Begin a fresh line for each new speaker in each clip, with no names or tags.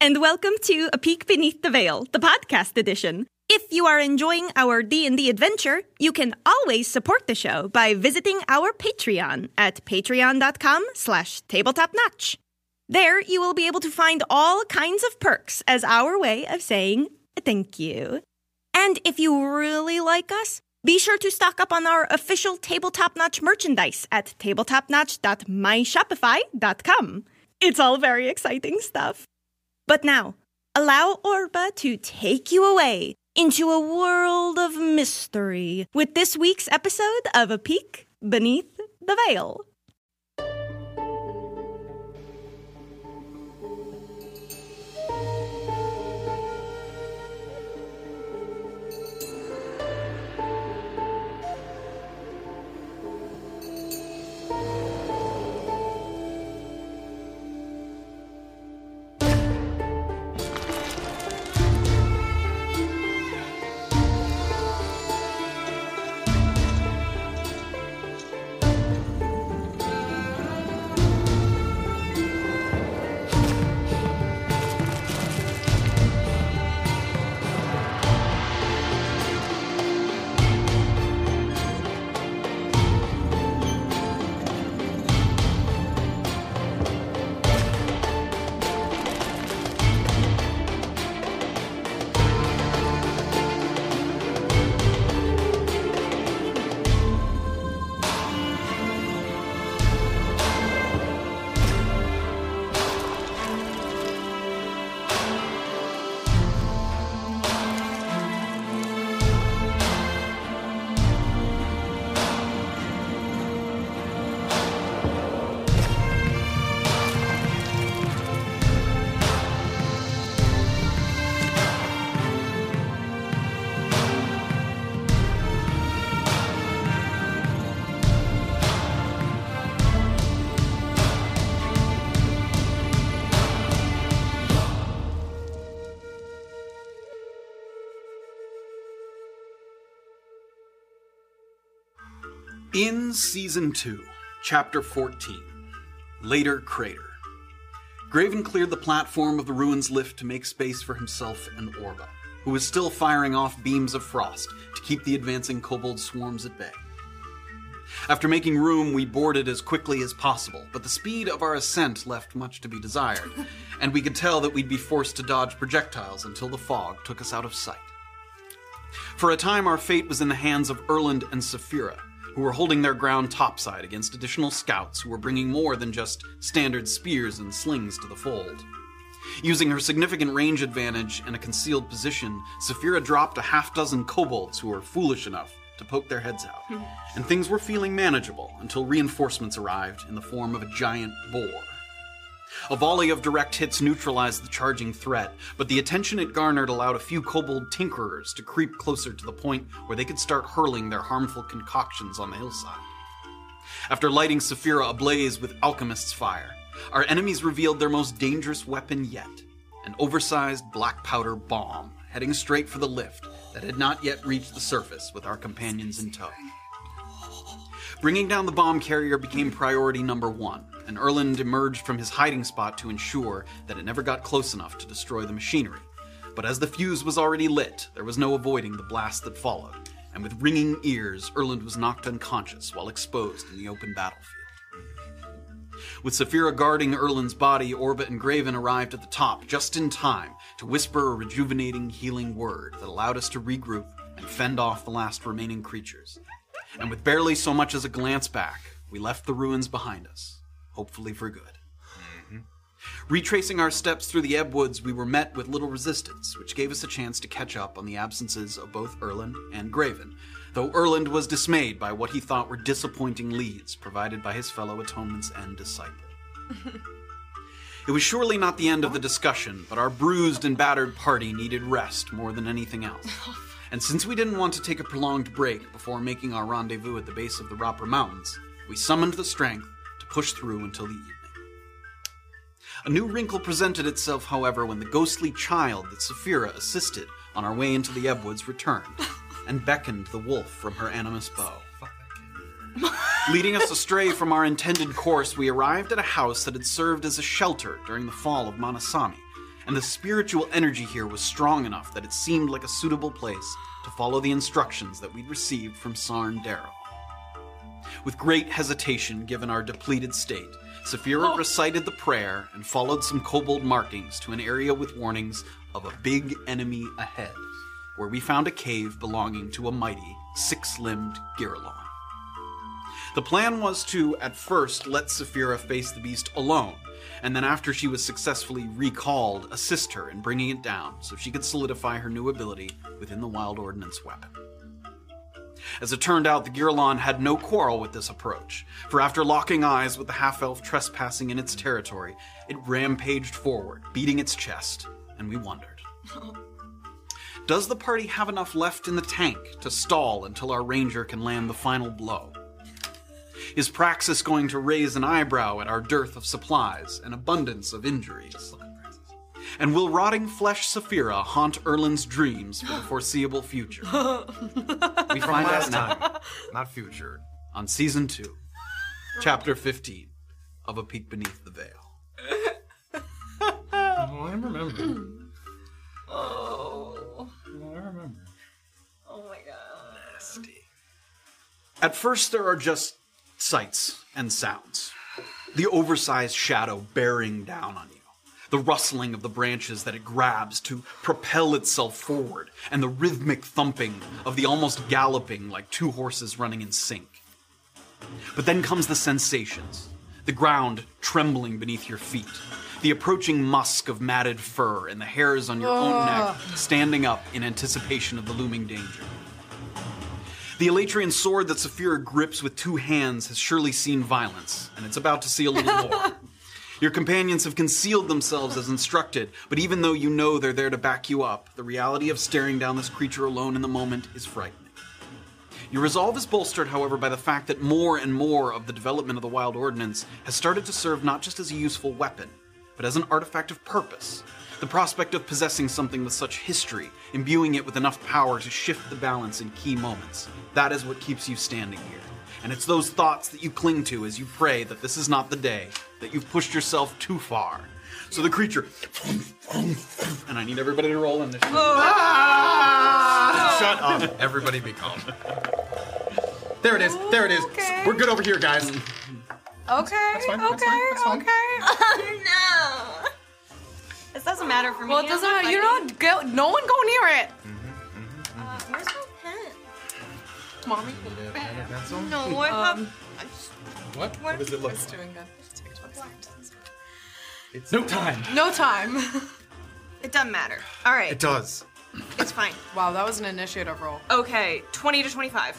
and welcome to A Peek Beneath the Veil, the podcast edition. If you are enjoying our D&D adventure, you can always support the show by visiting our Patreon at patreon.com slash tabletopnotch. There, you will be able to find all kinds of perks as our way of saying thank you. And if you really like us, be sure to stock up on our official Tabletop Notch merchandise at tabletopnotch.myshopify.com. It's all very exciting stuff. But now, allow Orba to take you away into a world of mystery with this week's episode of A Peek Beneath the Veil.
In Season 2, Chapter 14, Later Crater, Graven cleared the platform of the ruins lift to make space for himself and Orba, who was still firing off beams of frost to keep the advancing kobold swarms at bay. After making room, we boarded as quickly as possible, but the speed of our ascent left much to be desired, and we could tell that we'd be forced to dodge projectiles until the fog took us out of sight. For a time, our fate was in the hands of Erland and Saphira, who were holding their ground topside against additional scouts who were bringing more than just standard spears and slings to the fold. Using her significant range advantage and a concealed position, Saphira dropped a half dozen kobolds who were foolish enough to poke their heads out, and things were feeling manageable until reinforcements arrived in the form of a giant boar. A volley of direct hits neutralized the charging threat, but the attention it garnered allowed a few kobold tinkerers to creep closer to the point where they could start hurling their harmful concoctions on the hillside. After lighting Saphira ablaze with alchemist's fire, our enemies revealed their most dangerous weapon yet an oversized black powder bomb heading straight for the lift that had not yet reached the surface with our companions in tow. Bringing down the bomb carrier became priority number one, and Erland emerged from his hiding spot to ensure that it never got close enough to destroy the machinery. But as the fuse was already lit, there was no avoiding the blast that followed, and with ringing ears, Erland was knocked unconscious while exposed in the open battlefield. With Saphira guarding Erland's body, Orba and Graven arrived at the top just in time to whisper a rejuvenating, healing word that allowed us to regroup and fend off the last remaining creatures. And with barely so much as a glance back, we left the ruins behind us, hopefully for good. Retracing our steps through the ebb woods, we were met with little resistance, which gave us a chance to catch up on the absences of both Erland and Graven, though Erland was dismayed by what he thought were disappointing leads provided by his fellow Atonement's End disciple. it was surely not the end of the discussion, but our bruised and battered party needed rest more than anything else. And since we didn't want to take a prolonged break before making our rendezvous at the base of the Roper Mountains, we summoned the strength to push through until the evening. A new wrinkle presented itself, however, when the ghostly child that Saphira assisted on our way into the Ebwoods returned and beckoned the wolf from her animus bow. Leading us astray from our intended course, we arrived at a house that had served as a shelter during the fall of Manasami, and the spiritual energy here was strong enough that it seemed like a suitable place to follow the instructions that we'd received from Sarn Darrow. With great hesitation, given our depleted state, Saphira recited the prayer and followed some kobold markings to an area with warnings of a big enemy ahead, where we found a cave belonging to a mighty, six limbed Giralon. The plan was to, at first, let Saphira face the beast alone, and then after she was successfully recalled, assist her in bringing it down so she could solidify her new ability within the Wild Ordnance weapon. As it turned out, the Girlon had no quarrel with this approach, for after locking eyes with the half elf trespassing in its territory, it rampaged forward, beating its chest, and we wondered. Does the party have enough left in the tank to stall until our ranger can land the final blow? Is Praxis going to raise an eyebrow at our dearth of supplies and abundance of injuries? And will rotting flesh Saphira haunt Erlin's dreams for the foreseeable future? we find out
Last
now
time, not future.
on season two, chapter 15 of A Peek Beneath the Veil.
Oh, I remember.
Oh.
Oh, I remember.
Oh my god.
At first, there are just sights and sounds. The oversized shadow bearing down on you, the rustling of the branches that it grabs to propel itself forward, and the rhythmic thumping of the almost galloping like two horses running in sync. But then comes the sensations the ground trembling beneath your feet, the approaching musk of matted fur, and the hairs on your own neck standing up in anticipation of the looming danger. The Elatrian sword that Saphira grips with two hands has surely seen violence, and it's about to see a little more. Your companions have concealed themselves as instructed, but even though you know they're there to back you up, the reality of staring down this creature alone in the moment is frightening. Your resolve is bolstered, however, by the fact that more and more of the development of the Wild Ordinance has started to serve not just as a useful weapon, but as an artifact of purpose. The prospect of possessing something with such history, imbuing it with enough power to shift the balance in key moments, that is what keeps you standing here. And it's those thoughts that you cling to as you pray that this is not the day, that you've pushed yourself too far. So the creature. And I need everybody to roll um, in this.
Oh.
Shut up. Everybody be calm. There it is. There it is.
Okay.
We're good over here, guys.
Okay.
fine,
okay.
that's fine, that's fine.
Okay.
Oh no! This doesn't matter for me.
Well, it doesn't matter. You
know.
don't go. No one go near it.
Where's my pen?
Mommy.
Mm-hmm. No, I have.
What? What does it look
It's
like?
doing good. Just take 20 seconds.
It's no time.
No time.
It doesn't matter. All right,
It does.
it's fine.
wow, that was an initiative roll.
Okay, 20 to 25.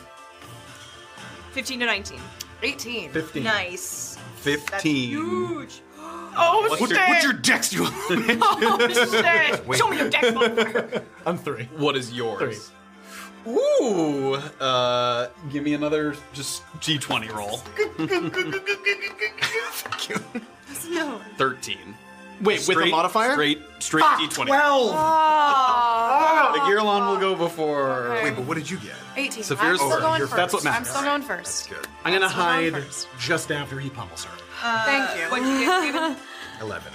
15 to 19.
18.
15.
Nice.
15.
Huge.
Oh,
What's your, what's your dex? You
Show me your deck.
I'm three.
What is yours? Ooh, uh, give me another just d20 roll.
No.
13. Wait,
with a modifier?
Straight, straight
Ah.
d20.
Twelve.
The Girlon will go before.
Wait, but what did you get?
18.
So
I'm
here's-
still
Or
going
your-
first.
that's what
I'm
matters.
still going first.
Good.
I'm gonna
That's what I'm
hide
first.
just after he pummels her.
Thank you.
What Uh, you get, Steven?
Eleven.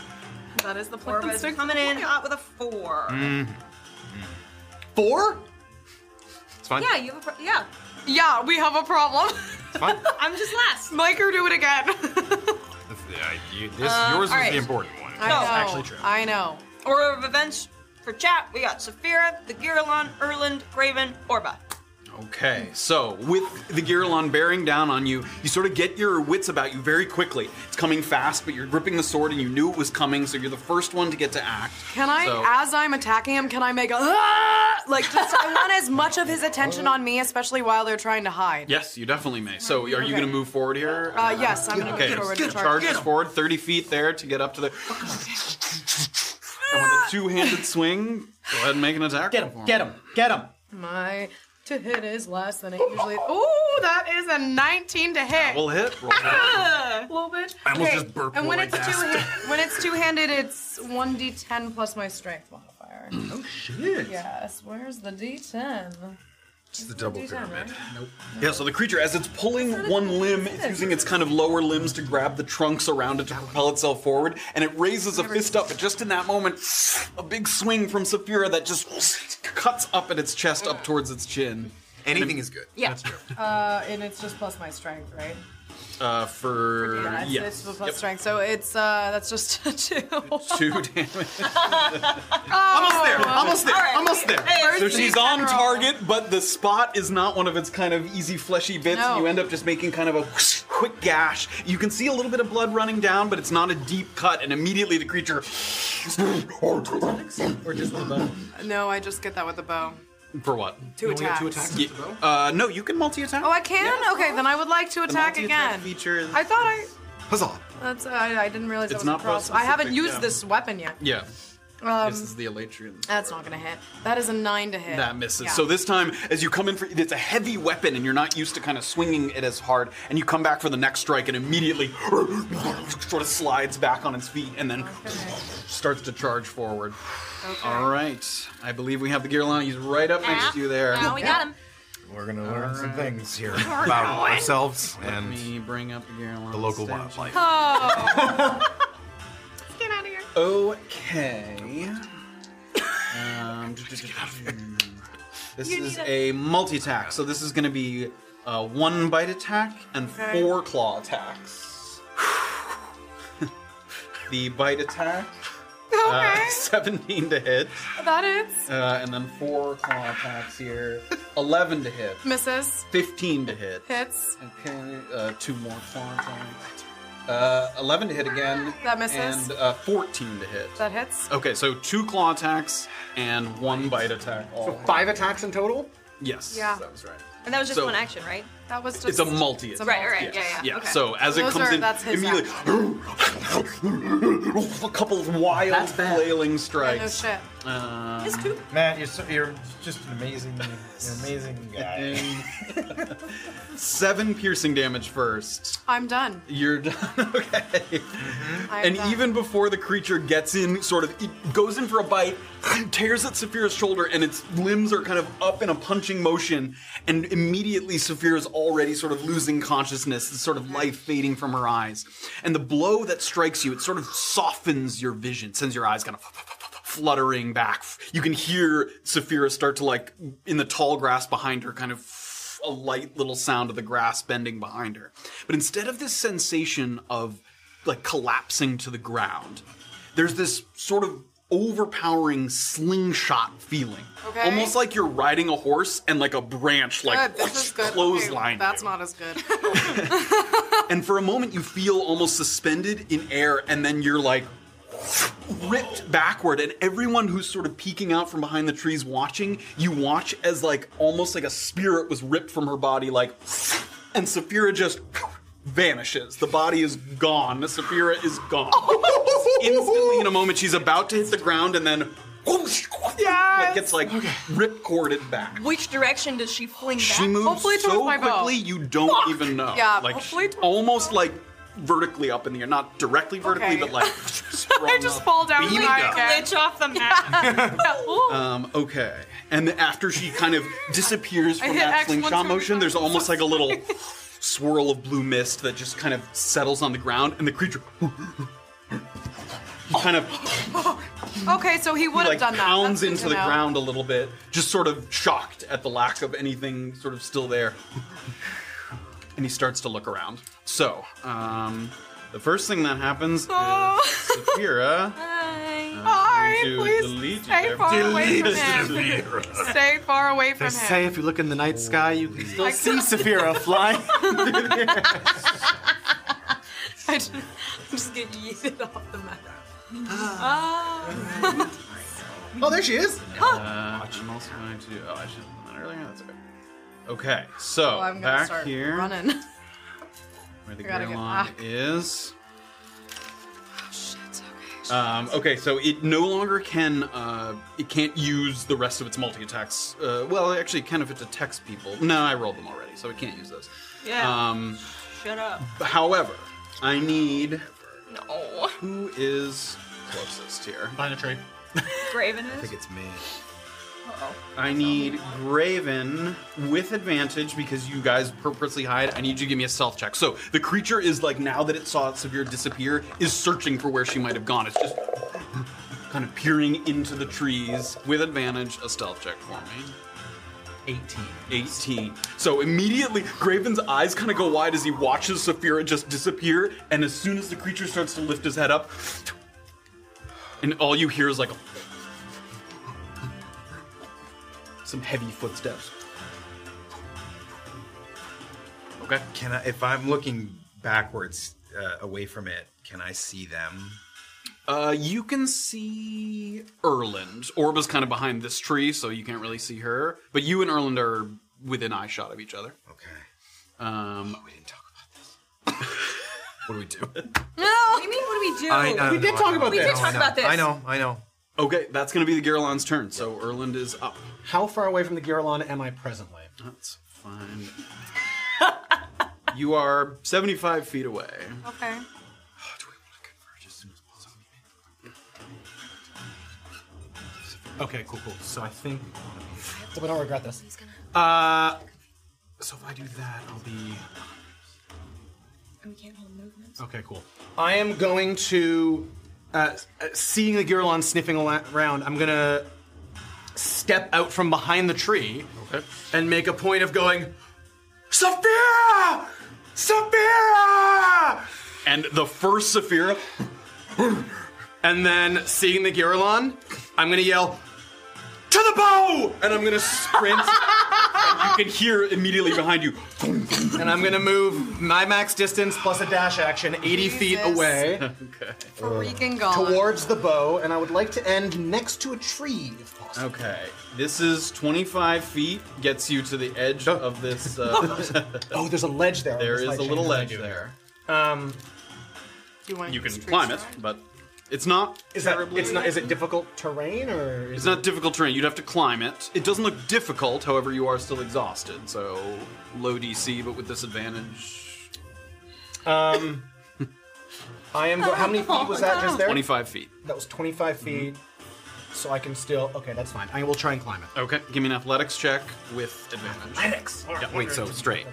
that is the point
Corva's coming in hot with a four.
Mm-hmm. Four? It's fine.
Yeah, you have a pro- yeah.
Yeah, we have a problem.
It's fine.
I'm just last.
Micro, do it again.
Yeah, you- this, yours was
alright.
the important one.
Uh, I know.
actually true.
I know.
Oh. Order of events for chat. We got Saphira, the Giralon, Erland, Graven, Orba.
Okay, so with the Girlon bearing down on you, you sort of get your wits about you very quickly. It's coming fast, but you're gripping the sword and you knew it was coming, so you're the first one to get to act.
Can I,
So-
as I'm attacking him, can I make a "Ah!" like just? I want as much of his attention on me, especially while they're trying to hide.
Yes, you definitely may. So, are you
Okay.
going to move forward here?
Uh, yes, I'm gonna
Okay,
get over to
charge,
charge.
is forward 30 feet there to get up to the. and with a two-handed swing, go ahead and make an attack.
Get him! Get him! Get him!
My to hit is less than it usually. Ooh, that is a 19 to hit.
We'll hit. Roll hit.
Little bitch.
I almost
Okay,
just burped
And when
while I
it's two
gasped.
hand- when it's two handed, it's one
Mm.
d10 plus my strength modifier.
Oh shit!
Yes. Where's the d10?
It's the double pyramid. Nope. Yeah, so the creature, as it's pulling one limb, it's using its kind of lower limbs to grab the trunks around it to propel itself forward, and it raises a fist up, but just in that moment, a big swing from Saphira that just cuts up at its chest, up towards its chin.
Anything is good.
Yeah.
Uh, and it's just plus my strength, right?
Uh, for.
Yeah, it's, it's
yes.
plus
Yep.
strength. So it's uh, that's just a two. Oh.
Two damage.
Almost there. Almost there.
Alright.
Almost there.
So she's on target, but the spot is not one of its kind of easy fleshy bits.
No.
You end up just making kind of a whoosh, quick gash. You can see a little bit of blood running down, but it's not a deep cut, and immediately the creature.
Or just the bow.
No, I just get that with the bow.
For what?
Two
We get
attacks.
two attacks.
Yeah,
with the bow?
uh, no, you can multi attack.
Oh, I can.
Yeah.
Okay, then I would like to
The
attack
multi-attack
again.
feature is-
I thought I.
Huzzah.
That's I, I didn't realize it
It's
was a
not
cross. I haven't
specific,
used
yeah.
this weapon yet.
yeah.
Um,
this is the Elatrian.
that's not gonna hit. That is a nine to hit.
That misses.
Yeah.
So this time, as you come in for, it's a heavy weapon, and you're not used to kind of swinging it as hard. And you come back for the next strike, and immediately sort of slides back on its feet, and then starts to charge forward. All right, I believe we have the Girlana. He's right up next to you there.
Now we got him.
We're gonna learn some things here about ourselves
Let
and
me bring up the Girlana.
the local
station.
wildlife.
Oh.
Get out of here.
Okay. Um, this is a multi attack, so this is going to be uh, one bite attack and four claw attacks. the bite attack, uh,
Okay.
17 to hit,
that is
uh, and then four claw attacks here, 11 to hit,
misses
15 to hit.
hits.
Okay, uh, two more claw attacks. Uh, 11 to hit again.
That misses.
And uh, 14 to hit.
That hits.
Okay, so two claw attacks and one bite attack. All
Five attacks in total?
yes,
Yeah.
that was right.
And that was just
So-
one action, right?
That was just.
It's a multi.
It's a
attack.
Right, right, yeah, yeah.
Yeah.
okay.
So as it
Those
comes
are-
in,
that's his
immediately a couple of wild flailing
no
strikes.
shit.
Uh,
Just two.
Matt, you're so, you're just an amazing, you're an amazing guy.
and- seven piercing damage first.
I'm done.
You're done. Okay.
I'm
Hmm? And
done.
even before the creature gets in, sort of it goes in for a bite, tears at Saphira's shoulder, and its limbs are kind of up in a punching motion. And immediately, Saphira's already sort of losing consciousness, the sort of life fading from her eyes. And the blow that strikes you, it sort of softens your vision, sends your eyes kind of fluttering back. You can hear Saphira start to, like, in the tall grass behind her, kind of a light little sound of the grass bending behind her. But instead of this sensation of like collapsing to the ground, there's this sort of overpowering slingshot feeling.
Okay.
Almost like you're riding a horse and like a branch like
Good, this is good.
clothesline.
Okay, that's
you.
not as good.
And for a moment you feel almost suspended in air and then you're like ripped backward and everyone who's sort of peeking out from behind the trees watching you watch as like almost like a spirit was ripped from her body like and Saphira just vanishes the body is gone Saphira is gone instantly in a moment she's about to hit the ground and then like, gets like rip corded back
Which direction does she fling back?
she moves
Hopefully towards
so
my bow.
quickly you don't even know.
Yeah,
like
hopefully towards-
almost like vertically up in the air, not directly vertically,
Okay.
but like.
I just fall down and
Beam
die
down.
again.
Glitch off the map.
Um, okay, and after she kind of disappears
I
from
hit
that
X one
slingshot
too many
motion, there's
times.
almost like a little swirl of blue mist that just kind of settles on the ground, and the creature. kind of
Okay, so he would have
like
done that. That's
pounds
good
into
to
the
know.
ground a little bit, just sort of shocked at the lack of anything sort of still there. and he starts to look around. So, um, the first thing that happens
Oh.
is Saphira. Uh,
Hi,
to
please
delete
stay
you.
far away from him. Stay far away
They
from
say
him.
if you look in the night sky, you can still
I-
see Saphira flying.
I just, just get yeeted off the map. Ah.
oh, there she is.
Uh, I'm also going to. Oh, I should have done that earlier. That's okay. Okay, so
Well, Oh, I'm gonna
back
start
here,
running.
where the
I gotta get
grid line
back. Oh,
is.
Shit, okay.
Um, okay, so it no longer can uh, it can't use the rest of its multi attacks. Uh, well, actually, it can if it detects people. No, I rolled them already, so it can't use those.
Yeah.
Um,
Shut up.
however, I need
No.
who is closest here.
Find a tree.
Graven is.
it's me.
I need Graven with advantage because you guys purposely hide. I need you to give me a stealth check. So the creature is like now that it saw its severe disappear, is searching for where she might have gone. It's just kind of peering into the trees with advantage. A stealth check for me. 18. 18. So immediately, Graven's eyes kind of go wide as he watches Saphira just disappear, and as soon as the creature starts to lift his head up, and all you hear is like some heavy footsteps. Okay.
Can I, if I'm looking backwards uh, away from it, can I see them?
Uh, you can see Erland. Orba's kind of behind this tree, so you can't really see her. But you and Erland are within eyeshot of each other.
Okay. Oh,
Um,
We didn't talk about this. what do we do?
What do you mean? What do we do?
uh,
we
um,
did
talk about
We did this. talk about this.
I know. I know.
okay, that's going to be the Garelon's turn. So Erland is up.
How far away from the Giralon am I presently?
That's fine. you are 75 feet away.
Okay.
Okay, cool, cool. So I think.
So we don't regret this.
Uh, so if I do that, I'll be.
we can't hold movements.
Okay, cool.
I am going to, uh, uh, seeing the Girlon sniffing ala- around, I'm gonna step out from behind the tree
Okay.
and make a point of going, Saphira! Saphira!
And the first Saphira,
And then seeing the Girlon, I'm gonna yell, to the bow! And I'm gonna sprint,
you can hear immediately behind you.
and I'm gonna move my max distance plus a dash action 80 feet
Jesus.
away
Okay.
Freaking gone.
towards the bow, and I would like to end next to a tree if possible.
Okay. This is 25 feet, gets you to the edge of this. Uh,
Oh, there's a ledge there.
there is
This Oh. might
a little
change what I
ledge
do.
there.
Um,
Do want
You can
use tree
climb it,
strike?
but it's not.
Is that
terribly-
it's not? Is it difficult terrain or? Is
It's not difficult terrain. You'd have to climb it. It doesn't look difficult, however, you are still exhausted. So low DC, but with disadvantage,
Um, I am. Go- how many feet was that just there?
25 feet. Mm-hmm.
That was twenty-five feet. So I can still. Okay, that's fine. I will try and climb it.
Okay, give me an athletics check with advantage.
Athletics.
Yeah, wait, so straight.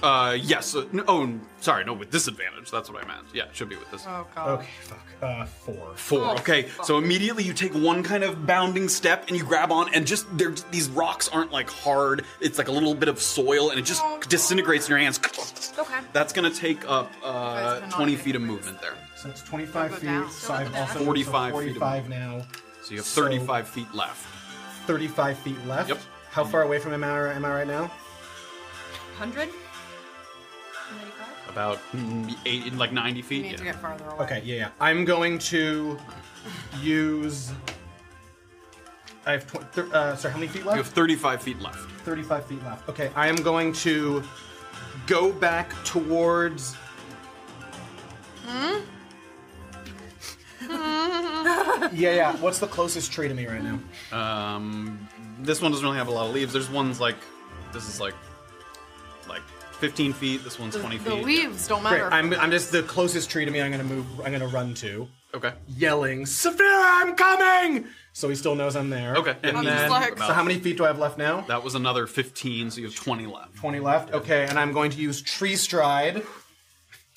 Uh, yes. Uh, no, oh, n- sorry, no, with disadvantage. That's what I meant. Yeah, it should be with this.
Oh god.
Okay, fuck. Uh, four.
Four.
Oh,
okay, so immediately you take one kind of bounding step and you grab on, and just there, these rocks aren't like hard. It's like a little bit of soil, and it just
Oh,
disintegrates in your hands.
Okay.
That's gonna take up
guys
uh,
cannot
20
make
feet of
it.
movement there.
So it's twenty-five
Don't
feet.
go down.
So I've also
45 feet of
forty-five now.
So you have
So-
35 feet left.
Thirty-five feet left.
Yep.
How far away from him are- am I right now?
100?
About mm, eight, like 90
We
feet.
need to
yeah.
get farther away.
Okay, yeah, yeah. I'm going to use. I have tw- thir- uh, sorry, how many feet left?
You have 35 feet left.
35 feet left. Okay, I am going to go back towards. Hmm?
Hmm?
yeah, yeah. What's the closest tree to me right now?
Um, this one doesn't really have a lot of leaves. There's ones like this is like like 15 feet. This one's 20
The
feet.
leaves don't
Great.
matter.
I'm, I'm just the closest tree to me. I'm gonna move. I'm gonna run to,
Okay.
yelling, "Saphira, I'm coming!" So he still knows I'm there.
Okay.
And
Yeah, he's
then,
like-
so how many feet do I have left now?
That was another 15, so you have 20 left.
20 left. Okay, and I'm going to use Tree Stride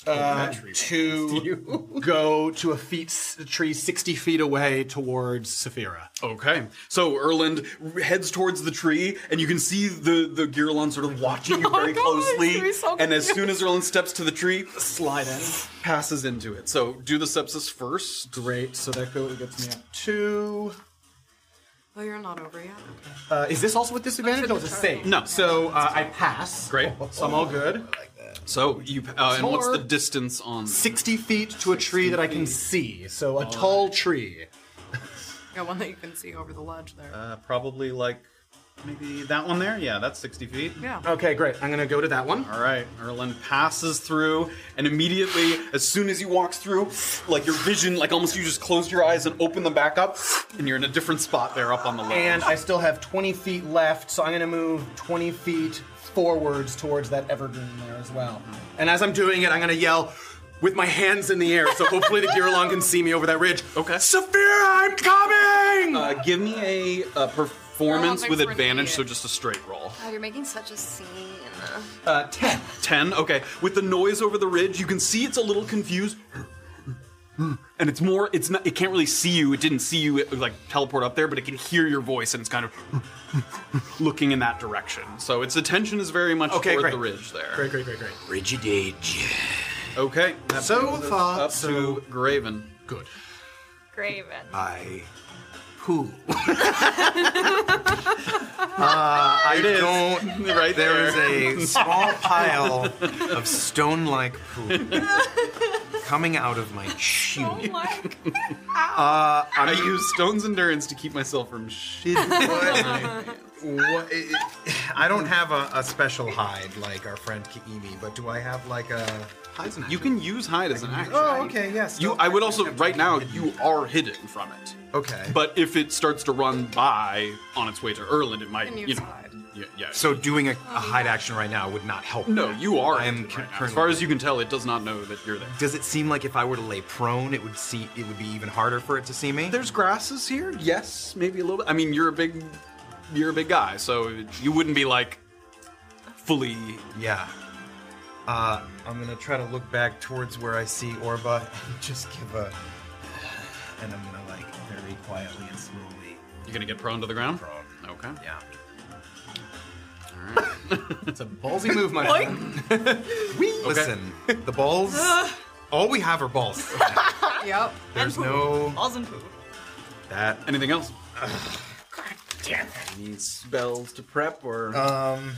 uh, to go to a feet s- tree 60 feet away towards Saphira.
Okay. So Erland heads towards the tree, and you can see the the Girlon sort of watching you
Oh God,
very
it's
closely.
gonna be so
and as soon as Erland steps to the tree, slide in, passes into it. So do the sepsis first.
Great, so that go, gets me up to.
oh, you're not over yet.
Uh, is this also with disadvantage? No, it's a save.
No.
So uh, I pass.
Great.
Oh, So I'm all good.
So you uh, and what's
More.
the distance on?
60 feet to a tree that I can see, so a tall tree.
Got one that you can see over the ledge there.
Uh, probably like maybe that one there. Yeah, that's 60 feet.
yeah.
Okay, great. I'm gonna go to that one.
All right, Erlen passes through, and immediately, as soon as he walks through, like your vision, like almost you just close your eyes and open them back up, and you're in a different spot there up on the ledge.
And I still have 20 feet left, so I'm gonna move 20 feet forwards towards that evergreen there as well. And as I'm doing it, I'm gonna yell, with my hands in the air, so hopefully the Giralon can see me over that ridge.
Okay.
Saphira, I'm coming!
Uh, give me a, uh performance
Roll
with
for an
advantage, so
idiot.
just a straight roll.
God, you're making such a scene.
Uh, 10. 10, okay. With the noise over the ridge, you can see it's a little confused. And it's more, it's not, it can't really see you. It didn't see you, it, like, teleport up there, but it can hear your voice, and it's kind of looking in that direction. So its attention is very much
Okay,
toward
great.
the ridge there.
Great, great, great, great.
Rigid age.
Okay. that
So
brings us
far,
Up
so-
to Graven.
Good.
Graven.
I poo.
Uh, I don't.
Right
There
there.
is a small pile of stone-like poo coming out of my shoe.
Oh,
Uh,
I use Stone's Endurance to keep myself from shit.
What, it, it, I don't have a, a special hide like our friend Kiimi, but do I have like a?
You can use hide as an action.
Oh, okay, yes.
You, I would also, right now, you are hidden from it.
Okay.
But if it starts to run by on its way to Erland, it might, you know. Yeah, yeah.
So doing a, a hide action right now would not help.
no, you are.
I am
hidden right now. As
currently-
far as you can tell, it does not know that you're there.
Does it seem like if I were to lay prone, it would see? It would be even harder for it to see me.
There's grasses here. Yes, maybe a little bit. I mean, you're a big, you're a big guy, so you wouldn't be like fully.
yeah.
Uh, I'm gonna try to look back towards where I see Orba and just give a. And I'm gonna like very quietly and slowly.
You're gonna get prone to the ground.
Prone.
Okay.
Yeah.
It's a ballsy move, my friend.
Listen, the balls. all we have are balls.
Yep.
There's no
Balls and poop.
that.
Anything else?
Spells to prep or
Um.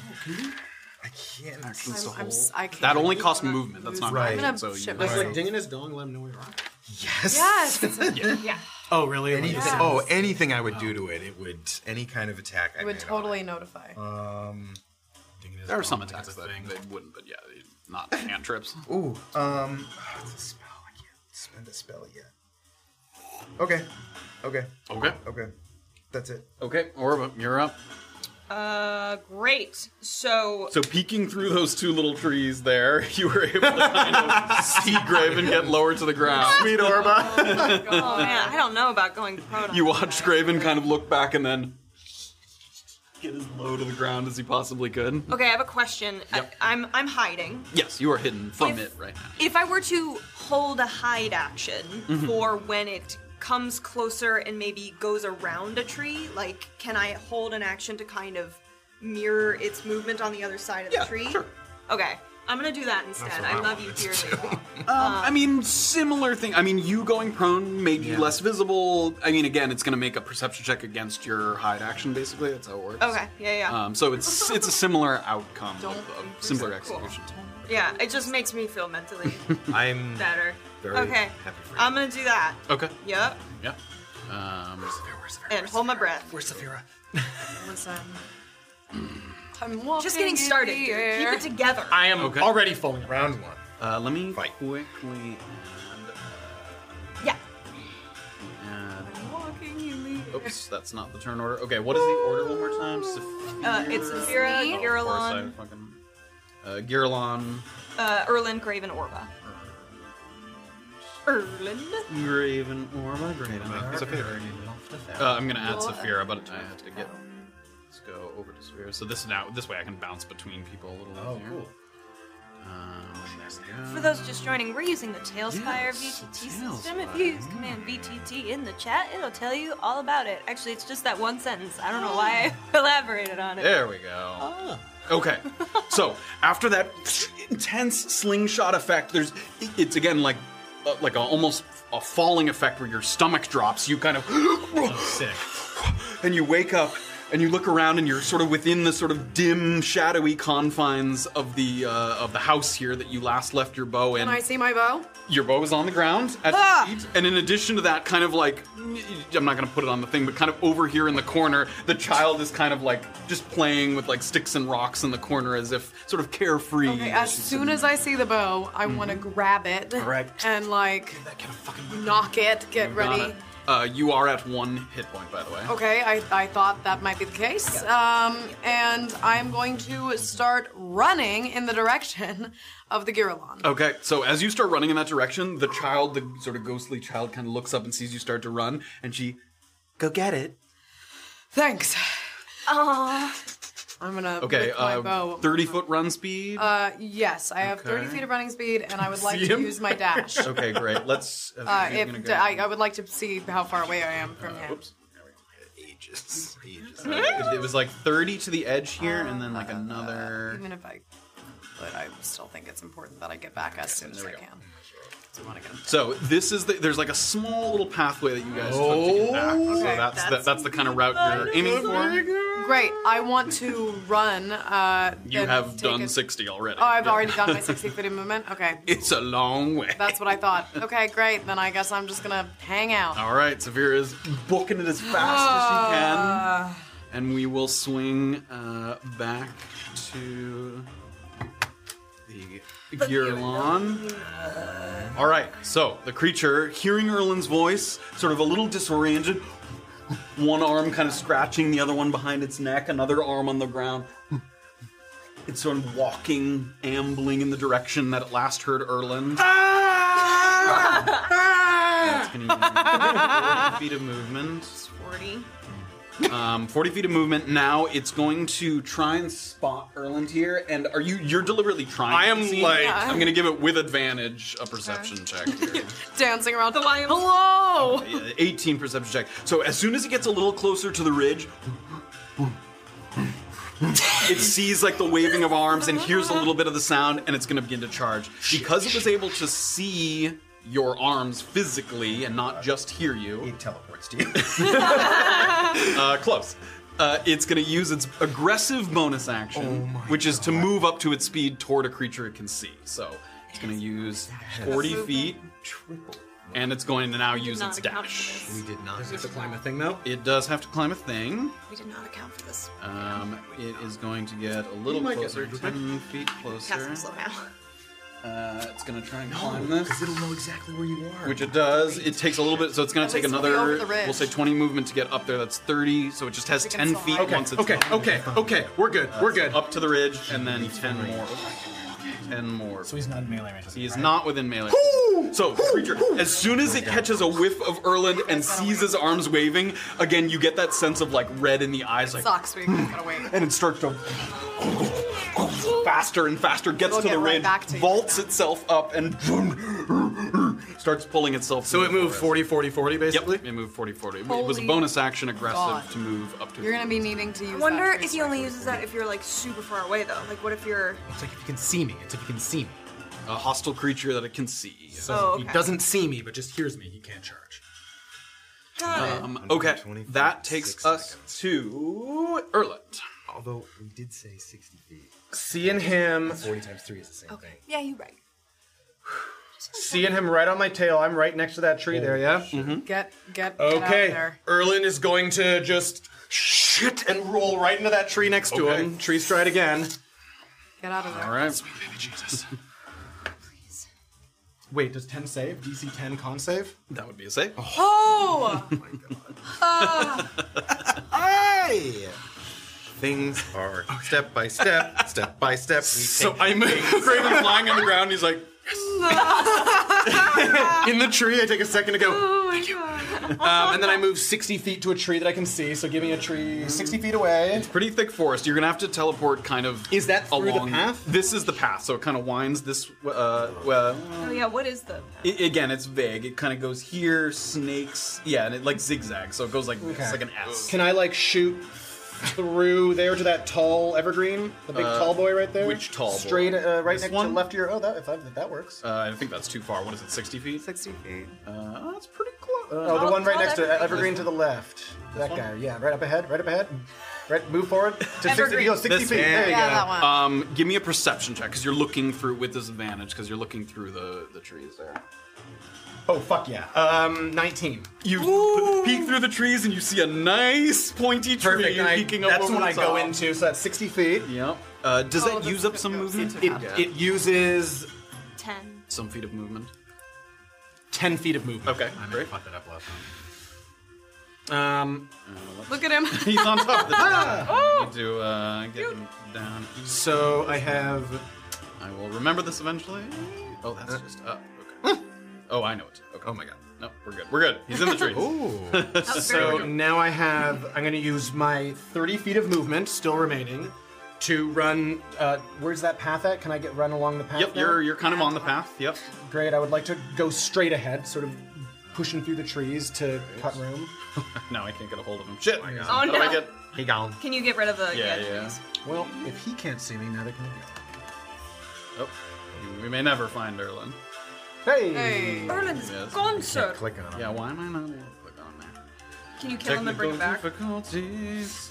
I can't.
I'm, I'm, s- I can't.
That only costs movement. That's not
Right.
I'm gonna
So you-
shit
That's
myself.
like dinging his dong, let him know where you are.
Yes.
Yes.
Oh, really?
Anything, Oh, anything I would do to it, it would.
Any kind of attack. I
It would
made on
totally notify.
Um.
There are some attacks that that wouldn't, but yeah, not hand trips.
Ooh. Um. oh, it's a spell. I can't spend a spell yet. Okay. Okay.
Okay.
Okay. That's it.
Okay. Orba, you're up.
Uh, great. So,
So peeking through those two little trees there, you were able to kind of see Graven get lower to the ground.
Sweet Orba.
oh man, I don't know about going pro.
You watched Graven kind of look back and then get as low to the ground as he possibly could.
Okay, I have a question.
Yep.
I, I'm I'm hiding.
Yes, you are hidden from
If-
it right now.
If I were to hold a hide action for when it comes closer and maybe goes around a tree, like can I hold an action to kind of mirror its movement on the other side of the tree?
sure.
Okay, I'm gonna do that instead. I, love you dearly.
Um, I mean, similar thing. I mean, you going prone made you less visible. I mean, again, it's going to make a perception check against your hide action. Basically, that's how it works.
okay, yeah,
Uh,
yeah,
Um, so it's it's a similar outcome, of,
Don't
of
increase
simpler
it. Cool.
execution.
yeah. It just makes me feel mentally
I'm.
better.
Very
okay,
happy for you.
I'm gonna do that.
Okay.
Yep,
Yeah. Um,
and hold my breath.
Where's Saphira?
Listen. I'm walking
Just getting started.
In
dude.
the air.
Keep it together.
I am
Okay.
already falling around.
Round one.
Uh, let me
Fight.
quickly.
yeah.
add-
Walking in the air.
oops, that's not the turn order. Okay, what is the order one more time? Saphira.
Uh, it's Zira,
Me?
Of course, I
Giralon,
fucking- Uh, Giralon,
uh, Erlin, Graven, Orba. Erlin?
Graven, Orma, Graven. It's okay. Uh, I'm gonna add Saphira, but I have to get. Let's go over to Saphira. So this now, this way I can bounce between people a little. Oh, cool. Um,
For those just joining, we're using the Tailspire
Yes,
VTT system. If you
Tailspire.
use command VTT in the chat, it'll tell you all about it. Actually, it's just that one sentence. I don't know why I elaborated on it.
There we go. Okay. so after that intense slingshot effect, there's it's again like uh, like a, almost a falling effect where your stomach drops. You kind of sick, and you wake up. And you look around, and you're sort of within the sort of dim, shadowy confines of the uh, of the house here that you last left your bow in
Can I see my bow?
your bow is on the ground at your
Ah!
feet, and in addition to that, kind of like I'm not gonna put it on the thing, but kind of over here in the corner, the child is kind of like just playing with like sticks and rocks in the corner as if sort of carefree.
Okay, as soon as I see the bow, I want to grab it
right.
and like
Mm-hmm. That kind of fucking
knock it, get
got
ready.
it. Uh, you are at one hit point, by the way.
Okay, I, I thought that might be the case. Um, and I'm going to start running in the direction of the Giralon.
Okay, so as you start running in that direction, the child, the sort of ghostly child, kind of looks up and sees you start to run, and she, go get it.
Thanks.
Aw.
I'm gonna
Okay,
with my
uh,
bow.
thirty foot run speed.
Uh, yes, I have 30
Okay.
feet of running speed, and I would like
See
to
him?
use my dash.
okay, great. Let's.
Uh,
you're gonna
if
go- Uh,
I, I would like to see how far away I am from him.
ages. ages. it was like 30 to the edge here, and then like another.
Even if I, but I still think it's important that I get back as soon as I can. So I want to get him.
So this is the, there's like a small little pathway that you guys took to get back. So that's the, that's the kind of route you're aiming for.
Great. I want to run. Uh,
You
and
have
take
done
a-
60 already.
Oh, I've
Yeah.
already done my 60 foot movement. Okay,
It's a long way.
that's what I thought. Okay, great. Then I guess I'm just gonna hang out.
All right, Severe is booking it as fast
Ah.
as she can, and we will swing uh, back to the Girlon. All right, so the creature, hearing Erlin's voice, sort of a little disoriented, one arm kind of scratching, the other one behind its neck, another arm on the ground. It's sort of walking, ambling in the direction that it last heard Erlin. That's gonna give you 40 feet of movement.
40.
Um, 40 feet of movement. Now it's going to try and spot Erland here. And are you? You're deliberately trying.
I
to
am
see?
like-
Yeah.
I'm gonna give it with advantage a perception check. Here.
Dancing around the lion. Hello.
Yeah, 18 perception check. So as soon as it gets a little closer to the ridge, it sees like the waving of arms and hears a little bit of the sound, and it's going to begin to charge because it was able to see your arms physically and not just hear you.
It teleports to you.
Uh, close. Uh, it's going to use its aggressive bonus action,
Oh
which is to move up to its speed toward a creature it can see. So it's going to use 40 feet, and it's going to now use
Not
its
account
dash.
for this.
did not.
Does it climb a thing though?
It does have to climb a thing.
We did not account for this.
Um, it is going to get a little
might get
closer,
there.
10 feet
Cast
closer.
him slow now.
Uh, it's going to try and climb this,
Oh, It'll know exactly where you are.
which it does. It takes a little bit, so it's going to take
least we'll be over
another,
the ridge.
we'll say 20 movement to get up there. That's 30, so it just has
We can
10
slide.
feet
Okay,
once it's
okay,
done.
okay, okay. We're good. We're good.
Up to the ridge, and then 10 more. 10 more.
So he's not in melee range.
He is not within melee. So, creature, as soon
Oh
as it catches a whiff of Erland and sees his arms waving, again, you get that sense of like red in the eyes, like,
Sucks. We gotta wait.
and it starts to faster and faster, gets
It'll
to
get
the
right
ridge,
back to you.
vaults itself up, and starts pulling itself.
So
to
it
the
moved
forest.
40, 40, 40
Yep,
basically.
it moved 40 40. It was a
Holy
bonus action aggressive
God.
to move up to.
You're gonna be needing to use.
I wonder
that
if
trace
he only
back.
uses that if you're like super far away though. Like what if you're
It's like if you can see me. It's if you can see me.
a hostile creature that it can see.
So
Oh,
if he
okay.
doesn't see me, but just hears me. He can't charge.
Got it.
Um, okay,
120 feet,
that takes
six
us
seconds.
to Erland.
Although we did say 60 feet.
Seeing him,
Forty times three is the
Oh,
same thing.
Yeah, you're right.
seeing him right on my tail. I'm right next to that tree there. Yeah. Mm-hmm.
Get get okay. Get out of
Okay.
there.
Erlin is going to just shit and roll right into that tree next to
Okay.
him. Tree stride again.
Get out of there.
All right.
Wait, does 10 save? DC 10 con save?
That would be a save.
Oh,
Hey! Things are step by step, step by step. We
So
take
I'm Graven's lying on the ground. He's like, yes. In the tree, I take a second to go,
Oh my god.
um, and then I move 60 feet to a tree that I can see. So give me a tree 60 feet away.
Pretty thick forest. You're gonna have to teleport kind of.
Is that through the
along-
path?
This is the path, so it kind of winds this. Uh, uh,
Mm.
Oh yeah, what is the
i again, it's vague. It kind of goes here, snakes. Yeah, and it like zigzags, so it goes like this, like an S.
Can I like shoot through there to that tall evergreen, the big Uh, tall boy right there?
which tall boy?
Straight, uh, right
This
next to
one?
left ear. Oh, that if, I, if that works.
uh, I think that's too far. What is it? Sixty feet?
60 feet.
Uh, that's pretty close.
oh, the
tall-
one right
tall
next to it,
evergreen.
evergreen to the left. That guy. Yeah, right up ahead. Right up ahead. Right, move forward to 60.
Evergreen.
Go 60
This
feet.
man.
There you
Yeah,
go.
that one.
um, give me a perception check because you're looking through with disadvantage because you're looking through the the trees there.
Oh fuck yeah. Um, 19.
You p- peek through the trees and you see a nice pointy tree
Perfect. and I-
peeking up
that's
over
when
the
I go
top.
into. So that's 60 feet.
Yep. Uh, does that use up some movement?
It, it uses
ten?
some feet of movement.
10 feet of movement.
Okay,
I may
great.
have fucked that up last time. Um,
Look at him.
Uh, He's on top of the
Ah.
tower.
oh!
I need to uh, get him down.
So I have.
I will remember this eventually. Oh,
Uh.
that's just up. Okay. oh, I know it. Okay. Oh my god. No, we're good. We're good. He's in the trees.
Oh,
Ooh. so now I have. I'm going to use my 30 feet of movement, still remaining, to run. Uh, where's that path at? Can I get run along the path?
Yep,
now?
you're you're kind of on the path. Yep.
Great. I would like to go straight ahead, sort of pushing through the trees to cut room.
no, I can't get a hold of him. Shit.
God.
How
Oh,
do I
no.
get-
He gone.
Can you get rid of the?
Yeah,
Uh, yeah.
yeah.
Well, if he can't see me, neither can
Oh, we may never find Erlen.
Hey.
Hey. Erlen's
Yes.
gone, sir.
Click on. Yeah. Why am I not able to click on that?
Can you kill him and bring him back?
difficulties.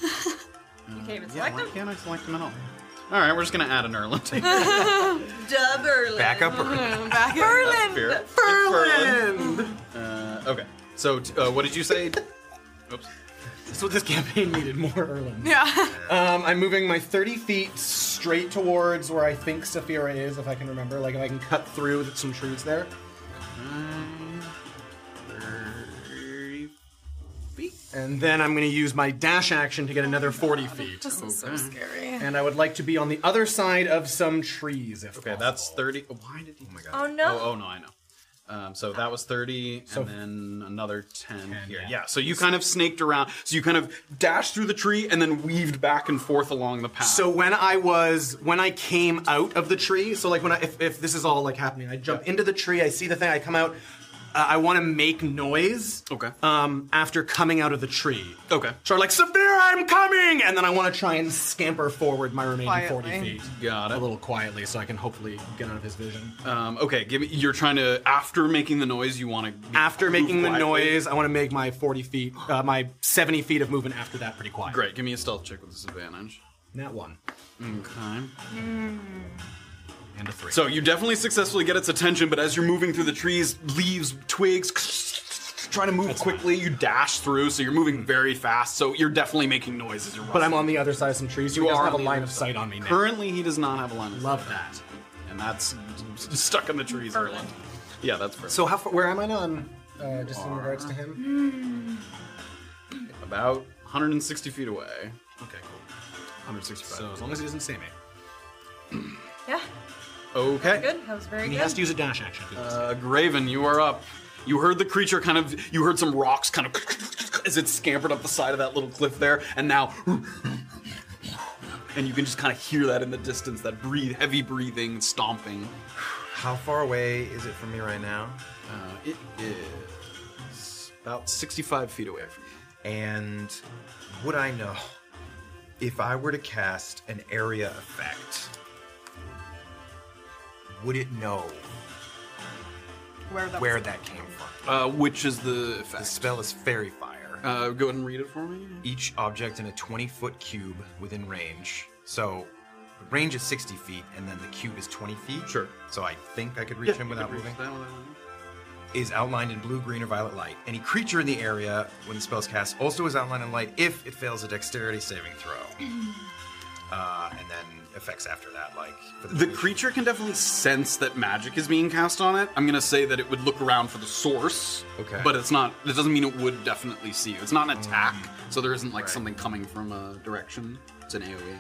You can't even
Yeah,
select
why
him.
can't I select him at all? All right, we're just gonna add an Erland.
Dub Erlen. Mm-hmm.
Back up Erlen. That's
Back up
fair.
Erlen.
It's Ferland. Uh, okay. So, t- uh, what did you say?
Oh
Oops.
So this campaign needed more Erlen.
Yeah.
Um, I'm moving my 30 feet straight towards where I think Saphira is, if I can remember. Like, if I can cut through with some trees there. And then I'm going to use my dash action to get another 40 feet.
Oh,
This is so scary.
uh,
And I would like to be on the other side of some trees, if
Okay, that's thirty. oh, Why did he? Oh my
God. Oh, no.
Oh, no, I know. Um, so that was thirty,
So-
and then another ten, here. Yeah. So you kind of snaked around. So you kind of dashed through the tree and then weaved back and forth along the path.
So when I was when I came out of the tree, so like when I if, if this is all like happening, I jump into the tree, I see the thing, I come out. Uh, I want to make noise.
Okay.
Um, after coming out of the tree.
Okay.
So I'm like, Severe, I'm coming, and then I want to try and scamper forward my remaining forty
Quietly.
feet.
Got it.
A little quietly, so I can hopefully get out of his vision.
Um, okay, give me. You're trying to after making the noise. You want to
After making the noise, I want to make my forty feet, uh, my seventy feet of movement after that, pretty quiet.
Great. Give me a stealth check with disadvantage.
That one.
Okay.
Hmm.
And a three.
So you definitely successfully get its attention, but as you're moving through the trees, leaves, twigs, trying to move quickly, you dash through. So you're moving very fast. So you're definitely making noise as you're.
But I'm on the other side of some trees. You
You
he doesn't
are
have a
on the
line
other
of sight on me now.
Currently, he does not have a line of
Love that.
And that's stuck in the trees. Erlen. Yeah, that's perfect.
So how far, where am I on? Uh, just in regards to him.
about 160 feet away.
Okay, cool.
165.
So as long as he doesn't see me,
Yeah.
okay.
Good. That was very
and he
good.
has to use a dash action.
Uh, Graven, you are up. You heard the creature kind of. You heard some rocks kind of as it scampered up the side of that little cliff there, and now. And you can just kind of hear that in the distance, that breathe, heavy breathing, stomping.
How far away is it from me right now?
Uh, it is about 65 feet away from you.
And would I know if I were to cast an area effect? Would it know
Where that
where that came from?
Uh, which is the
The
effect?
spell is Fairy Fire.
Uh, go ahead and read it for me.
Each object in a 20 foot cube within range. So, the range is 60 feet, and then the cube is 20 feet.
Sure.
So, I think I could reach
Yeah,
him
you
without
can read
moving.
that one.
is outlined in blue, green, or violet light. Any creature in the area when the spell's cast also is outlined in light if it fails a dexterity saving throw. uh, and then effects after that, like for
The creature can definitely sense that magic is being cast on it. I'm gonna say that it would look around for the source.
Okay.
But it's not. It doesn't mean it would definitely see you. It's not an attack,
Mm.
so there isn't like something coming from a direction. It's an AOE.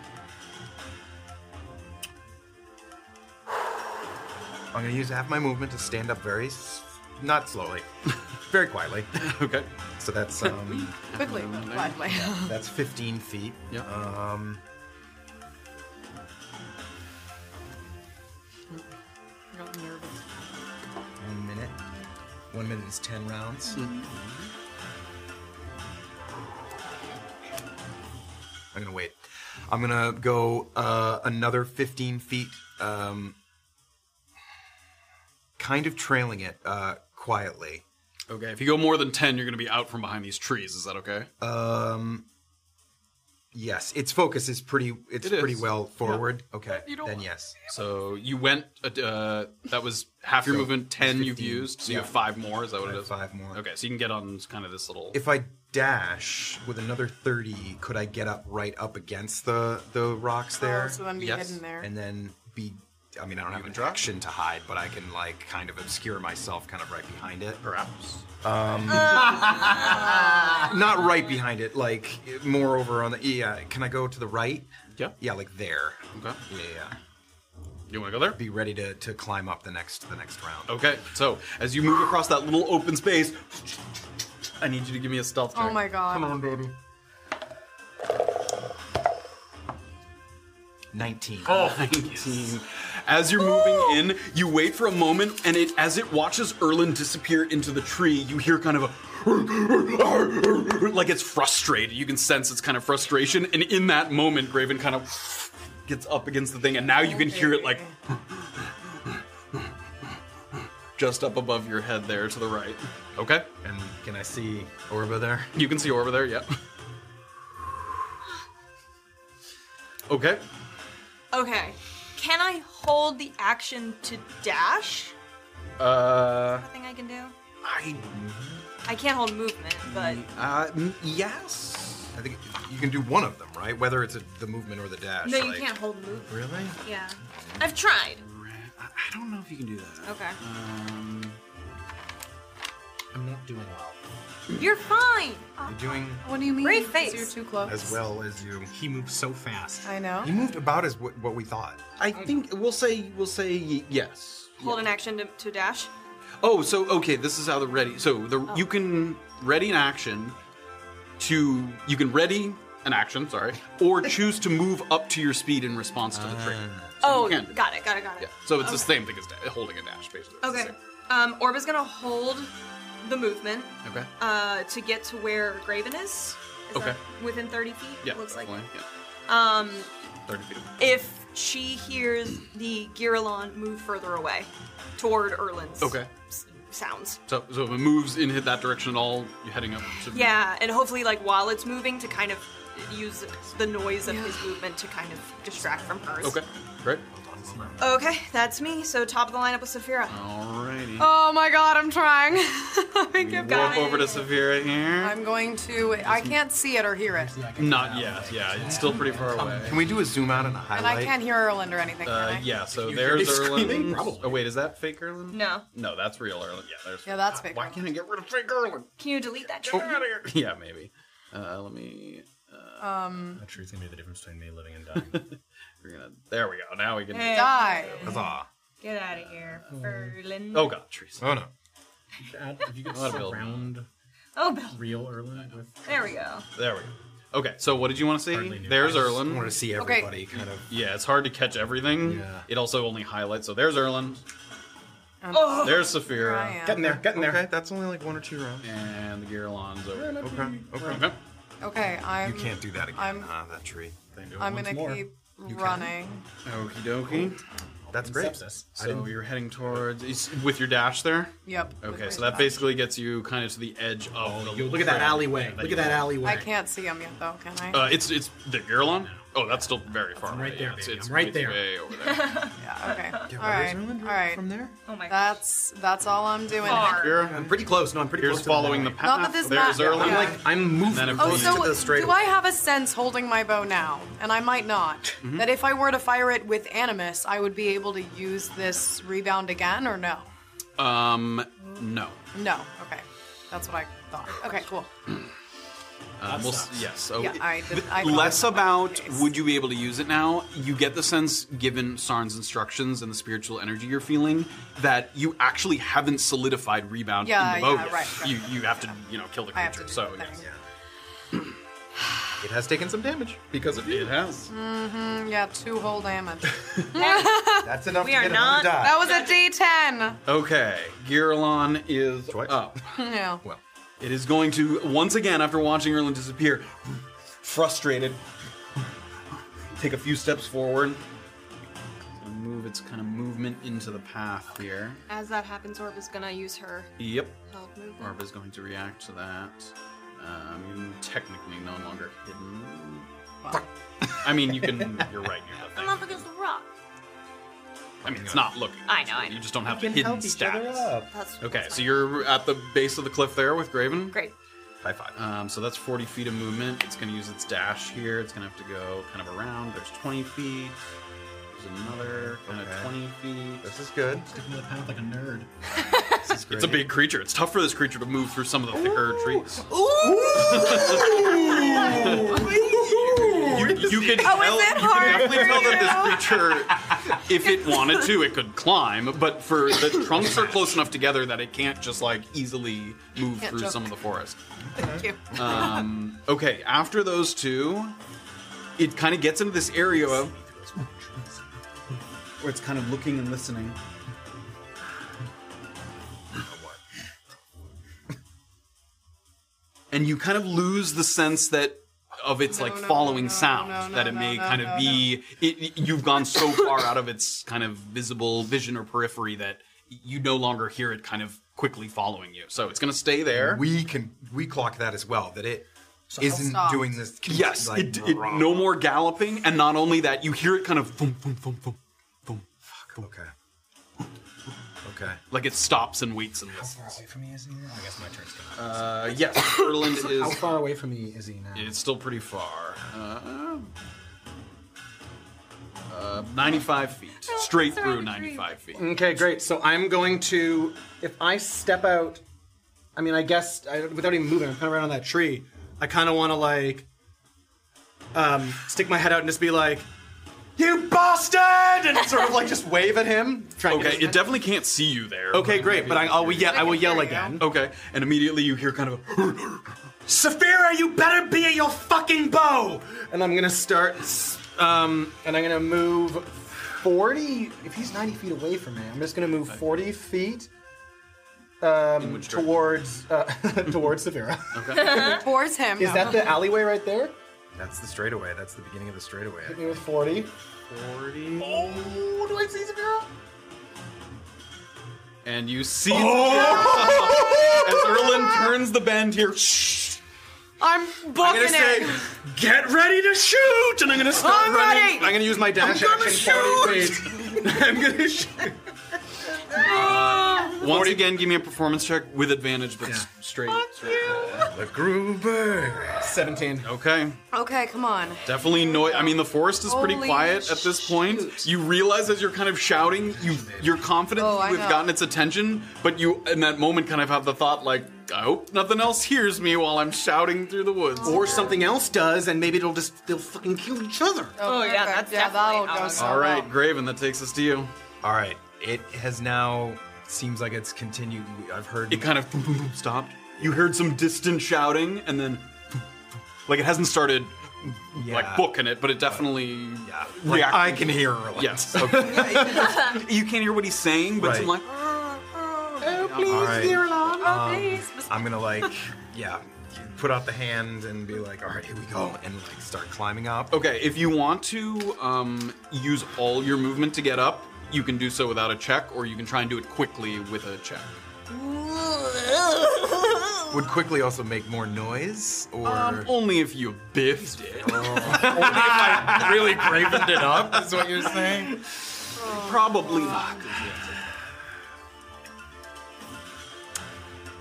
I'm gonna use half my movement to stand up very, s- not slowly, very quietly.
Okay.
So that's um,
Quickly, but quietly.
that's 15 feet.
Yeah.
Um,
I got nervous.
one minute. One minute is 10 rounds. I'm gonna wait. I'm gonna go uh, another 15 feet, um, kind of trailing it uh, quietly.
Okay. If you go more than ten, you're gonna be out from behind these trees. Is that okay?
Um, yes, its focus is pretty. It's
It is.
pretty well forward. Okay,
You don't
then
want-
yes.
so you went. Uh, uh, that was half your
So
movement.
it's
Ten you've
15,
used. So you
yeah.
have five more. Is that what
I
it
have
is?
five more.
Okay. So you can get on kind of this little.
If I dash with another 30, could I get up right up against the the rocks there?
Oh, So then be
Yes.
hidden there.
and then be I mean, I don't have an action to hide, but I can like kind of obscure myself, kind of right behind it, perhaps. Um, not right behind it, like more over on the yeah. Can I go to the right? Yeah. Yeah, like there.
Okay.
Yeah, yeah.
You want to go there?
Be ready to, to climb up the next the next round.
Okay, so as you move across that little open space, I need you to give me a stealth check.
Oh my god. Come on,
baby.
19.
Oh, 19. As you're moving in, you wait for a moment, and it as it watches Erlin disappear into the tree, you hear kind of a like it's frustrated. You can sense its kind of frustration, and in that moment, Graven kind of gets up against the thing, and now you can hear it like just up above your head there to the right. Okay.
And can I see Orba there?
You can see Orba there. Yep. Okay.
Okay. Can I hold the action to dash?
Uh,
I think I can do.
I.
I can't hold movement, but
Uh, mm, yes. I think you can do one of them, right? Whether it's a, the movement or the dash.
no, you
like-
can't hold movement.
Really?
Yeah, I've tried.
I don't know if you can do that.
Okay,
Um,
I'm not doing well.
you're fine.
You're doing
Uh, What do you mean?
Brave
Because
face.
You're too close.
as well as you.
He moved so fast.
I know.
You moved about as what, what we thought.
I think we'll say we'll say y- yes.
Hold an action to, to dash.
Oh, so okay, this is how the ready. So the
Oh.
you can ready an action to you can ready an action, sorry, or choose to move up to your speed in response to the
Ah.
trigger.
oh,
you can.
got it, got it, got it.
Yeah. So it's the
okay.
same thing as da- holding a dash, basically. It's the
Okay.
same.
Um, Orb is gonna hold the movement
Okay.
uh, to get to where Graven is. Is
Okay.
that Within 30 feet.
Yeah.
Oh, Looks like.
definitely,
Um,
yeah. Thirty feet. away.
if she hears the Girillon move further away toward Erlin's
Okay.
s- sounds.
So so if it moves in hit that direction at all, you're heading up. To
Yeah, and hopefully, like while it's moving, to kind of use the noise of his movement to kind of distract from hers.
Okay. Great.
Okay, that's me. So top of the lineup with Saphira.
Um,
Alrighty.
Oh my god, I'm trying. I think I've got
Walk
it.
over to Severa here.
I'm going to. I can't see it or hear it,
Not yet. Yeah, it's still pretty far away.
Can we do a zoom out and a
and
highlight?
I can't hear Erland or anything. can
Uh,
I?
yeah, so
You hear me
there's
screaming?
Erlin.
Probably.
Oh, wait, is that fake Erlin?
No,
No, that's real Erlin. Yeah, there's.
Yeah, that's big.
Uh, Why can't I get rid of fake Erlin?
can you delete that?
Get out of here. Yeah, maybe. Uh, let me.
Um,
That tree's gonna be the difference between me living and dying.
We're gonna. There we go. Now we can.
Hey,
die.
Huzzah.
Get out of here, Erlin.
Oh god, trees.
Oh no.
Mm. Add- if you could
Not a building.
surround
Oh, Bill.
real Erland with
There we go.
There we go. Okay, so what did you want to
Hardly
see?
knew.
There's
I want
Erlin.
to see
Okay.
everybody kind of.
Yeah, it's hard to catch everything.
Yeah.
It also only highlights. So there's Erlin.
Oh,
There's
Here I
Saphira.
am.
getting there, getting there.
Okay, that's only like one or two rounds.
And the Girlon's over.
Okay. Okay.
Okay.
Okay, I'm.
You can't do that again.
I'm-
Ah, that tree.
I'm gonna
more.
keep running.
Okie dokie.
That's great.
Sepsis.
So you're heading towards it's with your dash there.
Yep.
Okay, so that basically gets you kind of to the edge of. the
Oh, Look at that
trail.
alleyway. Look at that alleyway.
I can't see him yet, though. Can I?
Uh, it's it's the Girlon. Oh, that's still very far.
I'm
away.
right there,
Yeah, it's,
baby.
it's
I'm right
it's
there.
Way over there.
yeah. Okay. All right. All right.
From there?
oh my god.
That's that's all I'm doing.
Far.
You're,
uh, I'm pretty close. No, I'm pretty
you're
close.
following the
to
path.
that this
There's
map-
Erlin.
Yeah.
Like I'm
Then it
moving.
Oh,
goes to
so
the
do I have a sense holding my bow now? And I might not.
Mm-hmm.
That if I were to fire it with animus, I would be able to use this rebound again, or no?
Um, no.
No. Okay. That's what I thought. Okay. Cool.
Uh, we'll s- yes. So
Yeah, I did- I thought
Less
that was
about
the case.
would you be able to use it now? You get the sense, given Sarn's instructions and the spiritual energy you're feeling, that you actually haven't solidified rebound
Yeah,
in the bow
yeah,
yet.
right, right,
you
right,
you have to you know kill the
I have to
creature.
do
So
the
yes.
thing.
It has taken some damage.
because of it has.
Mm, yeah, two whole damage.
That's enough
We
to
are
get
not-
another die.
That was a D10.
Okay, Girlon is
Twice.
up.
Yeah.
well,
It is going to once again after watching Erlin disappear, frustrated.
Take a few steps forward. It's gonna Move its kind of movement into the path here.
As that happens, Orb is gonna use her
Yep.
held movement.
Orb is going to react to that. Um, you're technically no longer hidden. I mean, you can. You're right. You're the thing.
I'm up against the rock.
I mean, it's not looking.
I know, I know.
You just don't have the hidden stats.
That's
Okay,
that's
so
fine.
you're at the base of the cliff there with Graven.
great.
high five.
Um, so that's 40 feet of movement. It's going to use its dash here. It's going to have to go kind of around. There's 20 feet. There's another kind of 20 feet.
This is good.
Sticking to the path like a nerd.
It's a big creature. It's tough for this creature to move through some of the thicker trees. you, you could
Oh, is
tell,
it
you
hard
could definitely
for
tell that this creature, if it wanted to, it could climb. But for the trunks are close enough together that it can't just like easily move
Can't
through
jump.
some of the forest.
Thank you.
Um, okay, after those two, it kind of gets into this area where it's kind of looking and listening. and you kind of lose the sense that of its like following sound that it may kind of be it, it- you've gone so far out of its kind of visible vision or periphery that you no longer hear it kind of quickly following you so it's going to stay there
We can we clock that as well. That it
I'll
isn't
stop.
doing this.
Yes,
like,
it, it, no more galloping, and not only that, you hear it kind of thump, thump, thump, thump, thump,
Okay. Okay.
like it stops and waits and
How
listens.
far away from me is he now? I guess my turn's coming.
Uh, yes, Erland
How
is.
far away from me is he now?
It's still pretty far. Uh, uh, 95 feet. Straight through 95 feet.
Mm,
Okay, great. So I'm going to, if I step out, I mean, I guess I, without even moving, I'm kind of right on that tree. I kind of want to like, um, stick my head out and just be like, "You bastard!" and sort of like just wave at him. Try and
Okay,
get his-
it definitely can't see you there.
okay, great. But I, I'll yell. I will yell again.
Okay, and immediately you hear kind of a.
Saphira, you better be at your fucking bow! And I'm gonna start, s- um, and I'm gonna move 40. If he's 90 feet away from me, I'm just gonna move 40 feet um, towards uh, towards Saphira.
Towards him.
Is that the alleyway right there?
That's the straightaway. That's the beginning of the straightaway.
Hit me with 40.
40.
Oh, do I see Saphira?
And you see
Oh!
as Erland turns the bend here. Shh.
I'm booking it.
Get ready to shoot! And I'm gonna start
I'm
running.
ready!
I'm gonna use my dash action 40 feet. I'm gonna shoot.
Uh, Once again, give me a performance check with advantage, but s- straight.
The Gruber.
17.
Okay.
Okay, come on.
Definitely no. I mean, the forest is pretty
Holy
quiet at this point.
shoot.
You realize as you're kind of shouting, you you're confident
Oh, I
you have
know.
gotten its attention, but you in that moment kind of have the thought like, I hope nothing else hears me while I'm shouting through the woods.
Or something else does, and maybe it'll just, they'll fucking kill each other.
Oh, yeah,
perfect.
that's
yeah, that'll
definitely
go
out.
so
All right,
well.
Graven, that takes us to you.
All right. It has now seems like it's continued. I've heard.
It kind of boom, boom, boom, stopped. You heard some distant shouting, and then like it hasn't started like
Yeah.
booking it, but it definitely
Yeah. Like,
reacted.
I can hear her.
Yes. you can't hear what he's saying, but it's
Right.
like,
All right.
Oh, please.
Um, I'm gonna like, yeah, put out the hand and be like, all right, here we go, and like start climbing up.
okay, if you want to um, use all your movement to get up, you can do so without a check, or you can try and do it quickly with a check.
Would quickly also make more noise, or Oh.
Um, only if you biffed it.
really gravened it up. Is what you're saying?
Probably not.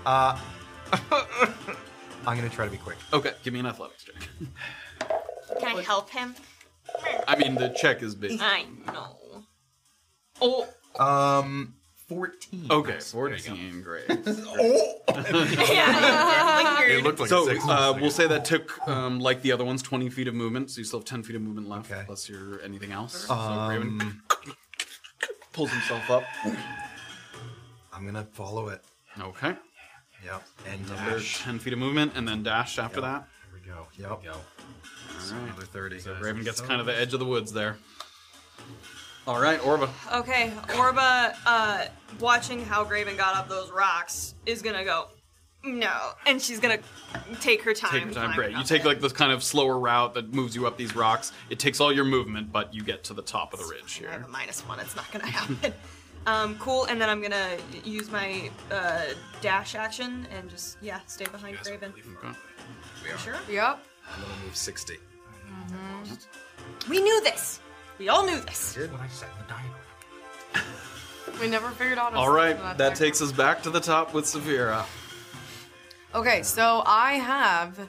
Uh, I'm gonna try to be quick.
Okay, give me an athletics check.
Can I help him?
I mean, the check is big.
I know. Oh,
Um, fourteen.
Okay, 14, great.
yeah. like
It
weird.
looked like
So
a six.
uh, we'll say that took, um, like the other ones, 20 feet of movement. So you still have 10 feet of movement left,
Okay. Um,
plus your anything else. so Raven pulls himself up.
I'm gonna follow it.
Okay.
Yep. And
Another
dash.
10 feet of movement, and then dash after that.
Here we go. Yep.
Go.
Another thirty.
So Raven gets kind of the edge of the woods there. All right, Orva.
Okay, Orba, uh, watching how Graven got up those rocks, is gonna go, no. And she's gonna take her time.
Take your time.
climbing
Great. You
up
take
it.
like this kind of slower route that moves you up these rocks. It takes all your movement, but you get to the top of the ridge
I have
here.
a minus one. It's not gonna happen. um, cool. And then I'm gonna use my uh, dash action and just yeah, stay behind Graven.
Okay.
You Sure.
Yep.
I'm gonna move sixty.
Mm-hmm. We knew this. We all knew this.
We never figured out. a
All
solution
right,
to
that
diagram.
takes us back to the top with Severa.
Okay, so I have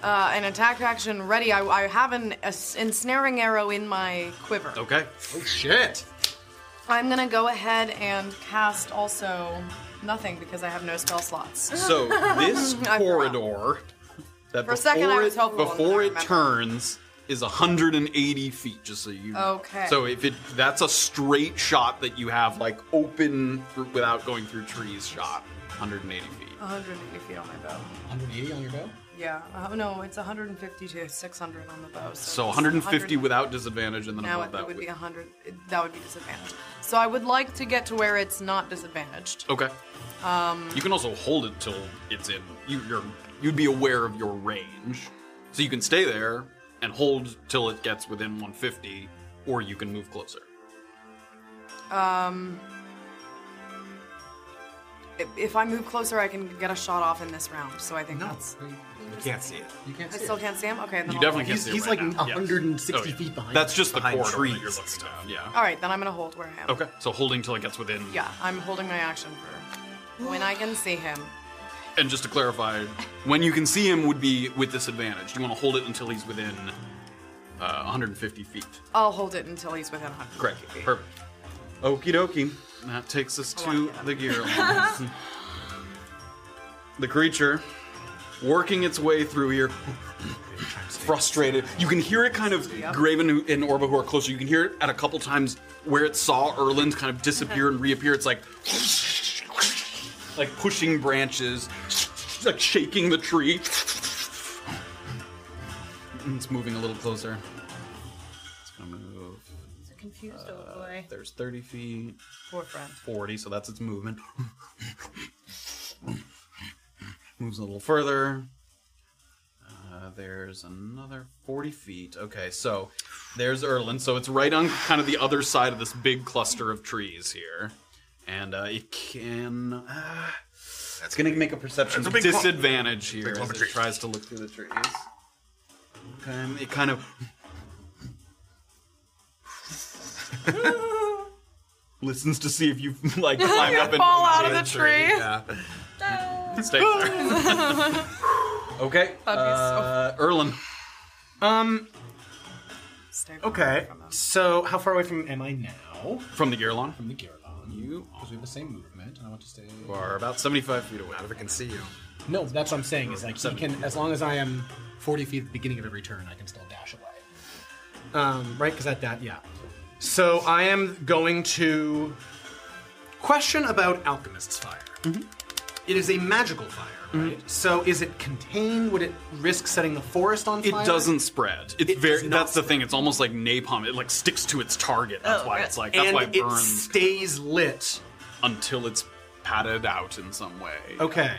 Uh, an attack action ready. I, I have an a s- ensnaring arrow in my quiver.
Okay. Oh shit.
I'm gonna go ahead and cast also nothing because I have no spell slots.
So this
I forgot.
corridor that
For a
before
second, I was
it,
hopeful, and then I
before it
remembered.
turns is 180 feet. Just so you.
Okay.
So if it that's a straight shot that you have like open through, without going through trees shot 180 feet.
180 feet on my bow.
180 on your bow?
Yeah. Uh, no, it's 150 to 600 on the bow. So,
So
it's
150
100
without disadvantage, and then
Now
above
it,
that
would
with-
be 100. it- That would be disadvantaged. So I would like to get to where it's not disadvantaged.
Okay.
Um,
You can also hold it till it's in. You, you're you'd be aware of your range, so you can stay there and hold till it gets within 150, or you can move closer.
um, if, if I move closer, I can get a shot off in this round. So I think that's.
You can't see it.
You can't
I
see
still
it.
can't see him. Okay. Then
You
I'll
definitely
He's,
can't see
he's
it right
like
now. Yes.
160
Oh, yeah.
feet behind.
That's just the
Behind
corridor that
trees
you're
and
looking
stuff.
at. Yeah.
All right, then I'm gonna hold where I am.
Okay. So holding till it gets within.
Yeah, I'm holding my action for when I can see him.
And just to clarify, when you can see him would be with disadvantage. You want to hold it until he's within uh, 150 feet.
I'll hold it until he's within 100.
Correct. Perfect. Okie dokie. That takes us
Oh,
to the gear. alarm. the creature working its way through here, frustrated. You can hear it kind of Graven who- and Orba who are closer. You can hear it at a couple times where it saw Erland kind of disappear and reappear. It's like like pushing branches, like shaking the tree. It's moving a little closer. It's gonna move.
It's a confused old
Uh,
boy.
there's 30 feet,
Poor friend.
40, so that's its movement. Moves a little further. Uh, there's another 40 feet. Okay, so there's Erlin. So it's right on kind of the other side of this big cluster of trees here. And uh, it can. Uh, it's going to make a perception
That's a big clump.
disadvantage here
Big clump
as
of
it
trees.
tries to look through the trees. Okay, um, it kind of listens to see if you've like climbed
You
up and
fall out of the tree.
Yeah. Stay there. okay. Uh, Erlen.
Um.
Stay
Okay. So how far away from am I now?
From the Girlon.
From the Garalon.
You
Because we have the same movement, and I want to stay.
You are about 75 feet away.
If I can see you.
No, that's what I'm saying. Is like he
Seven.
can, as long as I am 40 feet at the beginning of every turn, I can still dash away. Um, right? Because that, that, yeah. So I am going to question about alchemist's fire.
Mm-hmm.
It is a magical fire, right? So is it contained? Would it risk setting the forest on
It
fire?
doesn't spread. It's
It
very.
does not
That's the thing. It's almost like napalm. It like sticks to its target. That's why it's like. That's
Oh, and
why it
it
burns
stays lit.
until it's patted out in some way.
Okay.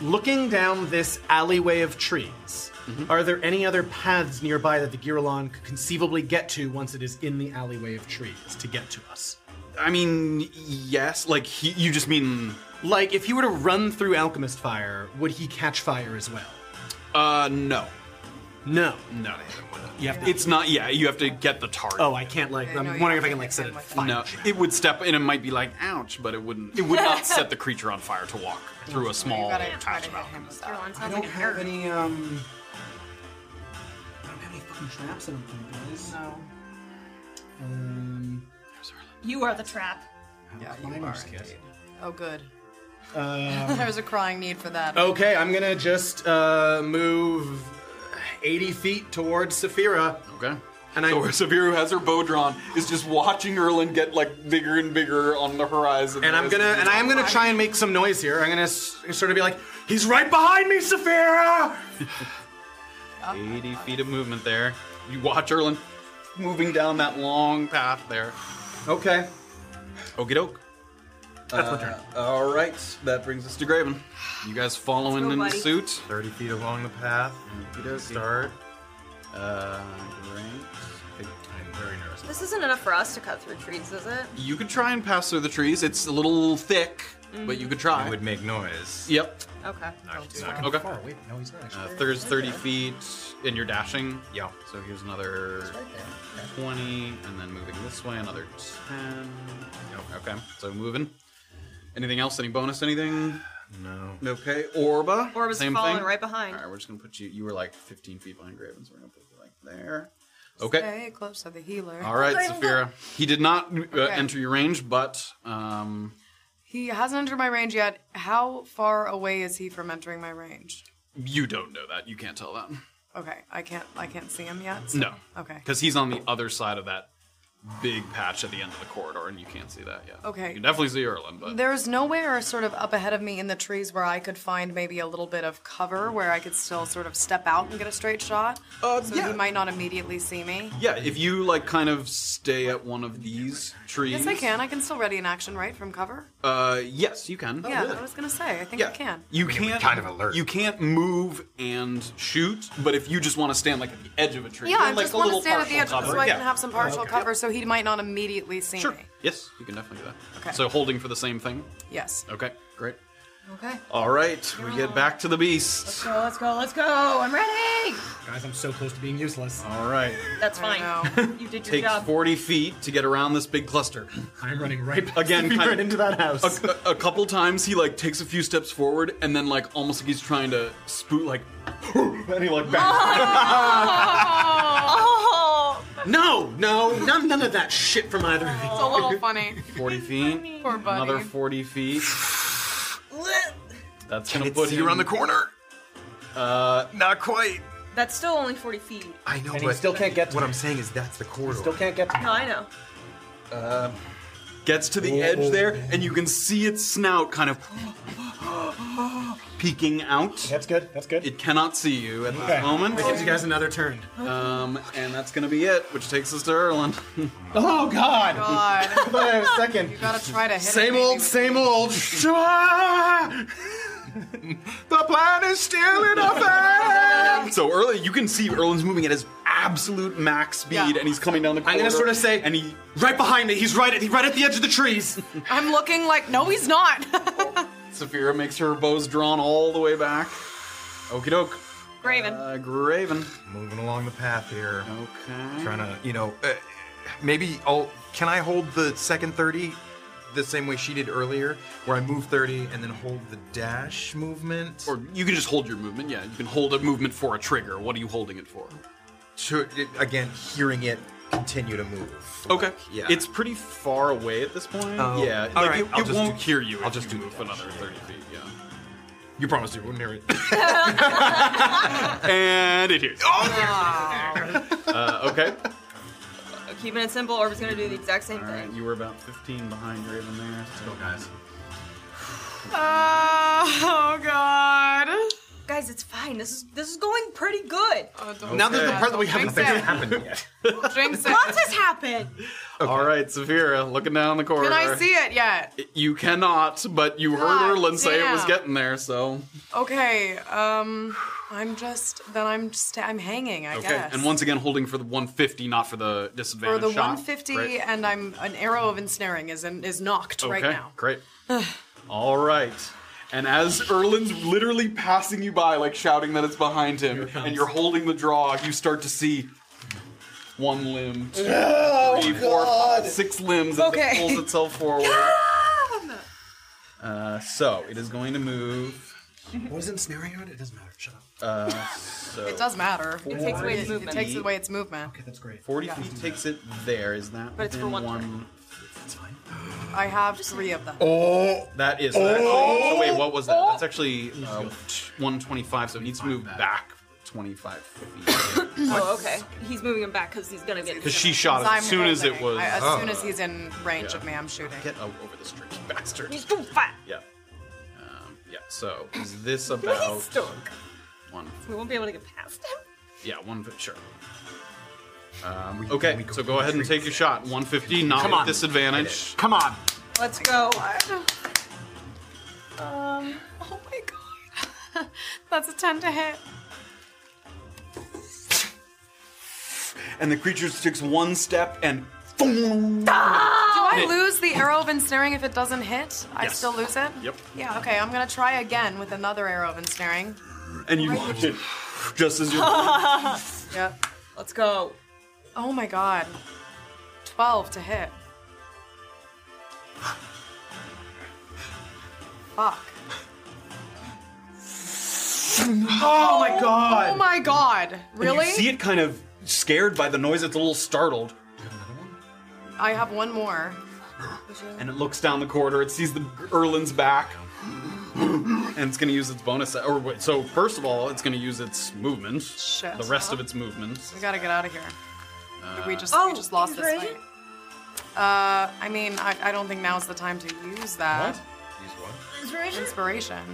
Looking down this alleyway of trees,
Mm-hmm.
are there any other paths nearby that the Giralon could conceivably get to once it is in the alleyway of trees to get to us?
I mean, yes. Like he, you just mean.
Like, if he were to run through Alchemist Fire, would he catch fire as well?
Uh, no,
No.
no.
You have to.
It's not. Yeah, you have to get the target.
oh, I can't, like, I'm
no, you
wondering if
have
I can,
to
like,
hit
set
him
it
with
fire.
No, it would step in and might be like, ouch, but it wouldn't. It would not set the creature on fire to walk through a small
gotta try
patch
to
of
hit him
alchemist.
with that.
Sounds
I
like
don't
a
have
nerd.
any, um. I don't have any fucking traps I don't think, guys.
No.
Um.
You are the trap.
Yeah, climbers kit.
Oh, good.
Um,
There's a crying need for
Um,
that.
Okay, I'm gonna just uh, move 80 feet towards Saphira.
Okay.
And I-
so where Saviru has her bow drawn, is just watching Erlen get like bigger and bigger on the horizon.
And I'm gonna and I am gonna try and make some noise here. I'm gonna s- sort of be like, "He's right behind me, Saphira!"
80 feet of movement there. You watch Erlen moving down that long path there.
Okay.
Okie doke.
That's my turn.
Uh, All right, that brings us to Graven. You guys following
Let's go,
in
buddy.
suit?
30 feet along the path. Start.
Uh, great.
I'm very nervous.
This isn't enough for us to cut through trees, is it?
You could try and pass through the trees. It's a little thick,
Mm-hmm.
but you could
I
try.
would make noise.
Yep.
Okay.
Not- not-
Okay.
Far away. No, he's not
Uh,
actually.
there's 30 feet, and you're dashing.
Yeah.
So here's another 20, and then moving this way, another
Um,
oh, 10. Yep, Okay, so moving. Anything else? Any bonus? Anything?
No.
Okay, Orba.
Orba's
Same
falling
thing?
right behind.
All right, we're just gonna put you. You were like 15 feet behind Graven, so we're gonna put you like there. Okay.
Stay close to the healer.
All right, Saphira. He did not uh,
Okay.
enter your range, but um,
He hasn't entered my range yet. How far away is he from entering my range?
you don't know that. You can't tell that.
Okay, I can't. I can't see him yet. so-
No.
Okay.
Because he's on the other side of that big patch at the end of the corridor, and you can't see that yet.
Okay.
You can definitely see Erlen, but
There's nowhere sort of up ahead of me in the trees where I could find maybe a little bit of cover where I could still sort of step out and get a straight shot. so
Uh, yeah.
he might not immediately see me.
yeah, if you like, kind of stay at one of these trees.
Yes, I can. I can still ready an action, right, from cover?
Uh, yes, you can.
yeah, I was going to say. I think I can.
You can't kind of alert. You can't move and shoot, but if you just want to stand like at the edge of a tree,
Yeah, I
like
just
a
want to
little
stand at the edge
partial
so
cover.
I
yeah.
can have some partial
Okay.
cover so he might not immediately see
Sure.
me.
Yes, you can definitely do that.
Okay.
So holding for the same thing.
Yes.
Okay. Great.
Okay.
All right, we get back to the beast.
Let's go, let's go, let's go. I'm ready.
Guys, I'm so close to being useless.
All right.
That's
fine.
You did your
Takes
job.
40 feet to get around this big cluster.
I'm running right past
Again,
you,
kind
right
of-
into that house.
A, a couple times he like takes a few steps forward and then like almost like he's trying to spook like and he like
Oh,
No, no, none, none of that shit from either of you.
It's a little funny.
40 feet.
Poor buddy.
Another 40 feet. That's gonna
it
put
see
him
around the corner?
Uh,
Not quite.
that's still only 40 feet.
I know,
And he
but
still can't get to
what
me.
I'm saying is that's the corridor.
Still can't get to me.
No, I know.
Um, gets to the edge there, and you can see its snout kind of peeking out.
That's good, that's good.
It cannot see you at this
Okay.
moment.
That gives you guys another turn.
Um, and that's gonna be it, which takes us to Erland.
Oh, God!
God.
I thought I had a second.
You gotta try to hit
Same
it, maybe
old,
with-
same old. the plan is still in effect.
So early, you can see Erlen's moving at his absolute max speed,
Yeah.
and he's coming down the
I'm
corridor.
gonna sort of say,
and he
right behind me, he's right at, he's right at the edge of the trees.
I'm looking like, no, he's not.
Saphira makes her bows drawn all the way back. Okie doke.
Graven.
Uh, Graven.
Moving along the path here.
Okay.
Trying to, you know, uh, maybe I'll. Can I hold the second 30 the same way she did earlier, where I move 30 and then hold the dash movement?
Or you can just hold your movement. Yeah, you can hold a movement for a trigger. What are you holding it for?
to, again, hearing it continue to move.
Okay.
yeah.
It's pretty far away at this point.
Oh,
yeah.
all
like
right,
it,
I'll
it
just
won't
do-
hear you.
I'll
if
just
you
do
move
that.
another thirty feet. Yeah.
You promised you wouldn't hear it.
and it hears. Uh, okay.
Keeping it simple, Orba's gonna do the exact same
All
thing.
right. You were about fifteen behind Raven there. Let's go, guys.
oh, God.
Guys, it's fine. This is this is going pretty good.
Oh, don't
Now
say
there's the
that.
part that we
Don't
haven't
jinx it.
happened yet.
Jinx
What
it.
has happened?
All right, Saphira, looking down the corridor.
Can I see it yet?
You cannot, but you heard
God
Erlen say it was
damn.
getting there, so.
Okay. Um, I'm just then I'm just I'm hanging. I guess.
And once again, holding for the 150, not for the
for
disadvantage.
the
shot,
150,
right?
and I'm an arrow of ensnaring is in, is knocked right
Okay,
now.
Great. All right. And as Erlen's literally passing you by, like shouting that it's behind him, and you're holding the draw, you start to see one limb, two, three, four, five, six limbs as
Okay.
it pulls itself forward. Uh, so it is going to move.
What is ensnaring on it? It doesn't matter. Shut up.
Uh, so
It does matter. It
takes away its
It
movement.
takes away its movement.
Okay, that's great.
40 feet takes it there. Is that?
But it's for
within
one
That's fine.
I have three of them.
Oh,
That is. so actually- so wait, what was that? That's actually uh, 125, so it needs to move back 25 feet.
Oh, okay. He's moving him back because he's gonna get.
Because she shot it as
I'm
soon as it
holding.
was.
I- as soon as he's in range
Yeah.
of me, I'm shooting.
Get o- over this tricky bastard.
He's too fat.
Yeah. Um, yeah, so is this about. One.
We won't be able to get past him.
Yeah, one. fi- Sure. Um, okay, so go ahead and take your shot. 150, not with disadvantage.
Come on.
Let's go.
Um. Oh my god. That's a ten to hit.
And the creature takes one step and.
Ah! Do I lose the arrow of ensnaring if it doesn't hit? I
Yes.
still lose it?
Yep.
Yeah, okay, I'm gonna try again with another arrow of ensnaring.
And you just as you're.
Yep.
Let's go.
Oh my god. 12 to hit. Fuck.
Oh my god!
Oh my god!
And
Really?
You see it kind of scared by the noise. It's a little startled,
I have one more.
and it looks down the corridor. It sees the Erlin's back, and it's going to use its bonus. Or wait, so first of all, it's going to use its movements.
Shit.
The rest of its movements.
We gotta get out of here.
Uh,
we just we just lost this fight. Uh, I mean, I, I don't think now's the time to use that.
Use what?
Inspiration?
Inspiration.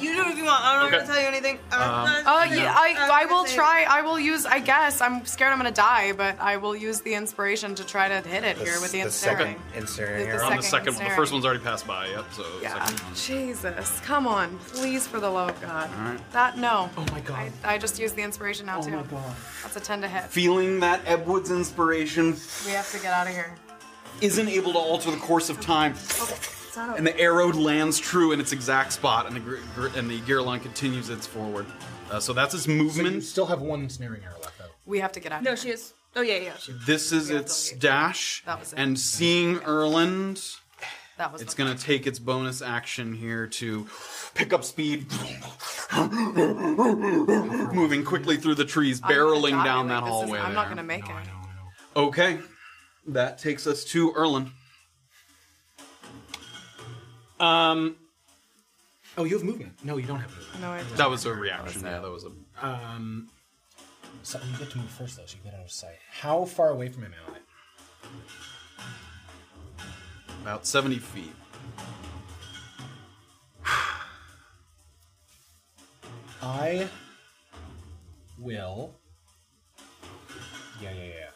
You do if you want. I'm not
Okay.
gonna tell you anything.
Uh,
I'm not-
yeah, I, I
I'm
will
gonna Uh, say-
try. I will use. I guess I'm scared I'm gonna die, but I will use the inspiration to try to hit it here with the, ensnaring.
Ensnaring
The- the
arrow.
on the second one. The
ensnaring.
first one's already passed by. Yep. So
Yeah.
second one.
Jesus, come on, please, for the love of God.
All right.
That no.
Oh my God.
I, I just used the inspiration now
Oh
too.
my
God. That's a ten to hit.
Feeling that Ebwood's inspiration
We have to get out of here.
isn't able to alter the course of time.
Okay, it's not over.
And the arrow lands true in its exact spot, and the gr- gr- and the gear line continues its forward. Uh, so that's its movement.
still have one snaring arrow left, though.
We have to get out.
No, she is. Oh yeah, yeah.
This is its dash,
That was it.
and seeing Erland,
That was
it's going to take its bonus action here to pick up speed, moving quickly through the trees,
I'm gonna
barreling
die,
down
like,
that
this is-
hallway.
I'm not
there.
gonna make it.
Okay, that takes us to Erland.
Um. Oh, you have movement. No, you don't have movement.
No, I don't.
That was a reaction. Yeah, that was a.
Um. So you get to move first, though, so you get out of sight. How far away from him am I?
About 70 feet.
I will. Yeah, yeah, yeah.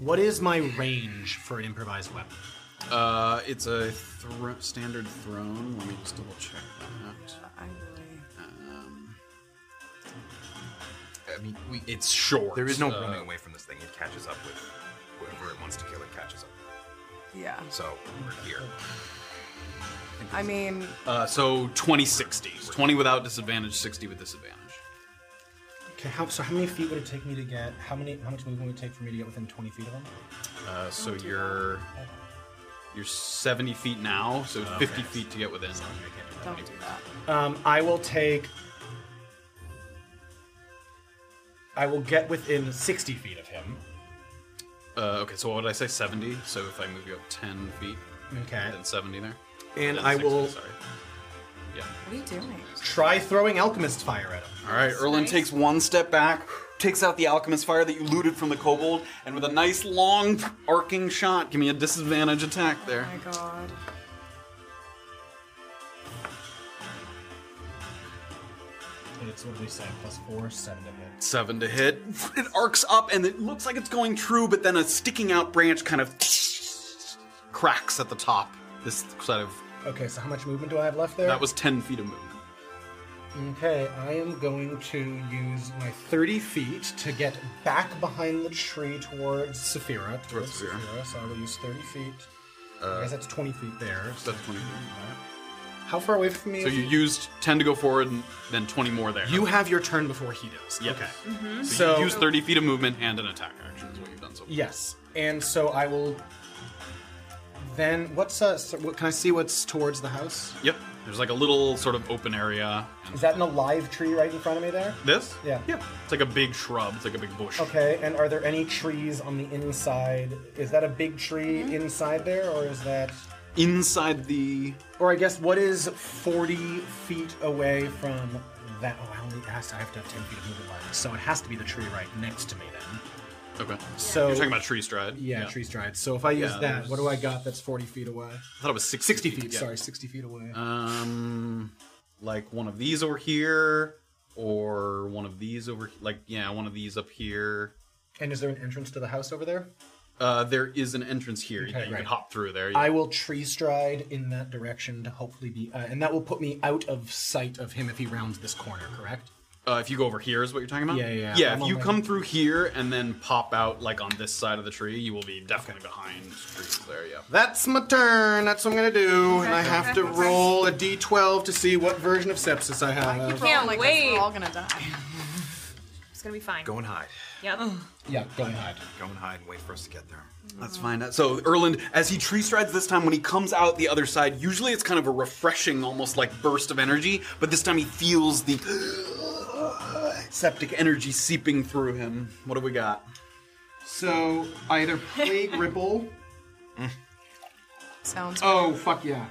What is my range for an improvised weapon?
Uh, it's a thro- standard throne. Let me just double check that.
Uh,
Um, I mean, we, it's short.
There is no
Uh,
running away from this thing. It catches up with whoever it wants to kill. It catches up.
Yeah.
So we're here.
I mean,
Uh, so 20, 60. 20 without disadvantage, 60 with disadvantage.
Okay, how, so how many feet would it take me to get? How many? How much movement would it take for me to get within 20 feet of him?
Uh, so you're you're 70 feet now, so 50 feet to get within.
Don't do that.
Um, I will take. I will get within 60 feet of him.
Uh, okay, so what would I say? 70. So if I move you up 10 feet,
Okay.
then 70 there.
And
Then
I
60,
will-
Sorry. Yeah.
What are you doing?
Try throwing alchemist fire at him.
All right, Erlen takes one step back, takes out the alchemist fire that you looted from the kobold, and with a nice long arcing shot, give me a disadvantage attack there.
Oh My God.
And it's what do we say? Plus four, seven to hit.
Seven to hit. It arcs up, and it looks like it's going true, but then a sticking out branch kind of cracks at the top. This side of
Okay, so how much movement do I have left there?
that was ten feet of movement.
Okay, I am going to use my 30 feet to get back behind the tree towards Saphira. Towards
Saphira.
So I will use 30 feet. I guess that's 20 feet there. So
Uh, That's twenty. Feet.
how far away from me
So
is
you
he?
used ten to go forward, and then twenty more there.
You have your turn before he does.
Yes.
Okay.
Mm-hmm.
so,
So-
you use thirty feet of movement and an attack action is what you've done so far.
Yes, and so I will. Then what's uh? So what, can I see what's towards the house?
Yep. There's like a little sort of open area. And
Is that an alive tree right in front of me there?
This?
Yeah.
Yeah. It's like a big shrub. It's like a big bush.
Okay, and are there any trees on the inside? Is that a big tree inside there, or is that?
Inside the.
Or I guess what is forty feet away from that? Oh, I only asked. I have to have ten feet of movement left, so it has to be the tree right next to me then.
Okay.
So-
You're talking about tree stride?
Yeah, tree stride. So if I use
Yeah,
that, what do I got? That's forty feet away.
I thought it was 60,
Sixty feet.
yeah.
Sorry, sixty feet away.
Um, like one of these over here, or one of these over. Like, yeah, one of these up here.
and is there an entrance to the house over there?
Uh, there is an entrance here.
Okay,
that you
right.
can hop through there. yeah.
I will tree stride in that direction to hopefully be, uh, and that will put me out of sight of him if he rounds this corner. Correct?
Uh, if you go over here, is what you're talking about?
Yeah, yeah, yeah.
Yeah,
I'm
if
on
you
my-
come through here and then pop out, like, on this side of the tree, you will be definitely behind trees there, yeah.
That's my turn. That's what I'm gonna do, and I have to roll a d12 to see what version of sepsis I have.
Can't
wait.
We're all gonna die.
gonna be fine.
Go and hide.
Yep.
Yeah, go and hide.
Go and hide and wait for us to get there.
Let's find out. Mm-hmm. So Erland, as he tree strides this time, when he comes out the other side, usually it's kind of a refreshing, almost like burst of energy, but this time he feels the septic energy seeping through him. What do we got?
So either plague ripple.
Sounds.
Oh fuck yeah.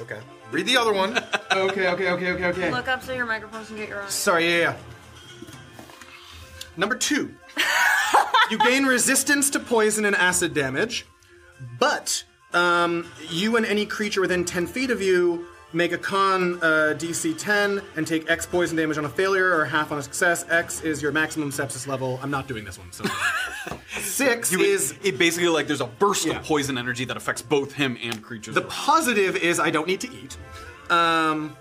Okay.
Read the other one. okay, okay, okay, okay, okay.
Look up so your microphones can get your eyes.
Sorry, yeah, yeah. Number two, you gain resistance to poison and acid damage, but um, you and any creature within 10 feet of you make a con uh, DC 10 and take X poison damage on a failure or half on a success. X is your maximum sepsis level. I'm not doing this one, so. Six is
it basically like there's a burst of poison energy that affects both him and creatures.
The positive is I don't need to eat. Um,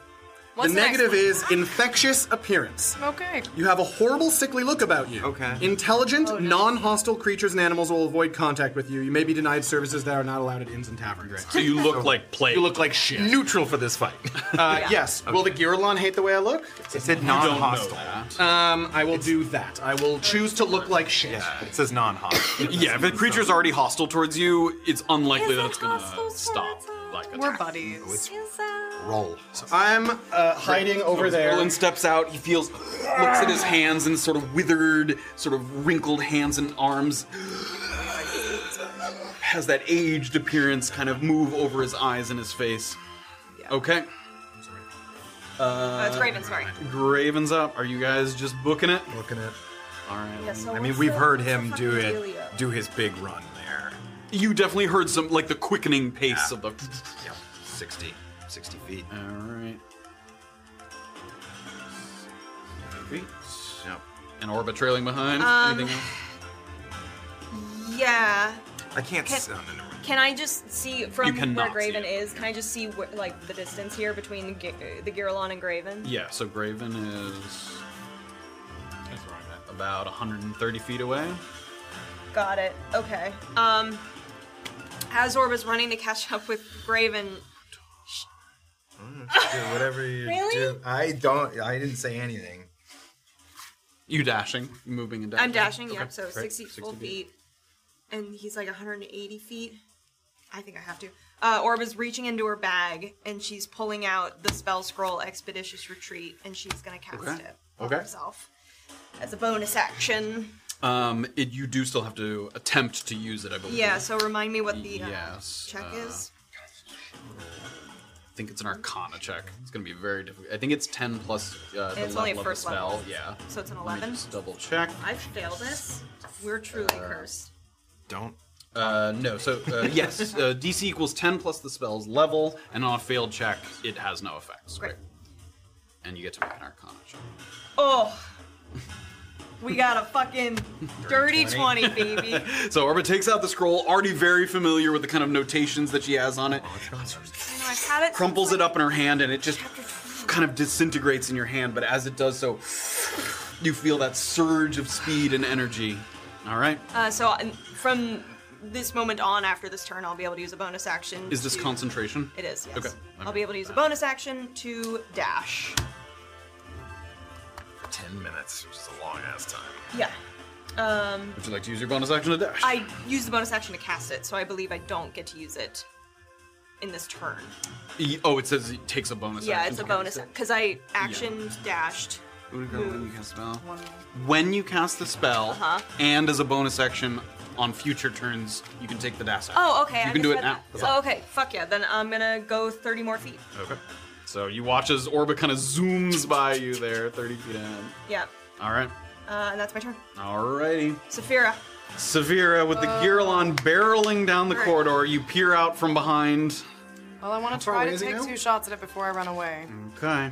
What's
the
the next
negative
one?
is infectious appearance.
Okay.
You have a horrible, sickly look about you. Okay. Intelligent,
Oh,
non hostile creatures and animals will avoid contact with you. You may be denied services that are not allowed at inns and taverns.
So you look like plague.
You look like shit. Neutral for this fight. Uh,
Yeah.
Yes. Will the Giralon hate the way I look? It
said
You don't know non-hostile.
Um, I will do that. I will choose to look like shit. Yeah,
it says non-hostile.
yeah, if a creature's already hostile towards you, it's unlikely that it's gonna stop. Like
We're buddies.
roll.
I'm uh, hiding over there.
Roland steps out. He feels, looks at his hands and sort of withered, sort of wrinkled hands and arms. Has that aged appearance kind of move over his eyes and his face. Okay. Uh,
That's Graven, sorry.
Graven's up. Are you guys just booking it? Booking it. All right.
Yeah, so
I
mean,
mean,
what's
we've
the-
heard
what's the
him do
fucking
it,
dealio?
do his big run there. You definitely heard some, like the quickening pace of the. Yeah,
60, 60 feet.
All right. Feet. Yep. And Orba trailing behind.
Um,
Anything else?
Yeah.
I can't.
Can-
s- oh, no, never mind.
Can I just see
You
from
cannot
where
see
Graven is? Can I just see where, like the distance here between the, Gi- the Giralon and Graven?
Yeah, so Graven is about 130 feet away.
Got it. Okay. Um, as Orb is running to catch up with Graven,
do whatever you
Really?
do. I don't. I didn't say anything.
You dashing, moving and dashing.
I'm dashing. Yeah,
Okay,
so
great.
60 full feet, and he's like 180 feet. I think I have to. Uh, Orb is reaching into her bag and she's pulling out the spell scroll Expeditious Retreat, and she's gonna cast
Okay.
it on
Okay.
herself as a bonus action.
Um, it, you do still have to attempt to use it, I believe.
Yeah. So remind me what the uh,
Yes,
check
uh,
is.
I think it's an Arcana check. It's going to be very difficult. I think it's 10 plus uh,
And
the
it's only
level
first
of the spell.
level.
Yeah.
So it's an
Let me
11?
just double check.
I've failed this. We're truly cursed.
Don't. Uh, no. So uh, yes, uh, DC equals 10 plus the spell's level, and on a failed check, it has no effects.
Great.
And you get to make an Arcana check.
Oh, we got a fucking dirty
20.
20, baby.
So Orba takes out the scroll, already very familiar with the kind of notations that she has on it.
I know, I've had it.
Crumples it up in her hand, and it just kind of disintegrates in your hand. But as it does so, you feel that surge of speed and energy. All right.
Uh, so uh, from this moment on, after this turn, I'll be able to use a bonus action.
Is this
to-
concentration?
It is, yes.
Okay.
I'll be able to use a bonus action to dash.
Ten minutes, which is a long ass time.
Yeah. Um,
Would you like to use your bonus action to dash?
I use the bonus action to cast it, so I believe I don't get to use it in this turn.
E- oh, it says it takes a bonus
yeah,
action.
it's a
to
bonus
cast it.
because I actioned, dashed.
It would go when you cast a spell. When you cast the spell,
Uh-huh.
and as a bonus action on future turns, you can take the dash action.
Oh, okay.
You
I
can do it
misread
now.
that. Oh, okay. Fuck yeah. Then I'm gonna go 30 more feet.
Okay. So you watch as Orba kind of zooms by you there, 30 feet in.
Yeah.
All right.
Uh, and that's my turn.
Alrighty.
Saphira.
Severa, with the
Uh,
Girlon barreling down the
right.
corridor, you peer out from behind.
Well, I want to
far
try
away
to
is he
take
now?
two shots at it before I run away.
Okay.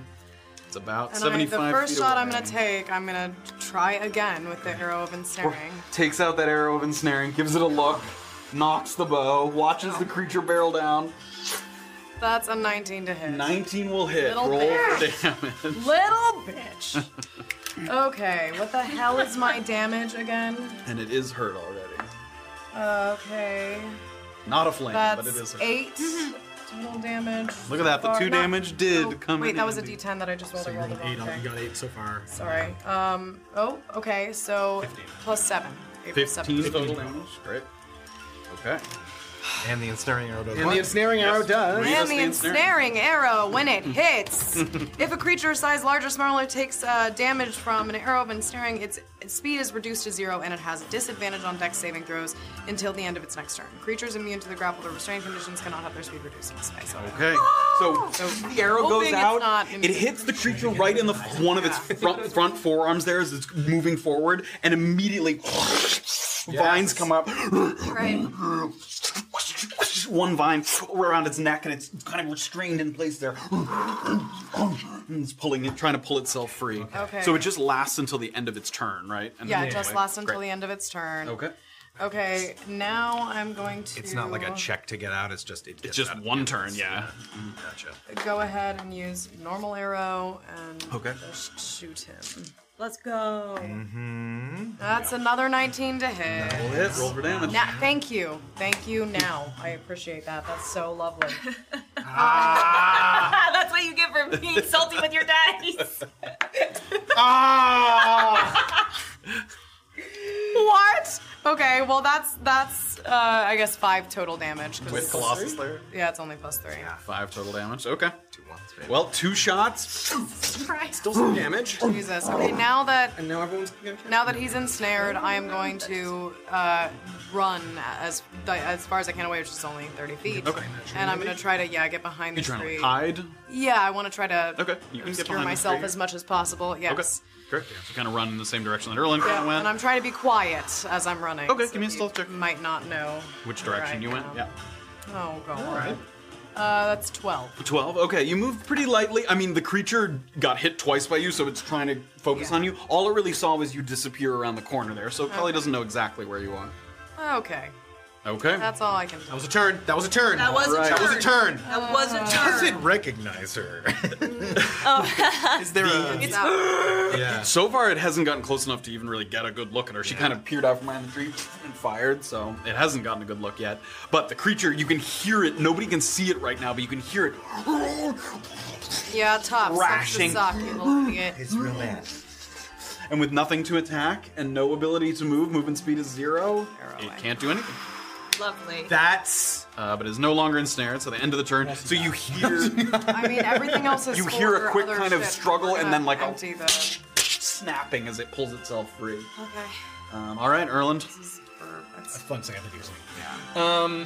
It's about
And I,
75
the first
feet
shot I'm
away.
gonna take, I'm gonna try again with the arrow of ensnaring.
Takes out that arrow of ensnaring, gives it a look, knocks the bow, watches the creature barrel down.
That's a 19 to hit.
19 will hit.
Little
Roll
bitch.
for damage.
Little bitch. Okay, what the hell is my damage again?
And it is hurt already.
Okay,
Not a flame,
that's
but it is hurt.
eight Little damage.
Look at that, the
Or
two
not-
damage did
oh,
come
Wait,
in
that was a
handy.
D10 that I just rolled.
So
I
you
rolled
rolled
the wrong
eight on,
thing.
you got eight so far.
Sorry. Um. Oh. Okay. So plus seven. Eight plus seven.
15 total damage. Great. Okay.
And the ensnaring arrow does
And
what?
the ensnaring arrow does.
And the ensnaring arrow when it hits. if a creature size large or smaller takes uh, damage from an arrow of ensnaring, its, its speed is reduced to zero and it has a disadvantage on dex saving throws until the end of its next turn. Creatures immune to the grappled or restrained conditions cannot have their speed reduced in this way. So
Okay. So, the arrow
Hoping
goes
it's
out.
not
It hits the creature right in the one of its front, front forearms there as it's moving forward, and immediately vines come up.
Right.
One vine around its neck, and it's kind of restrained in place there. And it's pulling it, trying to pull itself free.
Okay.
So it just lasts until the end of its turn, right? And
yeah,
then-
it just lasts until the end of its turn.
Okay.
Okay, now I'm going to.
It's not like a check to get out. It's just it
It's just one turn, yeah.
Gotcha.
Go ahead and use normal arrow and
Okay.
just shoot him.
Let's go.
Mm.
Mm-hmm.
That's another 19 to hit.
Hits. Roll for damage.
Now, thank you. Thank you now. I appreciate that. That's so lovely.
That's what you get for being salty with your dice.
what? Okay, well that's that's uh, I guess five total damage. 'cause-
With Colossus Slayer.
Yeah, it's only plus three.
Five total damage. Okay. Two ones. Well, two shots.
Still some damage.
Jesus. Okay, now that
And now everyone's gonna
now that he's ensnared, I am going to uh, run as as far as I can away, which is only 30 feet.
Okay.
And I'm gonna try to yeah get behind
You're
the
trying to
tree.
like, hide.
Yeah, I want to try to
Okay, you can get
obscure
behind the
myself
tree.
as much as possible. Yes.
Okay. Great. You kind of run in the same direction that Erlen kind of
Yeah,
went.
and I'm trying to be quiet as I'm running.
Okay, give me a
you
stealth check.
Might not know
Which
where
direction
I
you went?
am.
Yeah.
Oh god. Uh, that's twelve.
12. Okay, you moved pretty lightly. I mean, the creature got hit twice by you, so it's trying to focus
Yeah.
on you. All it really saw was you disappear around the corner there, so it probably doesn't know exactly where you are.
Okay,
Okay.
that's all I can
That
do.
was a turn. That was a turn.
That was
Alright.
a turn.
That was a turn.
That was
Uh,
a
Does it
turn.
recognize her?
Oh.
Is there a yeah?
so far, it hasn't gotten close enough to even really get a good look at her. She kind of peered out from behind the tree and fired, so it hasn't gotten a good look yet. But the creature, you can hear it. Nobody can see it right now, but you can hear it.
yeah, tough. Sucks to
Thrashing.
suck, you little idiot.
It's real mad.
And with nothing to attack and no ability to move, movement speed is zero.
Arrow
It
away.
can't do anything.
Lovely.
That's
Uh, but is no longer ensnared, so the end of the turn. So you hear
I mean, everything else is.
You hear a
order,
quick
other
kind of
shit.
struggle
We're
and
gonna
then, like, a-
empty the.
snapping as it pulls itself free.
Okay.
Um, all right, Erland.
a fun thing I've been using.
Keep
Um,
hiding.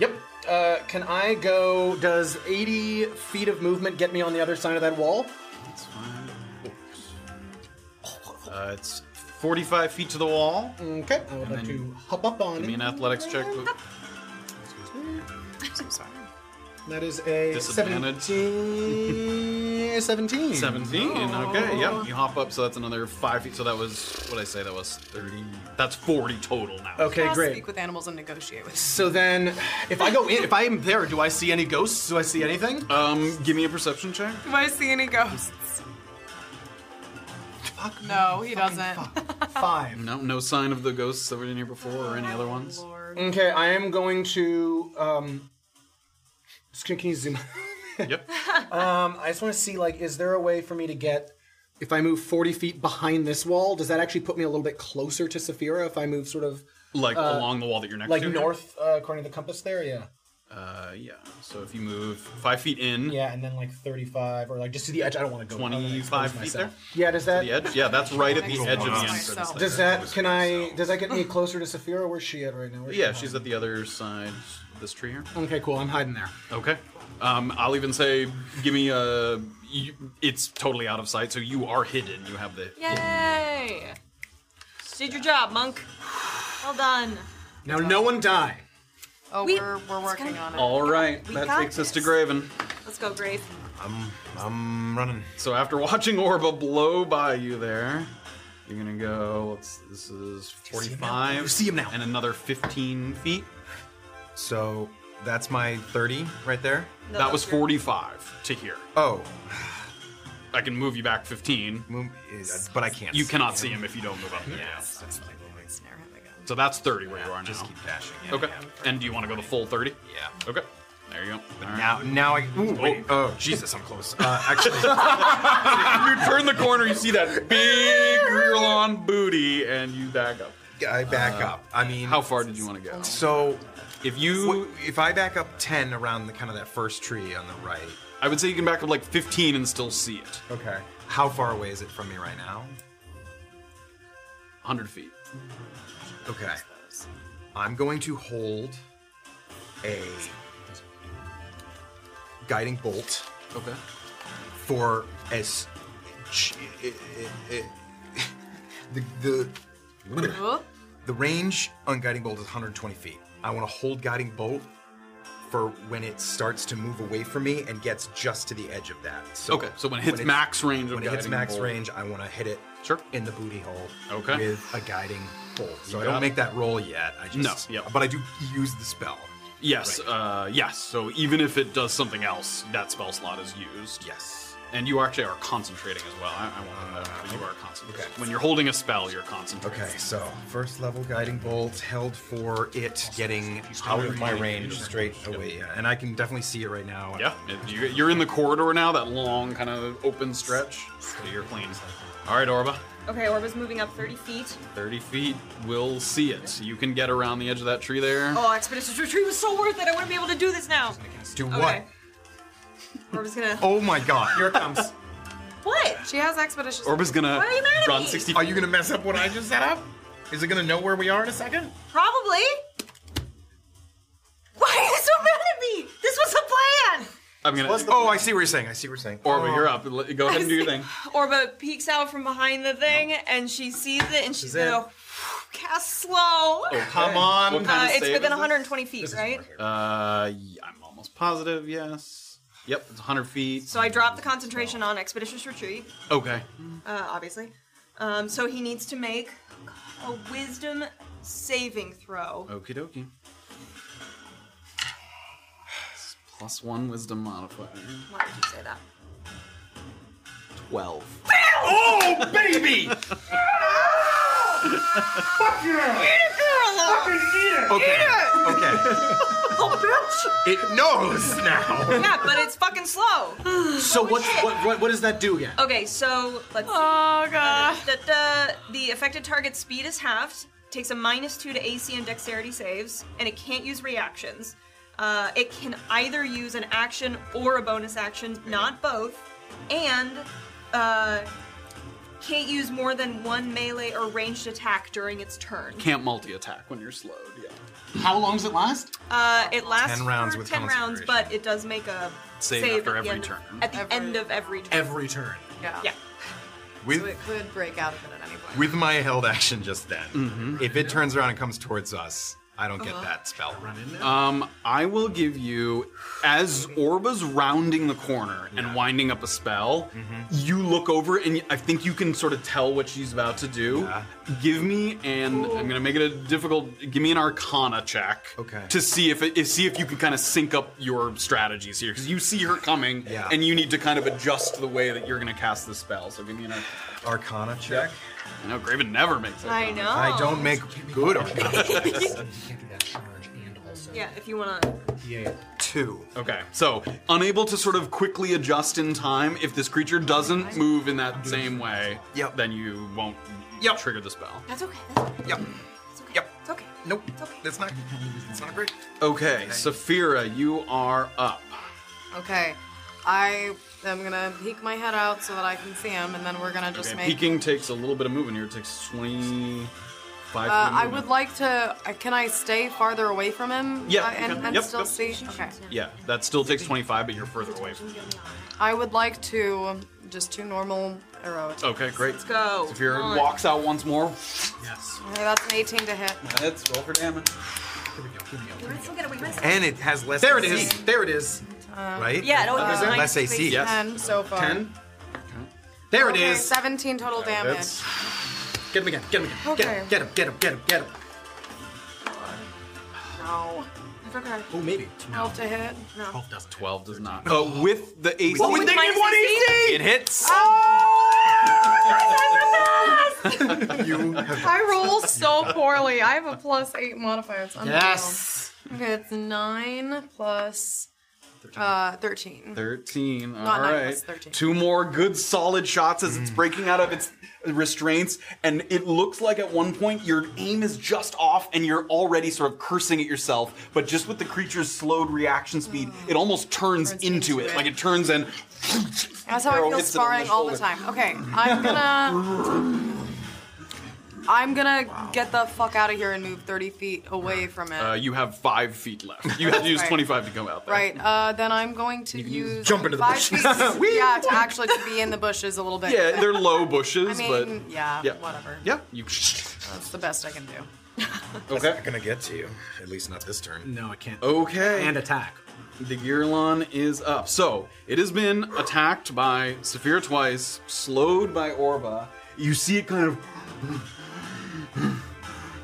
Yep. Uh, can I go? Does 80 feet of movement get me on the other side of that wall?
Uh, it's 45 feet to the wall.
Okay. I would like to hop up on
Give me
it.
an athletics check.
That is a
Disadvantage.
17. 17.
17. Okay, yep. You hop up, so that's another five feet. So that was what I say. That was 30. That's 40 total now.
Okay,
I'll
great.
Speak with animals and negotiate with.
So then, if I go in, if I am there, do I see any ghosts? Do I see anything?
Um, give me a perception check.
Do I see any ghosts? No, he doesn't.
Five.
No, no sign of the ghosts that were in here before or any other ones.
Okay, I am going to. Um, just can, can you zoom?
Yep.
um, I just want to see, like, is there a way for me to get? If I move 40 feet behind this wall, does that actually put me a little bit closer to Saphira? If I move sort of uh,
Like along the wall that you're next
like
to. here?
north, uh, according to the compass, there, yeah,
Uh, yeah. So if you move five feet in,
yeah, and then like 35 or like just to the edge. I don't want to go. I don't wanna
25 Mm-hmm.
expose
feet
myself.
there?
Yeah, does
the
that?
edge. Yeah, that's right at the
Roll
edge of the
on.
entrance.
Myself.
there.
Does that? Can I? Does that get me closer to Saphira? Where's she at right now? Where's
Yeah,
she
she's at the other side of this tree here.
Okay, cool. I'm hiding there.
Okay. Um, I'll even say, give me a. You, it's totally out of sight, so you are hidden. You have the.
Yay! Did your job, monk. Well done.
Now, no one die.
Oh,
We-
we, are we're working on it.
All right,
We
that
got
takes us to
this.
Graven.
Let's go, Grave.
I'm running.
So after watching Orba blow by you there, you're gonna go. Let's, this is 45.
You see him now.
And another 15 feet.
So that's my 30 right there.
No,
that was
that's your-
45 to here.
Oh,
I can move you back 15.
moon, is- eh, but I can't.
You
see
cannot see him if you don't move up.
Yeah.
Snare him again.
So that's 30 where you are now.
Just keep dashing. Yeah,
Okay.
yeah.
And do you want to go the full 30?
Yeah.
Okay. There you go. All right.
Now, now I. Ooh, wait. Oh, Jesus, I'm close. Uh, actually,
you turn the corner, you see that big rear lawn booty, and you back up. Uh,
I back up. I mean,
How far did you want to go?
so
If you,
wh- if I back up ten around the kind of that first tree on the right,
I would say you can back up like 15 and still see it.
okay. How far away is it from me right now?
100 feet.
Okay. I'm going to hold a guiding bolt
Okay.
for as ch- it- it- it- Eh, the the
Oh,
the range on guiding bolt is 120 feet. I want to hold guiding bolt for when it starts to move away from me and gets just to the edge of that. So
Okay, so when it hits
it's-
max range of
when it hits
guiding
max
bolt.
range, I want to hit it
Sure.
in the booty hole.
Okay.
with a guiding bolt. So I
got
don't
it.
make that roll yet. I just
No, yep.
but I do use the spell.
Yes,
Right.
uh, yes. So even if it does something else, that spell slot is used.
Yes. Uh,
And you actually are concentrating as well. I, I want to know that you are concentrating. When you're holding a spell, you're concentrating.
Okay, so first level guiding bolt held for it getting out of my range straight away, yeah. and I can definitely see it right now.
Yeah, it- you- you're in the corridor now, that long kind of open stretch. So you're clean. All right, Orba.
Okay, Orba's moving up 30 feet.
30 feet, we'll see it. You can get around the edge of that tree there.
Oh, Expedition's Retreat was so worth it. I wouldn't be able to do this now.
Do
Okay.
what?
Orba's gonna.
Oh my god!
Here it comes.
What?
she has expeditious.
Orba's gonna
Why are you mad at
run
me?
60 feet.
Are you gonna mess up what I just set up? Is it gonna know where we are in a second?
Probably. Why are you so mad at me? This was a plan.
I'm gonna.
Oh, I see what you're saying. I see what you're saying. Oh.
Orba, you're up. Let- Go ahead and do your thing.
Orba peeks out from behind the thing and she sees it and she's
is it. Oh,
gonna cast slow.
Come on.
What
Uh,
kind of
it's
save
within
is this?
120 feet, right?
Uh, yeah, I'm almost positive. Yes. Yep, it's 100 feet.
So I drop the concentration on Expeditious Retreat,
Okay.
uh, obviously. Um, so he needs to make a Wisdom saving throw.
Okie dokie. It's Plus one wisdom modifier.
Why did you say that?
Twelve.
Oh, baby! Fuck yeah!
Girl,
Okay. Okay. It knows now.
Oh, yeah, but it's fucking slow.
So what's, what, what, what does that do again?
Okay, so let's. Oh god. The, the, the affected target's speed is halved, takes a minus two to AC and Dexterity saves, and it can't use reactions. Uh, it can either use an action or a bonus action, not both, and uh, can't use more than one melee or ranged attack during its turn.
Can't multi-attack when you're slowed. Yeah.
How long does it last?
Uh, it lasts
10 rounds
for
with
ten rounds,
concentration.
but it does make a
Save after
at
every
the end of-
turn.
At the
Every-
end of every turn.
Every turn.
Yeah.
yeah.
So
With
it could break out of it at any point.
with my held action just then,
Mm-hmm.
if it turns around and comes towards us, I don't
Uh-huh.
get that spell.
Um, I will give you, as Orba's rounding the corner and winding up a spell, you look over and I think you can sort of tell what she's about to do. Give me and I'm gonna make it a difficult. Give me an Arcana check.
Okay.
To see if it, see if you can kind of sync up your strategies here because you see her coming
Yeah.
and you need to kind of adjust the way that you're gonna cast the spell. So give me an. Arcana.
Arcana check.
I know Graven never makes.
I
Arcana.
know.
I don't make good arcana.
can't do that charge and also.
Yeah, if you wanna.
Yeah.
Two.
Okay, so unable to sort of quickly adjust in time, if this creature doesn't move in that same way,
Yep.
then you won't
Yep.
trigger the spell.
That's okay. That's okay.
Yep.
It's okay.
Yep.
It's okay.
Nope.
It's okay.
That's not. That's not great.
Okay, Saphira, you are up.
Okay. I am gonna peek my head out so that I can see him, and then we're gonna just
Okay,
make.
peeking takes a little bit of movement here. It takes 25
Uh, I
movement.
would like to. Uh, can I stay farther away from him?
Yeah,
uh,
you
and,
can.
and
Yep,
still
yep.
see. Okay.
Yeah, that still takes 25, but you're further away. From
I would like to um, just two normal arrow attacks.
okay, great.
Let's go.
Saphira
Come on.
walks out once more.
Okay, that's an 18 to hit.
Let's roll for damage.
We're gonna still get away with it.
And it has less.
There it
AC,
is. There it is.
Right.
Yeah, no, it
Uh,
has minus
less AC.
Three,
Yes.
10 so far.
10. There it
Okay,
is.
17 total damage.
Get him again. Get him again. Get him.
Okay.
Get him. Get him. Get him. Get him.
No.
Okay.
Oh, maybe.
12 to hit.
No.
12 does not. Uh, with the AC.
With minus AC?
it hits.
Oh, I roll so poorly. I have a plus 8 modifier. It's unreal.
Yes.
Okay, it's 9 plus Uh, 13.
13. All
Not nine,
right.
that's 13.
Two more good solid shots as it's
Mm.
breaking out of its restraints. And it looks like at one point your aim is just off and you're already sort of cursing at yourself. But just with the creature's slowed reaction speed,
Mm.
it almost turns, into, it. Like it turns and.
That's how
arrow
I feel
hits it on
sparring all the
shoulder.
time. Okay, I'm gonna. I'm gonna get the fuck out of here and move 30 feet away from it.
Uh, you have five feet left. You have to use
Right.
25 to go out there.
Right. Uh, then I'm going to use
jump into the
five
bushes.
feet- yeah, to actually to be in the bushes a little bit.
Yeah, they're low bushes,
I mean,
but.
yeah, whatever.
Yeah, you.
That's the best I can do.
Okay.
not gonna get to you. At least not this turn.
No, I can't.
Okay.
And attack.
The Girlon is up. So it has been attacked by Saphira twice, slowed by Orba. You see it kind of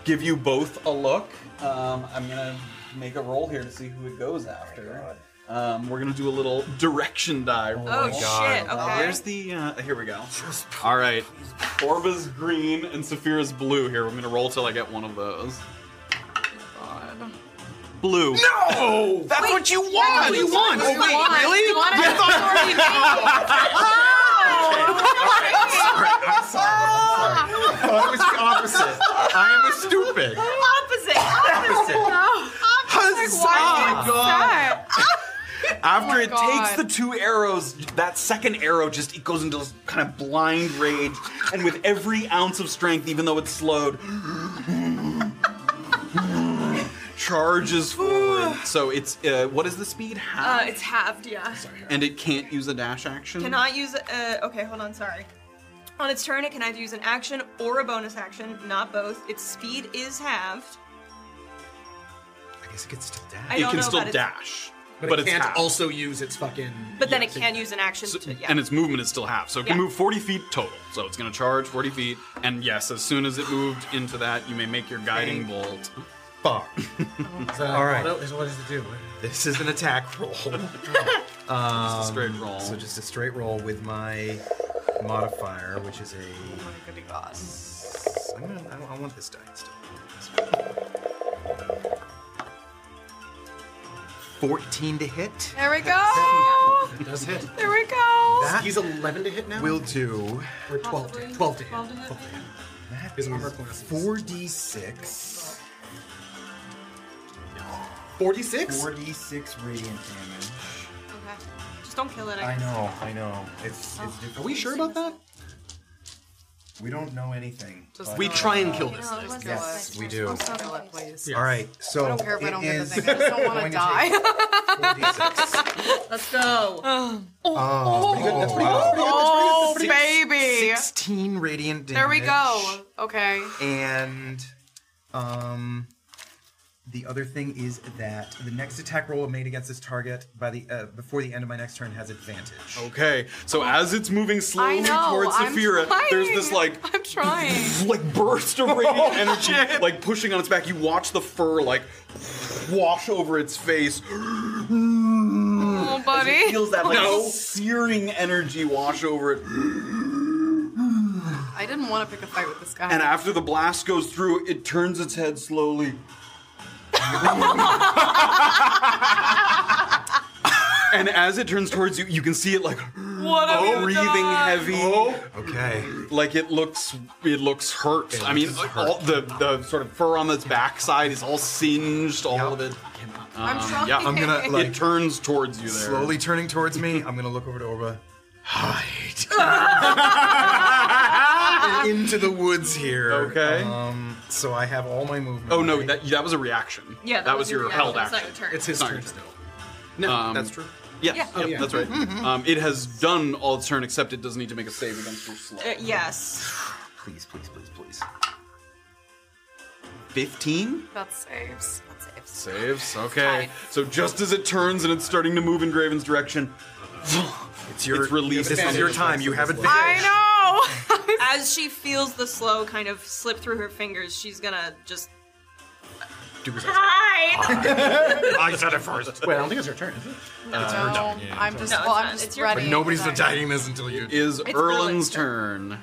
give you both a look. Um, I'm gonna make a roll here to see who it goes after. Um, we're gonna do a little direction die. roll.
Oh, shit. Okay.
Where's the? Uh, here we go. All right. Orba's green and Saphira's blue. Here, I'm gonna roll till I get one of those. God. Blue. Oh,
No! That's what you want!
you want.
Oh, wait,
want.
really?
You want
You thought-
Oh!
I'm sorry. I'm sorry. I thought it was the opposite. I am a stupid.
Opposite. Opposite.
Huzzah! Oh,
Sad.
After
Oh,
it
God.
takes the two arrows, that second arrow just it goes into this kind of blind rage, and with every ounce of strength, even though it's slowed, charges forward. So it's uh, what is the speed?
Uh,
Half,
it's halved, yeah.
and it can't use a dash action.
Cannot use. Uh, okay, hold on. Sorry. On its turn, it can either use an action or a bonus action, not both. Its speed is halved.
I guess it could still
I
dash.
It
don't
can
know
still
about its-
dash, but,
But, it
it's
can't
half.
also use its fucking.
But then
yeah,
it
so-
can use an action
So-
to. Yeah.
and its movement is still half, so it can
Yeah.
move 40 feet total. So it's going to charge 40 feet, and yes, as soon as it moved into that, you may make your guiding bolt.
Fuck.
Is
Uh,
that
All right.
auto? Is- What does it do?
This is an attack roll.
Just a straight roll.
Um, So just a straight roll with my modifier, which is a.
Goody God.
I'm gonna. I, I want this die still. 14 to hit.
There we go.
It does hit.
There we go.
That
He's 11 to hit now?
will do.
or 12 to hit? 12 to hit. 12 to hit.
That
His
is
armor class is-
4d6.
46?
4d6 radiant damage.
Okay. Just don't kill it. I
I
guess.
know, I know. It's,
Oh.
it's
Are
difficult.
we sure about that?
We don't know anything.
Just
but-
We try and kill this.
No, let's
Yes, we do.
do it. Kill it, please.
All right, so
I don't care if I
it
don't get the
is
thing. I just don't want to
going to
die.
take 4d6.
Let's go.
Oh, wow.
oh, baby.
16 radiant damage.
Oh, There we go. Okay.
And um, the other thing is that the next attack roll made against this target by the uh, before the end of my next turn has advantage.
Okay, so as it's moving
I
slowly
know.
towards
I'm
Saphira,
trying.
there's this like
I'm trying. Oh,
like burst of radiant energy, like pushing on its back. You watch the fur like wash over its face.
Oh,
It
buddy.
feels that like
No.
searing energy wash over it.
I didn't want to pick a fight with this guy.
And after the blast goes through, it turns its head slowly. and as it turns towards you, you can see it like
what have you
breathing
done? Oh.
heavy.
Okay.
like it looks it looks hurt i mean all the the sort of fur on its backside is all singed all of it
I'm
Um,
trying.
yeah i'm
gonna,
It
like-
it turns towards you there
Slowly turning towards me, I'm gonna look over to Orba. Hide into the woods here.
Okay.
Um, so I have all my movement.
oh no
right?
that that was a reaction
Yeah, that,
was, your
reaction.
held
It's not
action
your turn.
It's his
Sorry.
turn still. No,
Um,
that's true.
yes
Yeah.
yep,
yeah.
that's right
Mm-hmm.
um, it has done all its turn except it does need to make a save against your slow
Uh, yes.
Please, please, please, please.
15
That saves. That saves.
saves okay so just as it turns and it's starting to move in graven's direction
It's your
It's released.
This is your time. You have advantage.
I know.
As she feels the slow kind of slip through her fingers, she's gonna just hide.
I said it first. Uh,
Wait, I don't think it's your turn, is it?
no, I'm just.
No,
well,
it's
I'm
not.
just
It's your-
ready.
But
Nobody's
Sorry.
attacking this until you.
is
It's
erlin's
Erlin's
turn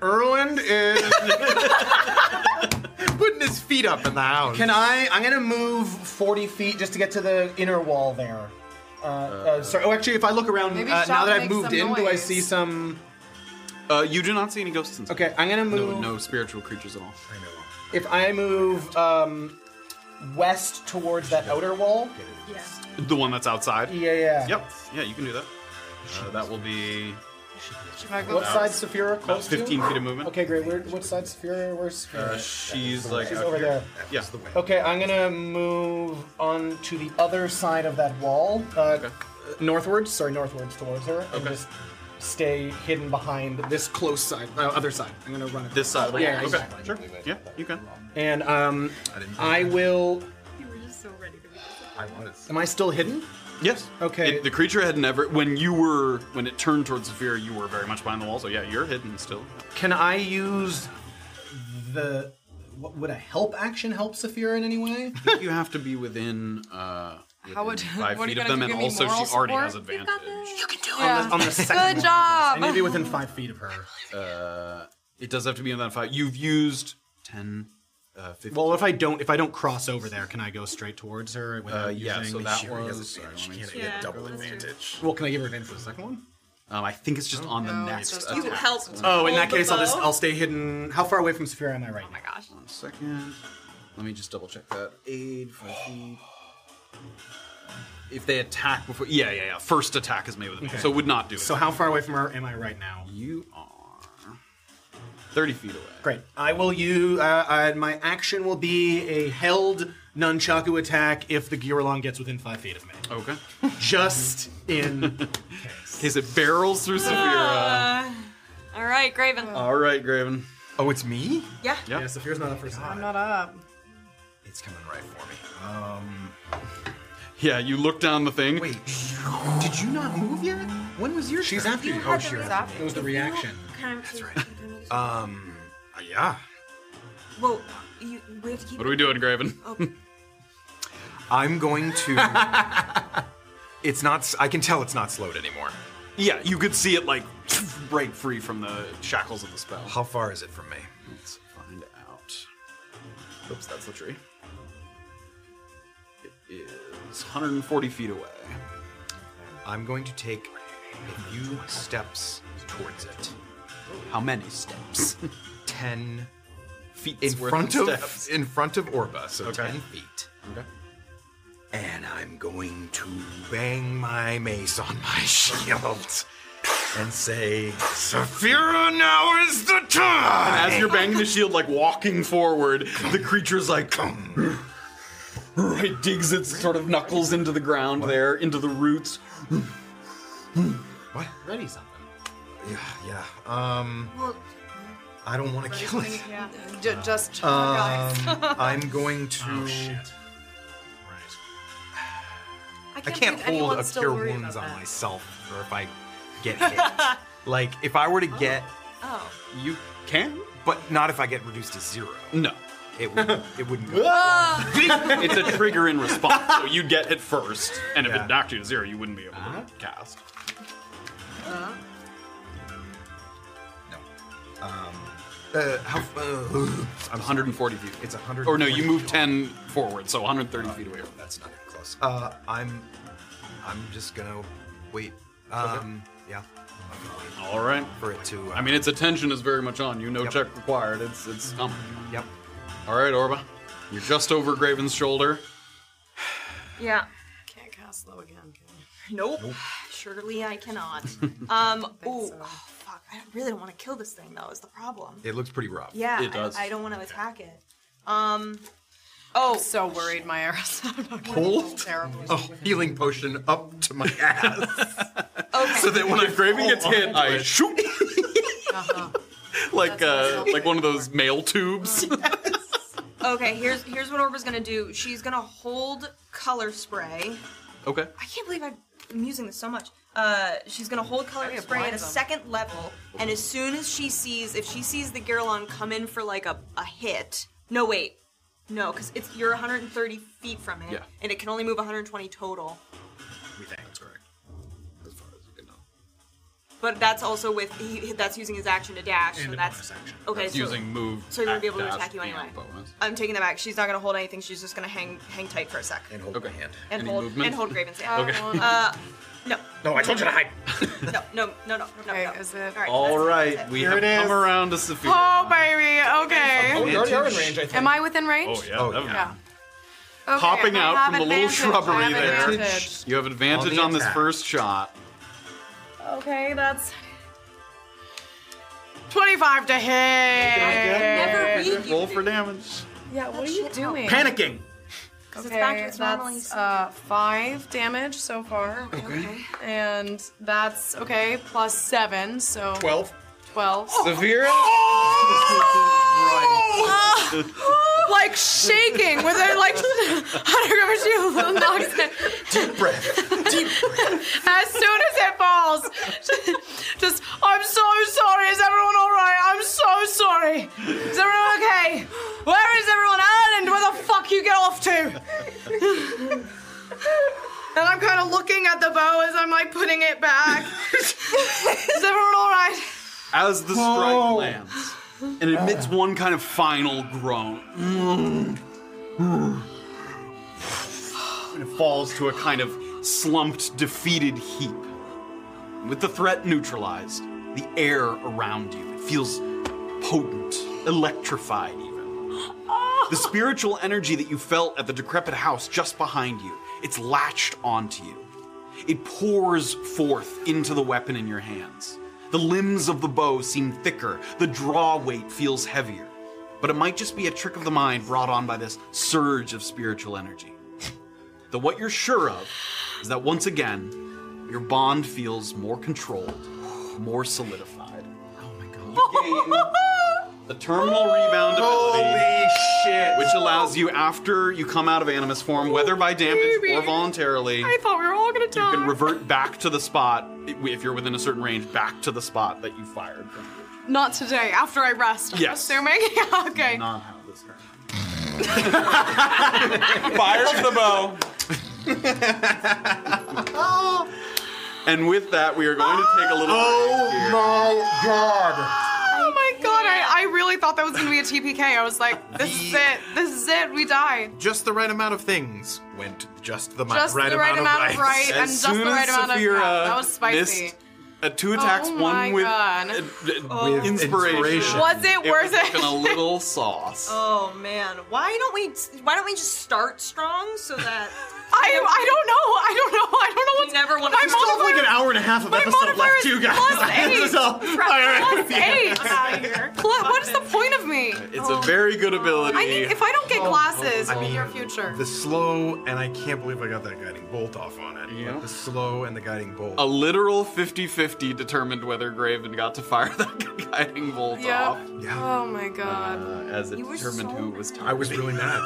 Erland is putting his feet up in the house.
Can I? I'm gonna move 40 feet just to get to the inner wall there. Uh, uh, sorry. Oh, actually, if I look around uh,
Maybe
now
shout
that I've
makes
moved
some
in, do I
noise.
see some?
Uh, you do not see any ghosts inside.
Okay, I'm gonna move.
No, no spiritual creatures at all.
If I move um, west towards that outer wall,
The one that's outside.
Yeah, yeah.
Yep. Yeah, you can do that. Uh, that will be.
what
About-
side Saphira close to?
15 feet of movement.
Okay, great. Where, what side Saphira? Where's
Uh,
Saphira?
she's like
She's
out
over
here.
there.
Yeah.
Okay, I'm gonna move on to the other side of that wall, uh, northwards. Sorry, northwards towards her, and just stay hidden behind this close side, uh, other side. I'm gonna run.
This side.
Yeah,
okay.
exactly.
Sure. Yeah, you can.
And um, I will.
You were just so ready to be.
I wanted.
Am I still hidden?
Yes.
Okay.
the creature had never. When you were, when it turned towards Zephyr, you were very much behind the wall. So yeah, you're hidden still.
Can I use the? What, would a help action help Saphira in any way?
I think you have to be within. Uh,
How would
Five
what are
feet
you
of
gonna
them,
do,
and
give me
also she
moral
already
support?
has advantage.
You can do
on, the, on the second
Good
one.
job.
I need to be within five feet of her.
Uh, it does have to be on that five. You've used 10, uh, 15.
Well, if I don't, if I don't cross over there, can I go straight towards her without
Uh,
using?
yeah, so that was.
was.
sorry, let me see.
Yeah, double that's true.
Well, can I give her advantage for the second one?
Um, I think it's just on the next.
just-
attack.
You helped.
Oh, in
hold
that
the
case, I'll just
bow.
I'll stay hidden. How far away from Saphira am I right now?
Oh my gosh.
One second. Let me just double check that. Aid, five feet. If they attack before. Yeah, yeah, yeah. First attack is made with a okay.
Okay.
So it would not do it.
So how far away from her am I right now?
You are 30 feet away.
Great. I will use uh, uh, my action will be a held nunchaku attack if the Giralon gets within five feet of me.
Okay.
Just in.
Is it barrels through
uh,
Saphira?
All right, Graven.
All right, Graven.
Oh, it's me?
yeah.
Yep.
yeah, Saphira's not up first.
I'm not uh, up.
It's coming right for me. Um,
Yeah, you look down the thing.
wait. Did you not move yet? When was your
She's
turn?
after you. Oh.
had the result.
It was the reaction.
Kind of-
Um, uh, yeah.
Whoa, you, we have to keep. Oh,
What are we doing, Graven?
I'm going to. it's not. s- I can tell it's not slowed anymore.
Yeah, you could see it like break free from the shackles of the spell.
How far is it from me?
Let's find out. Oops, that's the tree. It is 140 feet away.
I'm going to take a few steps towards it.
How many steps?
Ten
feet
in
worth
front of
steps.
in front of Orba, so
Okay.
ten feet.
Okay.
And I'm going to bang my mace on my shield and say, Saphira, now is the time!
As you're banging the shield, like walking forward, the creature's like. It digs its sort of knuckles into the ground there, into the roots.
Ready something.
Yeah, yeah. Um, I don't want to kill it.
Yeah. J- just chill,
Um,
guys.
I'm going to.
Oh,
I
believe
can't hold a
anyone's still
cure
worried
wounds
about
on
that.
myself, or if I get hit. like if I were
Oh.
to get,
You can?
but not if I get reduced to zero.
No.
It would, it wouldn't go.
Ah! it's a trigger in response, so you'd get hit first, and if
Yeah. Uh-huh.
it knocked you to zero, you wouldn't be able to cast.
Um, Uh, how? Uh,
I'm 140 feet.
it's a hundred.
Or no, you move 10 forward, so 130 feet away from that.
That's not even close. Uh, I'm, I'm just gonna wait. Um, yeah,
All right.
for it to. Uh,
I mean, its attention is very much on you. No
Yep.
check required. It's it's coming.
yep.
All right, Orba, you're just over Graven's shoulder.
Yeah.
Can't cast low again. Can
Nope. Surely I cannot. um. Ooh.
uh,
Oh, fuck. I really don't want to kill this thing though. Is the problem?
It looks pretty rough.
Yeah.
It does.
I, I don't want to attack it. Um. Oh.
I? So worried, my arrows. I'm not gonna roll
Hold
terribly.
a healing potion up to my ass,
Okay.
so that when I
If Graven gets
fall
hit,
onto
Oh, I
it-
shoot
Uh-huh.
like uh, like one of those mail tubes.
okay. Here's here's what Orba's gonna do. She's gonna hold color spray.
okay.
I can't believe I've- I'm using this so much. Uh, she's gonna hold color
Maybe it
spray at a
blinds 'em.
second level, and as soon as she sees, if she sees the Girlon come in for like a, a hit, no wait, no, because it's you're 130 feet from it,
Yeah.
and it can only move 120 total.
We think that's correct. As far as you can know.
But that's also with he, that's using his action to dash, and,
And a
that's
bonus action.
okay.
That's
so,
using move,
so you're gonna be
act,
able to
dash,
attack you
and
anyway.
bonus.
I'm taking that back. She's not gonna hold anything. She's just gonna hang hang tight for a sec and
hold
okay. my hand.
and
Any
hold
movement?
and hold Graven's hand.
Okay.
Uh, no,
no, I told you to hide.
no, no, no, no, no. no. All right.
All right, we
Here
have
it is.
come around to Sophia.
Oh baby, okay.
Oh, you already are in range, I think.
Am I within range?
Oh yeah, oh,
Yeah. Okay,
Popping
I
out
have
from the little
advantage, I
shrubbery
have
there.
advantage.
You have advantage
On the
on, this
attack.
first shot.
Okay, that's
25 to hit.
never read you.
Roll for damage.
Yeah, what are you doing?
Panicking.
Okay,
it's back to its normally
that's uh, five damage so far.
Okay.
And that's, okay, plus seven, so. Oh!
12.
12.
Severe.
Ah, like shaking with it, like Hunter covers you little knocks it. Deep breath. Deep breath. As soon as it falls, just I'm so sorry. Is everyone all right? I'm so sorry. Is everyone okay? Where is everyone? Ireland, where the fuck you get off to? And I'm kind of looking at the bow as I'm like putting it back. is everyone all right?
As the strike lands and emits one kind of final groan.
Mm.
And it falls to a kind of slumped, defeated heap. With the threat neutralized, the air around you it feels potent, electrified even. The spiritual energy that you felt at the decrepit house just behind you, it's latched onto you. It pours forth into the weapon in your hands. The limbs of the bow seem thicker, the draw weight feels heavier. But it might just be a trick of the mind brought on by this surge of spiritual energy. Though what you're sure of is that once again, your bond feels more controlled, more solidified. The terminal rebound ability,
shit.
which allows you after you come out of animus form, whether by damage or voluntarily,
I thought we were all gonna die.
you can revert back to the spot if you're within a certain range, back to the spot that you fired from.
Not today, after I rest. I'm
Yes.
Assuming. okay.
Not how this happened. Fires the bow.
Oh,
and with that, we are going to take a little. break
Oh
here.
my god.
Oh my god, I, I really thought that was gonna be a TPK. I was like, this is it. This is it. We die.
Just the right amount of things went just the mi-
Just
right,
the right amount of
rights.
right and
As
just the
soon as
right amount of
Saphira
crap. That was spicy.
missed, uh, two attacks,
Oh
one
my
with,
God.
uh, d- with inspiration.
inspiration.
Oh. Was it worth
was
it?
cooking a little sauce.
Oh man, why don't we why don't we just start strong so that
I I don't know. I don't know. I don't know
we
what's
never want
my
to
modifier,
Like an hour and a half of
my
episode
modifier
left,
is
too, guys.
plus
This is
eight.
all- all right.
plus eight.
out of here.
Pl- what is the point of me?
It's a very good ability.
Oh, I need if I don't get glasses
I mean,
in your future.
The slow, and I can't believe I got that guiding bolt off on it.
Yeah.
But the slow and the guiding bolt.
a literal 50-50 determined whether Graven got to fire that guiding bolt
Yep.
off.
yeah.
Oh my god.
Uh, as it
You were
determined
so
who it was
I
targeting.
was really mad.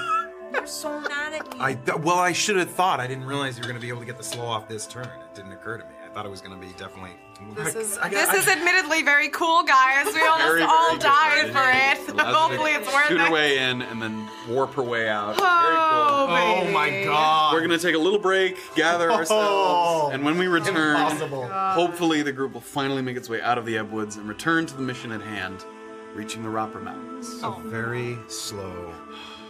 You're so mad at me.
I th- well, I should have thought. I didn't realize you were going to be able to get the slow off this turn. It didn't occur to me. I thought it was going to be definitely.
This is
I
this
got-
is admittedly very cool, guys. We all
Very,
just all
very
died
good
for it.
Allows you to
Hopefully, it's worth
Shoot her
it.
way in and then warp her way out.
Oh,
Very cool.
Oh my god.
We're gonna take a little break,
Oh.
gather ourselves, and when we return,
Impossible.
hopefully the group will finally make its way out of the Ebwoods and return to the mission at hand, reaching the Roper Mountains.
a very slow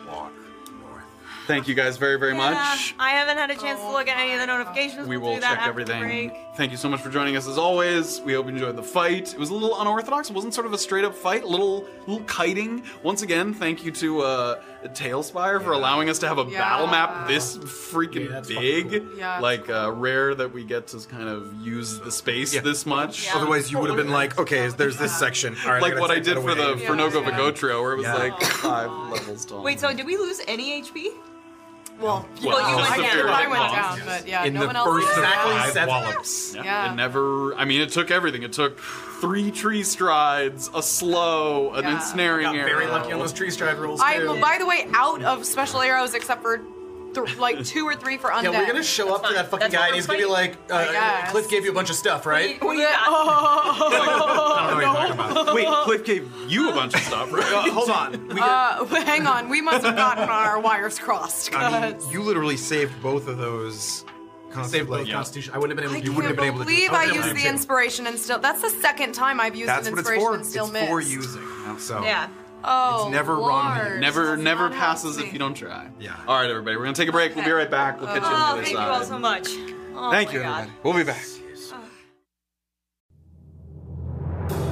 walk north.
Thank you guys very, very much.
I haven't had a chance
Oh,
to look at any of the notifications.
We
We'll
will
do that
check
after
everything.
The break.
Thank you so much for joining us as always. We hope you enjoyed the fight. It was a little unorthodox. It wasn't sort of a straight up fight. A little, little kiting. Once again, thank you to uh, Tailspire for allowing us to have a
Yeah.
battle map this freaking
Yeah, that's fucking
big.
Yeah.
Like uh, rare that we get to kind of use the space
Yeah.
this much.
Yeah.
Otherwise, you would have been like, okay, there's this section. All right,
Like
gotta
what I
take that
did for the
away.
Yeah.
for Nogo Vigotrio, where it was
Yeah.
like five levels tall.
Oh. Wait, so did we lose any HP?
Well,
Well, uh,
I
you went
guess
down.
I went
Yes.
down, but yeah,
in
no
the
one else.
first of
did.
five
seven.
wallops.
Yeah.
It never. I mean, it took everything. It took three tree strides, a slow, an
Yeah.
ensnaring
Got very
arrow.
lucky on those tree stride rolls.
I
too.
am, by the way, out of special arrows except for th- like two or three for undead.
Yeah, we're gonna show up to that fucking
That's
guy
what
and
we're
he's gonna be like,
I
uh,
guess.
Cliff gave you a bunch of stuff, right?
We
Yeah.
got-
I don't know what you're talking about.
Wait, Cliff gave you a bunch of stuff, right?
Uh, hold on. We got,
Uh, hang on, we must have gotten our wires crossed.
I
'cause-
mean, you literally saved both of those
Save both Constitution. I wouldn't have been
I
able. to
can't believe I used the
inspiration.
inspiration and still. That's the second time I've used
That's
an
what it's
inspiration
for.
and
It's
still missed.
for using. So
Yeah. Oh.
It's never wrong to
Lord.
use.
Never,
That's
never
not how it's
passes
made.
if you don't try.
Yeah.
All right, everybody, we're gonna take a break. We'll be right back. We'll catch you on
Oh,
the other
thank you
side.
all so much. Oh
Thank
my
you,
God. Oh.
everybody. We'll be back.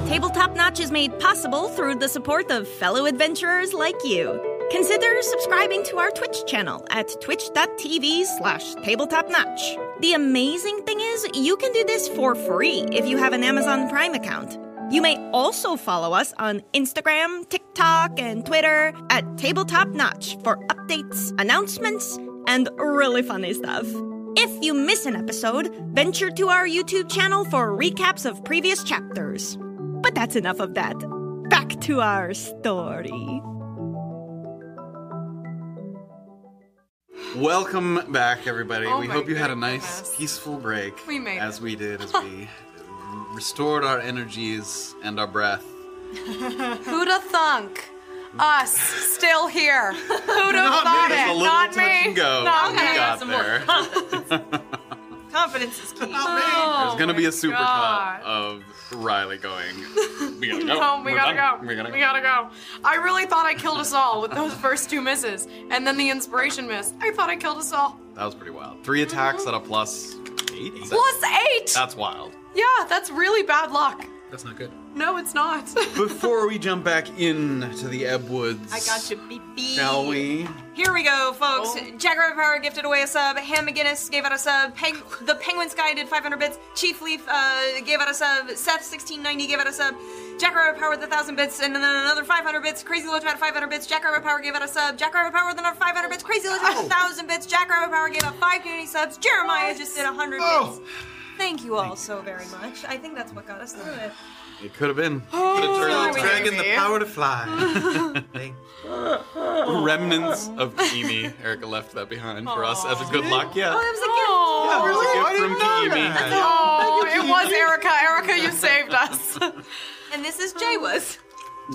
Tabletop Notch is made possible through the support of fellow adventurers like you. Consider subscribing to our Twitch channel at twitch.tv slash tabletopnotch. The amazing thing is, you can do this for free if you have an Amazon Prime account. You may also follow us on Instagram, TikTok, and Twitter at Tabletop Notch for updates, announcements, and really funny stuff. If you miss an episode, venture to our YouTube channel for recaps of previous chapters. But that's enough of that. Back to our story.
Welcome back, everybody.
Oh
we
my
hope you had a nice,
goodness.
peaceful break.
We made
as
it.
we did, as we restored our energies and our breath.
Who'da thunk? Us still here. Who'da thought
Just
it?
a little
Not
touch
me.
and go.
Not
we
me.
got there.
Confidence is key.
There's gonna be a supercut
Oh God.
of Riley going. We gotta go.
No, we
We're
gotta
done.
go.
We gotta go.
go. I really thought I killed us all with those first two misses, and then the inspiration miss. I thought I killed us all.
That was pretty wild. Three attacks at a plus eight. Is that-
Plus eight.
That's wild.
yeah, that's really bad luck.
That's not good.
No, it's not.
Before we jump back into the Ebb Woods,
I got you, BB.
Shall we? Oh.
Here we go, folks. Jackrabbit Power gifted away a sub. Ham McGinnis gave out a sub. Peng- the Penguin's Guy did 500 bits. Chief Leaf uh, gave out a sub. Seth1690 gave out a sub. Jackrabbit Power with 1,000 bits and then another 500 bits. Crazy Loach had 500 bits. Jackrabbit Power gave out a sub. Jackrabbit Power with another 500 bits. Crazy Loach
Oh.
had 1,000 bits. Jackrabbit Power gave out 5 community subs. Jeremiah just did 100
Oh.
bits. Thank you all so very much. I think that's what got us through it.
It could have been. Could have turned out to be-
Dragon, the power to fly. Thank-
remnants of Kiimi. Erica left that behind for us as a good luck. Yeah.
Oh, That was
It was
a gift.
a gift from Kiimi.
oh, it was Erica. Erica, you saved us.
And this is Jay was.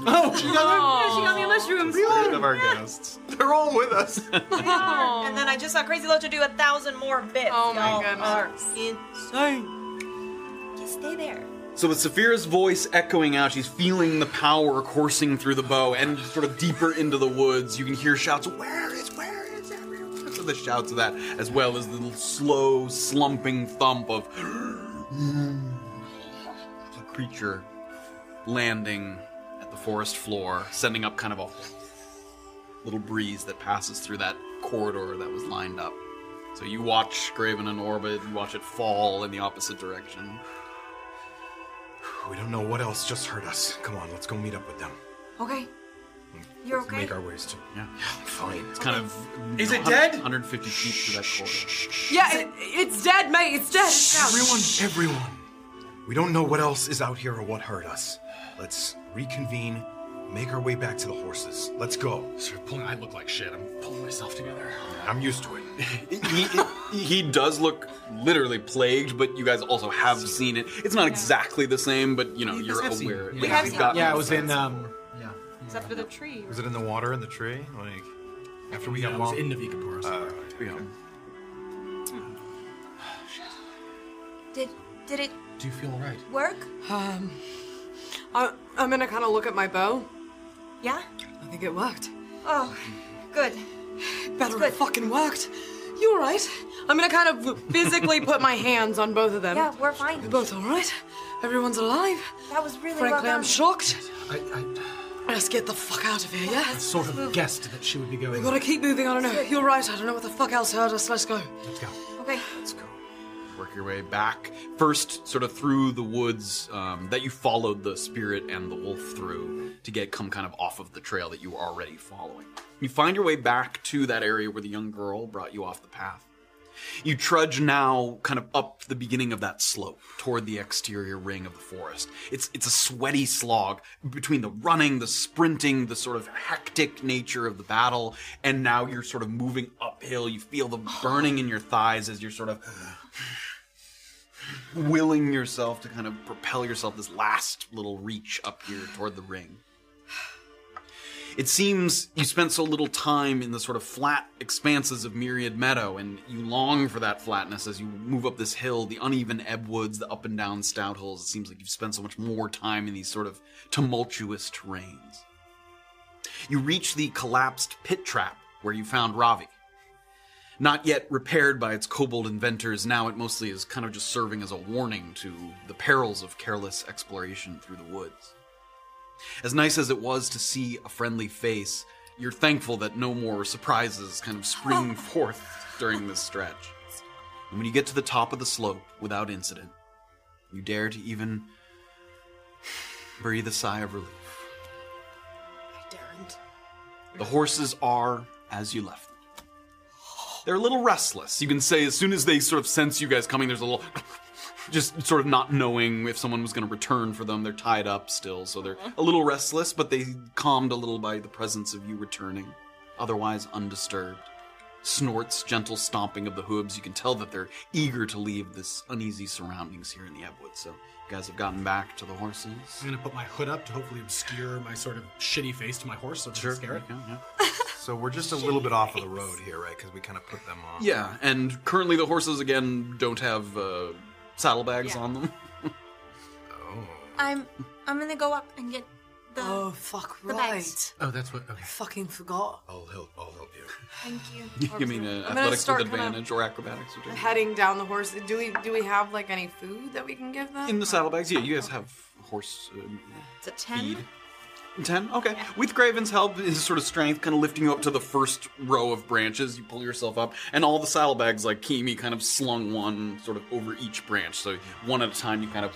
Oh, she
She got me a mushroom.
of our guests.
They're all with us.
And then I just saw Crazy Locha do a thousand more bits.
Oh my
Y'all
goodness.
Are insane. Just stay there.
So with Saphira's voice echoing out, she's feeling the power coursing through the bow, and sort of deeper into the woods, you can hear shouts, "Where is? Where is everyone?" So the shouts of that, as well as the slow slumping thump of the creature landing at the forest floor, sending up kind of a little breeze that passes through that corridor that was lined up. So you watch Graven in orbit, you watch it fall in the opposite direction.
We don't know what else just hurt us. Come on, let's go meet up with them.
Okay. You're okay.
Make our ways to.
Yeah. Fine. It's kind of.
Is
you
it
know, 100
dead?
150 feet to that corridor.
Yeah, it, it's dead, mate. It's dead.
Everyone, everyone. We don't know what else is out here or what hurt us. Let's reconvene, make our way back to the horses. Let's go.
I look like shit. I'm pulling myself together.
I'm used to it.
he, he does look literally plagued, but you guys also have seen it. It's not exactly the same, but you know you're
have seen it.
aware.
We
have seen
got
Yeah, it was in. Um,
Yeah.
Except for the tree.
Was it in the water in the tree? Like after we
Yeah,
got
it was
long.
in Navigapur.
Uh,
Did did it
Do you feel alright?
work?
Um, I, I'm gonna kind of look at my bow.
Yeah?
I think it worked.
Oh, good.
Better
Good.
it fucking worked. You alright? I'm gonna kind of physically put my hands on both of them.
Yeah, we're fine.
They're both alright. Everyone's alive.
That was really
Frankly,
well
I'm
done.
shocked.
I, I
Let's get the fuck out of here, yeah?
sort of guessed that she would be
We
going.
gotta keep moving, I don't know. You're right, I don't know what the fuck else hurt us. Let's go.
Let's go.
Okay.
Work your way back first, sort of through the woods um, that you followed the spirit and the wolf through to get come kind of off of the trail that you were already following. You find your way back to that area where the young girl brought you off the path. You trudge now kind of up the beginning of that slope toward the exterior ring of the forest. It's it's a sweaty slog between the running, the sprinting, the sort of hectic nature of the battle, and now you're sort of moving uphill. You feel the burning in your thighs as you're sort of willing yourself to kind of propel yourself this last little reach up here toward the ring. It seems you spent so little time in the sort of flat expanses of Myriad Meadow, and you long for that flatness as you move up this hill, the uneven ebb woods, the up and down stout hills. It seems like you've spent so much more time in these sort of tumultuous terrains. You reach the collapsed pit trap where you found Ravi. Not yet repaired by its kobold inventors, now it mostly is kind of just serving as a warning to the perils of careless exploration through the woods. As nice as it was to see a friendly face, you're thankful that no more surprises kind of spring forth during this stretch. And when you get to the top of the slope without incident, you dare to even breathe a sigh of relief. The horses are as you left them. They're a little restless. You can say as soon as they sort of sense you guys coming, there's a little just sort of not knowing if someone was going to return for them. They're tied up still, so they're a little restless, but they calmed a little by the presence of you returning, otherwise undisturbed. Snorts, gentle stomping of the hooves. You can tell that they're eager to leave this uneasy surroundings here in the Ebwood. So, you guys have gotten back to the horses.
I'm gonna put my hood up to hopefully obscure my sort of shitty face to my horse so it doesn't scare it.
So we're just a little bit off of the road here, right? Because we kind of put them on.
Yeah, and currently the horses again don't have uh, saddlebags on them.
Oh,
I'm I'm gonna go up and get the
Oh fuck!
the
right.
bags.
Oh, that's what. Okay.
Fucking forgot.
I'll help. I'll help you.
Thank you.
you mean uh,
gonna
athletics with
start kinda-
advantage or acrobatics? Or
Heading down the horse. Do we do we have like any food that we can give them?
In the saddlebags, yeah, you guys have horse. Um,
It's a ten.
Ten? Okay. With Graven's help, his sort of strength kind of lifting you up to the first row of branches. You pull yourself up, and all the saddlebags, like Kimi, kind of slung one sort of over each branch. So one at a time, you kind of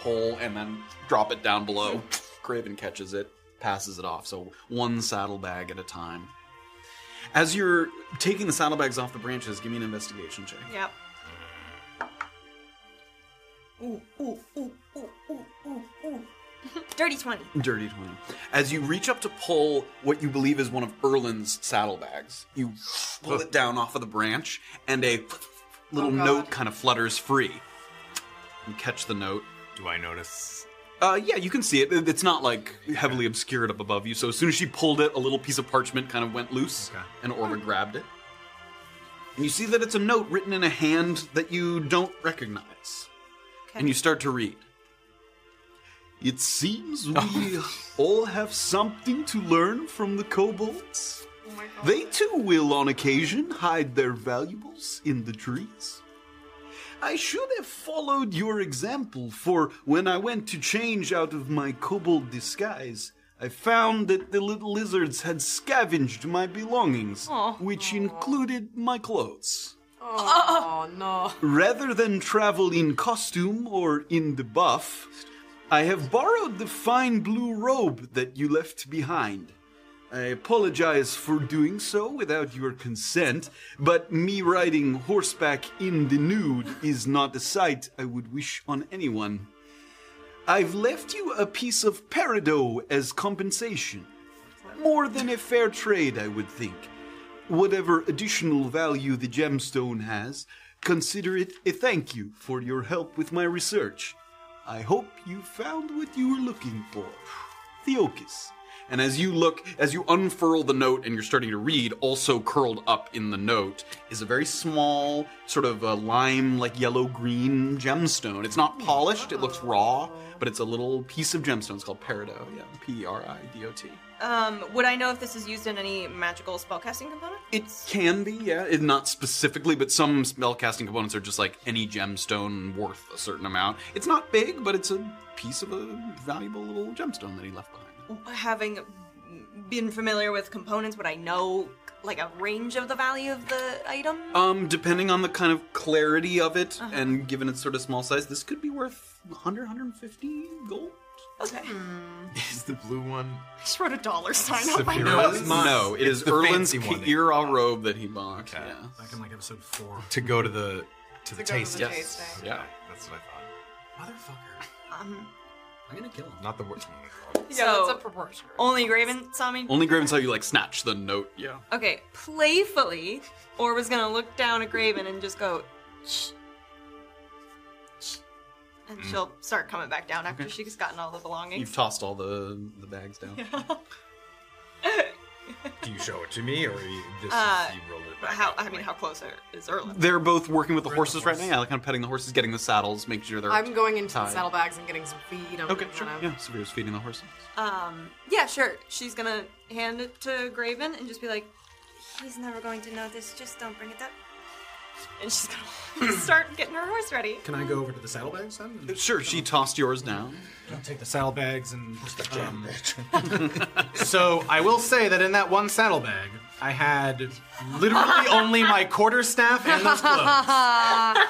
pull and then drop it down below. Graven catches it, passes it off. So one saddlebag at a time. As you're taking the saddlebags off the branches, give me an investigation check.
Yep.
Ooh, ooh, ooh, ooh, ooh, ooh, ooh. Dirty twenty.
Dirty 20. As you reach up to pull what you believe is one of Erlin's saddlebags, you pull it down off of the branch, and a little note kind of flutters free. You catch the note.
Do I notice?
Uh, yeah, you can see it. It- It's not like heavily obscured up above you. So as soon as she pulled it, a little piece of parchment kind of went loose, and Orba grabbed it. And you see that it's a note written in a hand that you don't recognize. And you start to read. It seems we all have something to learn from the kobolds. They too will, on occasion, hide their valuables in the trees. I should have followed your example, for when I went to change out of my kobold disguise, I found that the little lizards had scavenged my belongings, which included my clothes.
Oh, no.
Rather than travel in costume or in the buff, I have borrowed the fine blue robe that you left behind. I apologize for doing so without your consent, but me riding horseback in the nude is not a sight I would wish on anyone. I've left you a piece of peridot as compensation. More than a fair trade, I would think. Whatever additional value the gemstone has, consider it a thank you for your help with my research. I hope you found what you were looking for. Theochus. And as you look, as you unfurl the note and you're starting to read, also curled up in the note is a very small, sort of a lime, like yellow green gemstone. It's not polished, it looks raw, but it's a little piece of gemstone. It's called peridot. Yeah, P E R I D O T.
Um, would I know if this is used in any magical spellcasting component?
It can be, yeah. It, not specifically, but some spellcasting components are just like any gemstone worth a certain amount. It's not big, but it's a piece of a valuable little gemstone that he left behind.
Having been familiar with components, would I know like a range of the value of the item?
Um, depending on the kind of clarity of it
Uh-huh.
and given its sort of small size, this could be worth 100, 150 gold.
Okay.
Is the blue one?
I just wrote a dollar sign on my
Sapphira?
No,
nose.
no, it
It's
is
the
Erlin's
fancy one that-
Kiira robe that he bought. Yeah.
Back in like episode four.
To go to the to the
To go to
taste.
the taste, eh?
Yeah.
That's what I
Motherfucker.
Um,
I'm gonna kill him.
thought. Not the word.
Yeah,
So-
that's a proportion.
only Graven saw me.
Only Graven saw you like snatch the note. Yeah.
Okay, playfully, or was gonna look down at Graven and just go, shh, shh," and she'll start coming back down after she's gotten all the belongings.
You've tossed all the the bags down.
Do you show it to me, or you, this
Uh,
is, you roll it back?
how, I mean, how close are- is Erlen?
They're both working with the horses right now. Yeah, like kind of petting the horses, getting the saddles, making sure they're.
I'm going into
tied.
the saddlebags and getting some feed. I'm
Okay,
gonna-
sure. Yeah, Severe's feeding the horses.
Um, yeah, sure. She's gonna hand it to Graven and just be like, "He's never going to know this. Just don't bring it up." And she's gonna start getting her horse ready.
Can I go over to the saddlebags then?
Uh,
Oh.
Sure, she tossed yours down.
I'll take the saddlebags and. Um, so I will say that in that one saddlebag, I had literally only my quarterstaff and those clothes.
Oh,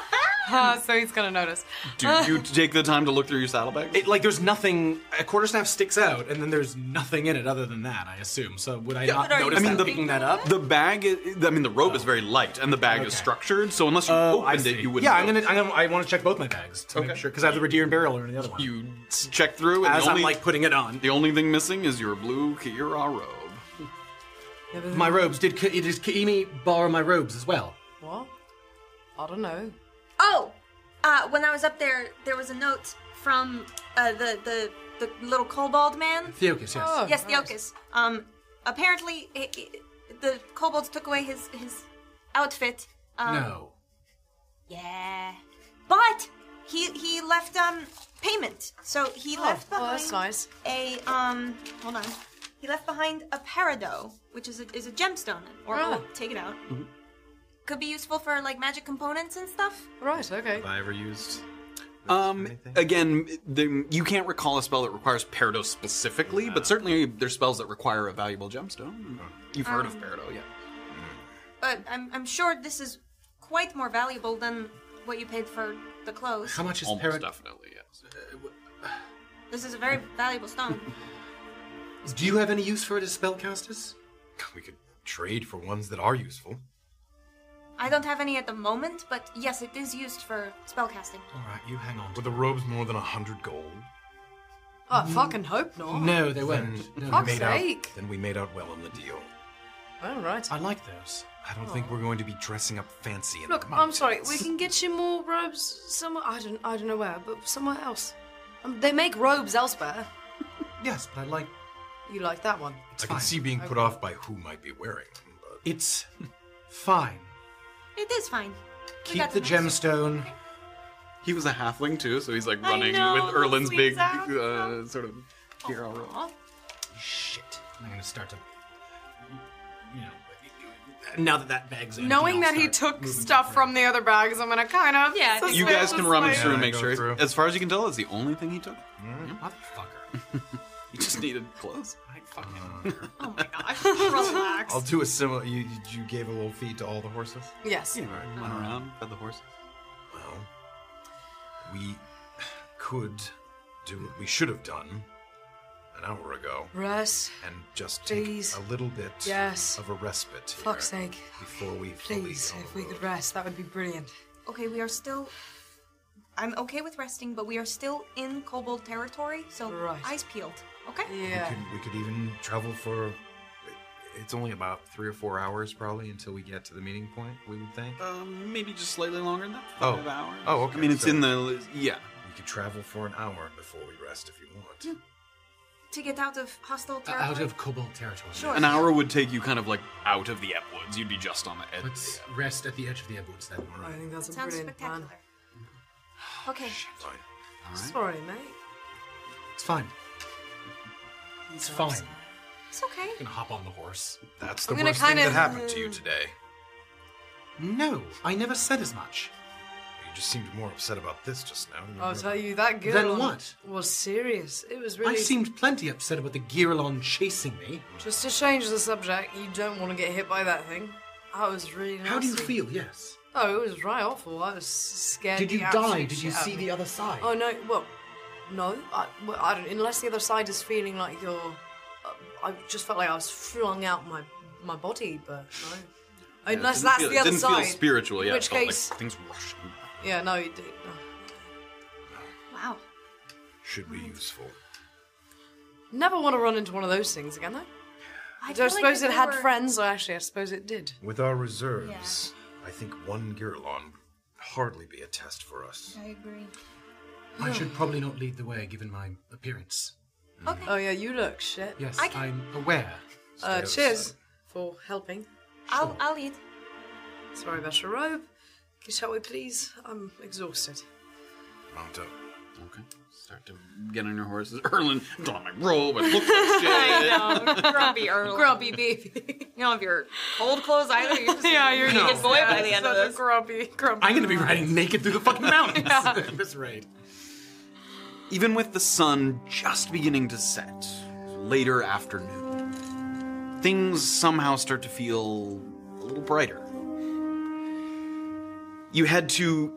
Ah, so he's gonna notice.
Do you take the time to look through your saddlebags?
It, like there's nothing. A quarterstaff sticks out, and then there's nothing in it other than that. I assume. So would I not notice? that picking that up? Oh.
The bag, is, I mean, the rope is very light, and the bag is structured. So unless you opened it, you wouldn't.
Yeah, I'm gonna, I'm gonna. I want to check both my bags to make sure because I have the Redeer and Burial in the other one.
You s- check through, and
As
the
I'm,
only,
like, putting it on.
The only thing missing is your blue Kiara robe.
My robes. Did Ki- did Kiimi borrow my robes as well?
What? I don't know.
Oh, uh, when I was up there, there was a note from uh, the the the little kobold man.
Theokas, yes. Oh,
yes, Theokas. Um, apparently i i the kobolds took away his his outfit. Um,
no.
Yeah, but he he left um payment, so he
Oh,
left
well,
behind
that's nice.
a um hold on. He left behind a parado, which is a, is a gemstone, or oh,
Ah.
take it out.
Mhm.
Could be useful for like magic components and stuff.
Right. Okay.
I ever used. Um, again, the, you can't recall a spell that requires Peridot specifically, but certainly there's spells that require a valuable gemstone. You've heard of
Um,
Peridot, yeah.
But I'm, I'm sure this is quite more valuable than what you paid for the clothes.
How much is
Almost
Parad-
definitely, yes.
This is a very valuable stone.
Do you have any use for it as spellcasters?
We could trade for ones that are useful.
I don't have any at the moment, but yes, it is used for spellcasting.
All right, you hang on.
Were the robes more than a hundred gold?
Oh,
Mm.
I fucking hope not.
No, they
Then
weren't.
we
No.
Fuck's
made out-
sake.
then we made out well on the deal.
All right.
I like those.
I don't think we're going to be dressing up fancy. In
Oh. Look,
the
I'm sorry. We
mountains.
can get you more robes somewhere. I don't. I don't know where, but somewhere else. Um, they make robes elsewhere.
Yes, but I like.
You like that one?
I can see being put off by who might be wearing them. But
It's fine.
It is fine. We
Keep
got
the
nice-
gemstone.
He was a halfling too, so he's like
I
running
know,
with Erlin's
sweet
big
Zach.
uh, sort of Kiara robe.
Shit. I'm gonna start to. You know. Now that that bag's in.
Knowing that he took stuff from the other bags, I'm gonna kind of. Yeah.
You guys can rummage
like-
through and
Yeah,
make
go
sure.
through. Mm-hmm.
As far as you can tell, it's the only thing he took.
Motherfucker.
He just needed clothes.
I fucking.
Oh
I'll do a similar. You, you gave a little feed to all the horses.
Yes.
Yeah, went around, fed the horses.
Well, we could do what we should have done an hour ago,
Rest.
and just take
Please.
a little bit
Yes.
of a respite here
Fuck's sake.
before we fully
Please,
go
if we could rest, that would be brilliant.
Okay, we are still. I'm okay with resting, but we are still in kobold territory, so
Right.
eyes peeled. Okay?
Yeah.
We could even travel for. It's only about three or four hours, probably, until we get to the meeting point. We would think.
Um, maybe just slightly longer than that.
Oh.
Five hours.
Oh, okay,
I mean, it's
so-
in the yeah.
We could travel for an hour before we rest, if you want.
To get out of hostile territory.
Out of kobold territory.
Sure.
An hour would take you kind of like out of the Epwoods. You'd be just on the edge.
Let's rest at the edge of the Edwards then.
I think that's a
Sounds
brilliant
spectacular.
plan.
Ah,
Okay.
Fine.
Sorry, mate.
It's fine. It's fine. I'm
It's okay.
gonna hop on the horse.
That's the
I'm gonna
worst thing
kinda-
that happened to you today.
No, I never said as much.
You just seemed more upset about this just now.
I'll tell you, Oh, that girl
Then what?
was serious. It was really.
I seemed plenty upset about the Girlon chasing me.
Just to change the subject, you don't want to get hit by that thing. I was really.
How do you
nasty.
feel? Yes.
Oh, it was right awful. I was scared.
Did
the
you
absolute
die? Did you
shit out
see
of me.
the other side?
Oh no. Well, no. I, well, I don't. Unless the other side is feeling like you're. Uh, I just felt like I was flung out my my body, but no. Unless
didn't
that's
feel-
the other
It didn't
side.
feel spiritual.
In
Yeah, it
which
felt
case,
like things rushing.
yeah, no, it did. No.
Wow.
Should be useful.
Never want to run into one of those things again, though. I
feel
don't
like
suppose
if
it
we
had
were-
friends, or actually, I suppose it did.
With our reserves, I think one Girlon would hardly be a test for us.
I agree.
I should probably not lead the way given my appearance.
Okay.
Oh yeah, you look shit.
Yes,
I can-
I'm aware.
Uh, cheers for for helping.
I'll, I'll eat.
Sorry about your robe. Shall we please? I'm exhausted.
Mount up. Okay. Start to get on your horses. Erlin, don't let my robe. I look Oh, like
I
shit.
know, grumpy Earl.
Grumpy baby.
You don't have your cold clothes either. You're just
yeah, you're
gonna get
just-
boy
yeah,
by the end of
such a
this.
grumpy, grumpy.
I'm going to be riding naked through the fucking mountains at this rate. Even with the sun just beginning to set, later afternoon, things somehow start to feel a little brighter. You head to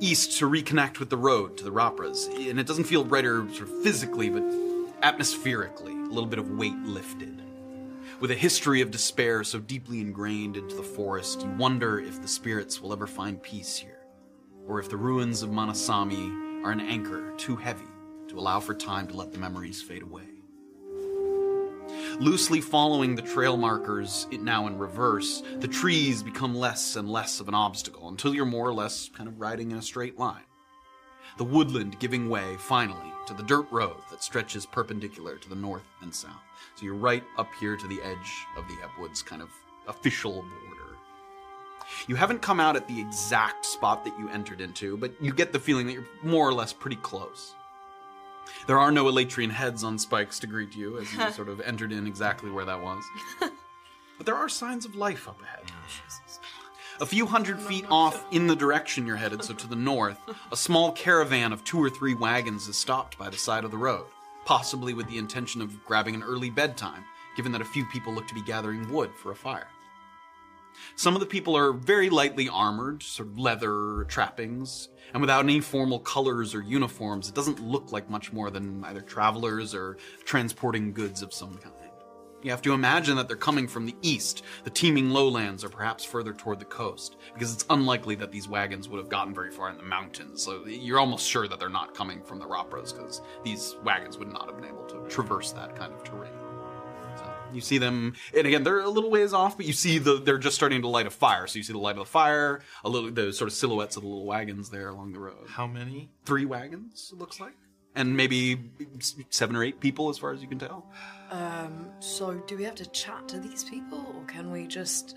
east to reconnect with the road to the Rapras, and it doesn't feel brighter sort of physically, but atmospherically, a little bit of weight lifted. With a history of despair so deeply ingrained into the forest, you wonder if the spirits will ever find peace here, or if the ruins of Manasami are an anchor too heavy to allow for time to let the memories fade away. Loosely following the trail markers, it now in reverse, the trees become less and less of an obstacle until you're more or less kind of riding in a straight line. The woodland giving way, finally, to the dirt road that stretches perpendicular to the north and south. So you're right up here to the edge of the Epwoods kind of official border. You haven't come out at the exact spot that you entered into, but you get the feeling that you're more or less pretty close. There are no Elatrian heads on spikes to greet you as you sort of entered in exactly where that was. But there are signs of life up ahead. A few hundred feet off in the direction you're headed, so to the north, a small caravan of two or three wagons is stopped by the side of the road, possibly with the intention of grabbing an early bedtime, given that a few people look to be gathering wood for a fire. Some of the people are very lightly armored, sort of leather trappings, and without any formal colors or uniforms, it doesn't look like much more than either travelers or transporting goods of some kind. You have to imagine that they're coming from the east, the teeming lowlands, or perhaps further toward the coast, because it's unlikely that these wagons would have gotten very far in the mountains. So you're almost sure that they're not coming from the Rapras, because these wagons would not have been able to traverse that kind of terrain. You see them, and again, they're a little ways off, but you see the they're just starting to light a fire. So you see the light of the fire, a little the sort of silhouettes of the little wagons there along the road. How many? Three wagons, it looks like, and maybe s- seven or eight people, as far as you can tell.
Um, so do we have to chat to these people, or can we just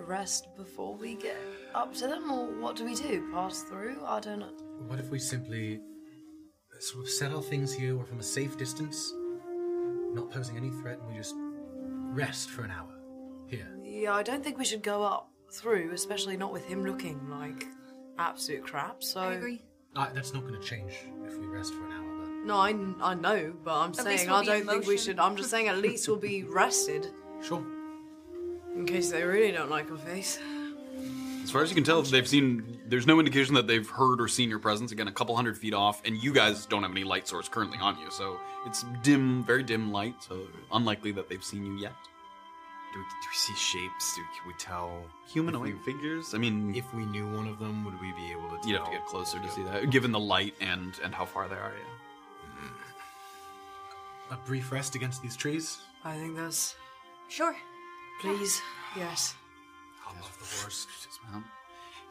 rest before we get up to them, or what do we do? Pass through? I don't know.
What if we simply uh, sort of settle things here? We're from a safe distance, not posing any threat, and we just rest for an hour here.
Yeah, I don't think we should go up through, especially not with him looking like absolute crap. So I agree.
Ah, that's not going to change if we rest for an hour.
No, I, I know, but I'm
At least
saying
we'll
I
be
don't
in
think we
motion.
should. I'm just saying at least we'll be rested
Sure.
in case they really don't like my face.
As far as you can tell, they've seen. There's no indication that they've heard or seen your presence. Again, a couple hundred feet off, and you guys don't have any light source currently on you, so it's dim, very dim light. So unlikely that they've seen you yet.
Do we, do we see shapes? Do, can we tell
Humanoid
if we-
figures. I mean,
if we knew one of them, would we be able to?
You'd have to
tell?
get closer to see that, given the light and and how far they are. Yeah.
Hmm.
A brief rest against these trees.
I think that's
Sure.
please, yes.
Well,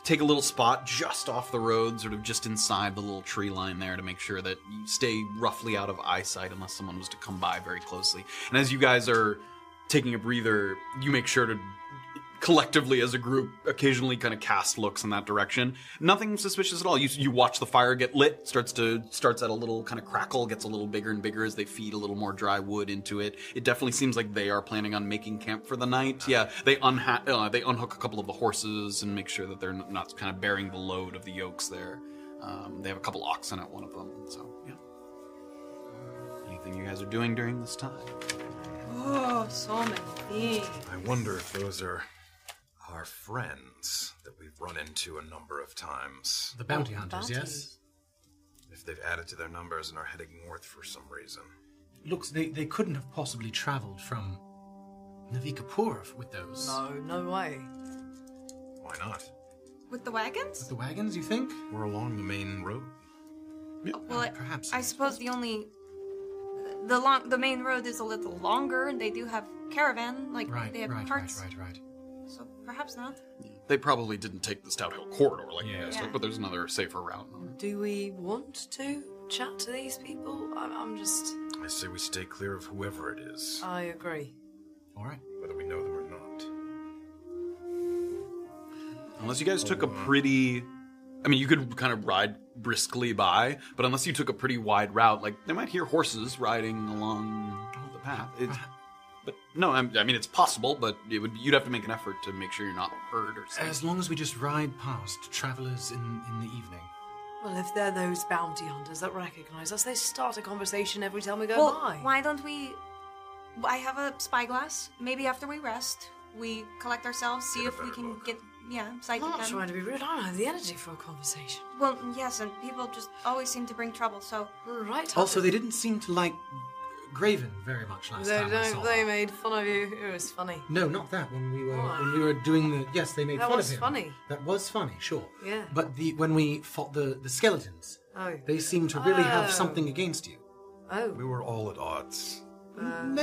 Take a little spot just off the road, sort of just inside the little tree line there, to make sure that you stay roughly out of eyesight unless someone was to come by very closely. And as you guys are taking a breather, you make sure to collectively as a group occasionally kind of cast looks in that direction nothing suspicious at all you, you watch the fire get lit starts to starts at a little kind of crackle gets a little bigger and bigger as they feed a little more dry wood into it it definitely seems like they are planning on making camp for the night yeah they unha- uh, they unhook a couple of the horses and make sure that they're n- not kind of bearing the load of the yokes there um, they have a couple oxen at one of them so yeah anything you guys are doing during this time
Oh, so many things.
I wonder if those are our friends that we've run into a number of times.
The bounty hunters, yes.
If they've added to their numbers and are heading north for some reason.
Looks, they, they couldn't have possibly traveled from Navikapura with those.
No, no way.
Why not?
With the wagons?
The wagons, you think?
We're along the main road.
Well, I- I suppose the only the long the main road is a little longer, and they do have caravan like
Right,
they have
right,
carts.
right, right, right.
So perhaps not.
they probably didn't take the stout hill corridor like you guys
Yeah.
took but there's another safer route
Do we want to chat to these people? I'm, I'm just.
I say we stay clear of whoever it is,
I agree.
All right.
whether we know them or not.
Unless you guys took a pretty, I mean, you could kind of ride briskly by, but unless you took a pretty wide route, like they might hear horses riding along the path. It's, but no, I'm, I mean it's possible, but it would you'd have to make an effort to make sure you're not heard or something.
As long as we just ride past travelers in, in the evening.
Well, if they're those bounty hunters that recognize us, they start a conversation every time we go
Well,
by.
why don't we? I have a spyglass. Maybe after we rest, we collect ourselves, see if we can get yeah sight
I'm
of
not
them.
trying to be rude. I don't have the energy for a conversation.
Well, yes, and people just always seem to bring trouble. So
right.
Also, they didn't seem to like Graven very much last
They
time. I saw
don't.
them.
They made fun of you. It was funny.
No, not that. When we were
Why?
when we were doing the yes, they made
That
fun
was
of him.
funny.
That was funny, sure.
Yeah.
But the when we fought the the skeletons,
Oh.
they seemed to really
Oh.
have something against you.
Oh.
We were all at odds.
uh,
Oh,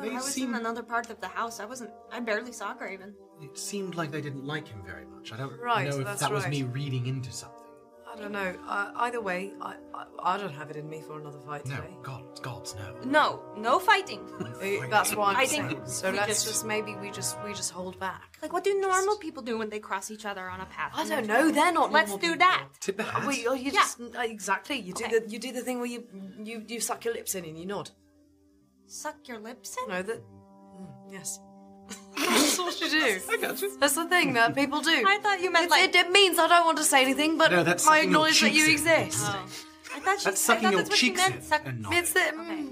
they
I was
seem-
in another part of the house. I wasn't. I barely saw Graven.
It seemed like they didn't like him very much. I don't
Right,
know if
that's
that was
right.
me reading into something.
I don't know. I, either way, I, I I don't have it in me for another fight
No,
today.
God, gods no.
No, no fighting.
Eh, That's why I'm
I
saying.
think
so
we
let's
just-
just, maybe we just we just hold back.
Like, what do normal people do when they cross each other on a path?
I don't know. They're not.
Let's
normal
do that.
Tip the
people.
hat.
Well, you
Yeah.
just uh, exactly. You do the you do the thing where you you you suck your lips in and you nod.
Suck your lips in.
No, that mm, yes. That's what you do. I got you. That's the thing that people do.
I thought you meant
It's-
like-
it, it means I don't want to say anything, but
No,
I
that's sucking your
acknowledge that you
cheeks in.
exist.
Oh. I thought she,
That's
I
sucking
thought
your
that's what she
cheeks
meant.
in
Suck-
and not-
It's the
Okay.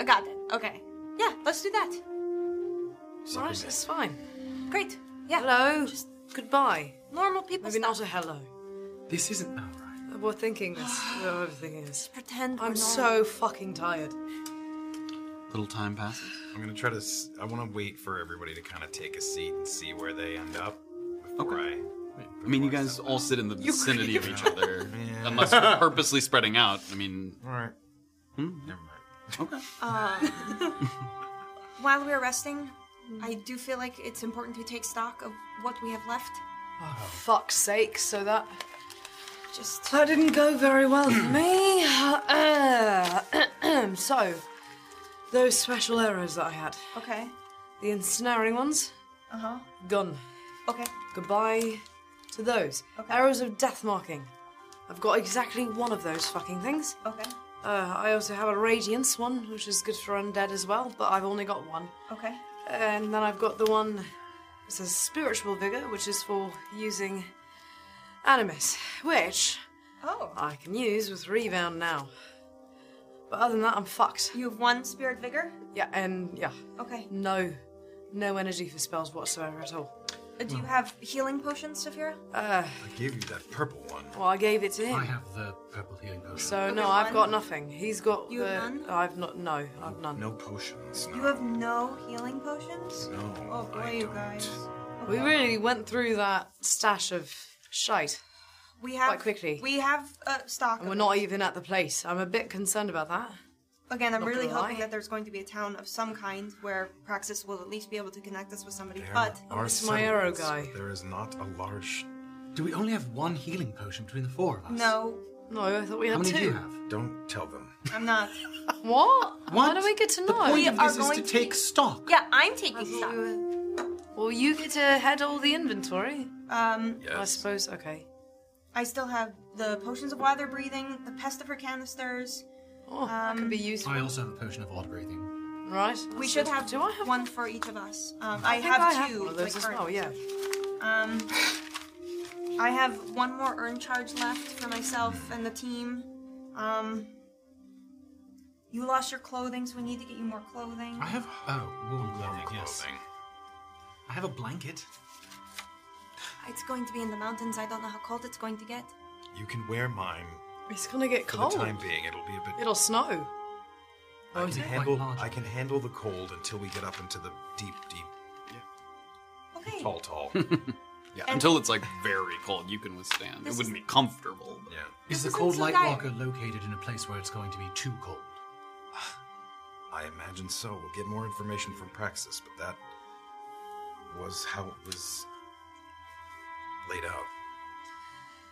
I got it. Okay. Yeah, let's do that.
mm, right. It's fine.
Great. Yeah.
Hello. Just goodbye.
Normal people
Maybe
stuff.
not a hello.
This isn't our
We're thinking this. We're thinking this.
pretend.
I'm
we're
so fucking tired.
Little time passes.
I'm gonna try to. s- I want to wait for everybody to kind of take a seat and see where they end up before
I mean, you guys all sit in the vicinity of each other,
Yeah.
unless you're purposely spreading out. I mean,
I. All right.
hmm?
never mind. Okay.
Uh, while we're resting, I do feel like it's important to take stock of what we have left.
Oh, fuck's sake, so that
Just
that didn't go very well for me. Uh, so, those special arrows that I had,
Okay.
the ensnaring ones,
Uh huh.
gone.
Okay.
Goodbye to those. Arrows of death marking. I've got exactly one of those fucking things.
Okay.
Uh, I also have a radiance one, which is good for undead as well, but I've only got one.
Okay.
And then I've got the one that says spiritual vigor, which is for using animus, which
Oh.
I can use with rebound now. But other than that, I'm fucked.
You have one spirit vigor.
Yeah, and yeah,
Okay.
no, no energy for spells whatsoever at all.
Uh, Do you have healing potions, Saphira?
Uh,
I gave you that purple one.
well, I gave it to him.
I have the purple healing potion.
So
Okay,
no, I've
one.
got nothing. He's got
You
the.
have none?
I've not. No, I've none.
No potions.
You
No.
have no healing potions?
No,
Oh boy,
I
you
don't.
guys.
We
Okay.
really went through that stash of shite,
we have
quite quickly.
We have uh, stock.
and
of
we're
it.
not even at the place. I'm a bit concerned about that.
Again, I'm
not
really
gonna
hoping
lie.
that there's going to be a town of some kind where Praxis will at least be able to connect us with somebody. But
There are
it's my arrow
settlements,
guy.
but There is not a large.
Do we only have one healing potion between the four of us?
no,
No, I thought we
How
had
many
two.
do you have?
Don't tell them.
I'm not.
What? How
What?
do we get to
The
know?
point of
are
this is to
going to-
take stock.
yeah, I'm taking stock.
Well, you get to head all the inventory.
Um,
I suppose. Okay.
I still have the potions of water breathing, the pestifer canisters. um,
Oh, that could be useful.
I also have a potion of water breathing.
right.
We
that's
should
good.
have
Do I have?
one for each of us. Um, I,
I think
have
I
two.
Have one of those
like,
as
current.
well. Yeah.
Um, I have one more urn charge left for myself and the team. Um, you lost your clothing, so we need to get you more clothing.
I have oh wool clothing. Yes.
Clothing.
I have a blanket.
It's going to be in the mountains. I don't know how cold it's going to get.
You can wear mine
It's gonna get
for
cold.
the time being. It'll be a bit.
It'll snow.
I
is
can
it quite
handle.
large?
I can handle the cold until we get up into the deep, deep,
Okay.
tall, tall.
Until it's like very cold, you can withstand.
This
it
is-
wouldn't be comfortable. but-
yeah.
Is the
isn't
cold
so
light
dire.
walker located in a place where it's going to be too cold?
I imagine so. We'll get more information from Praxis, but that was how it was laid out.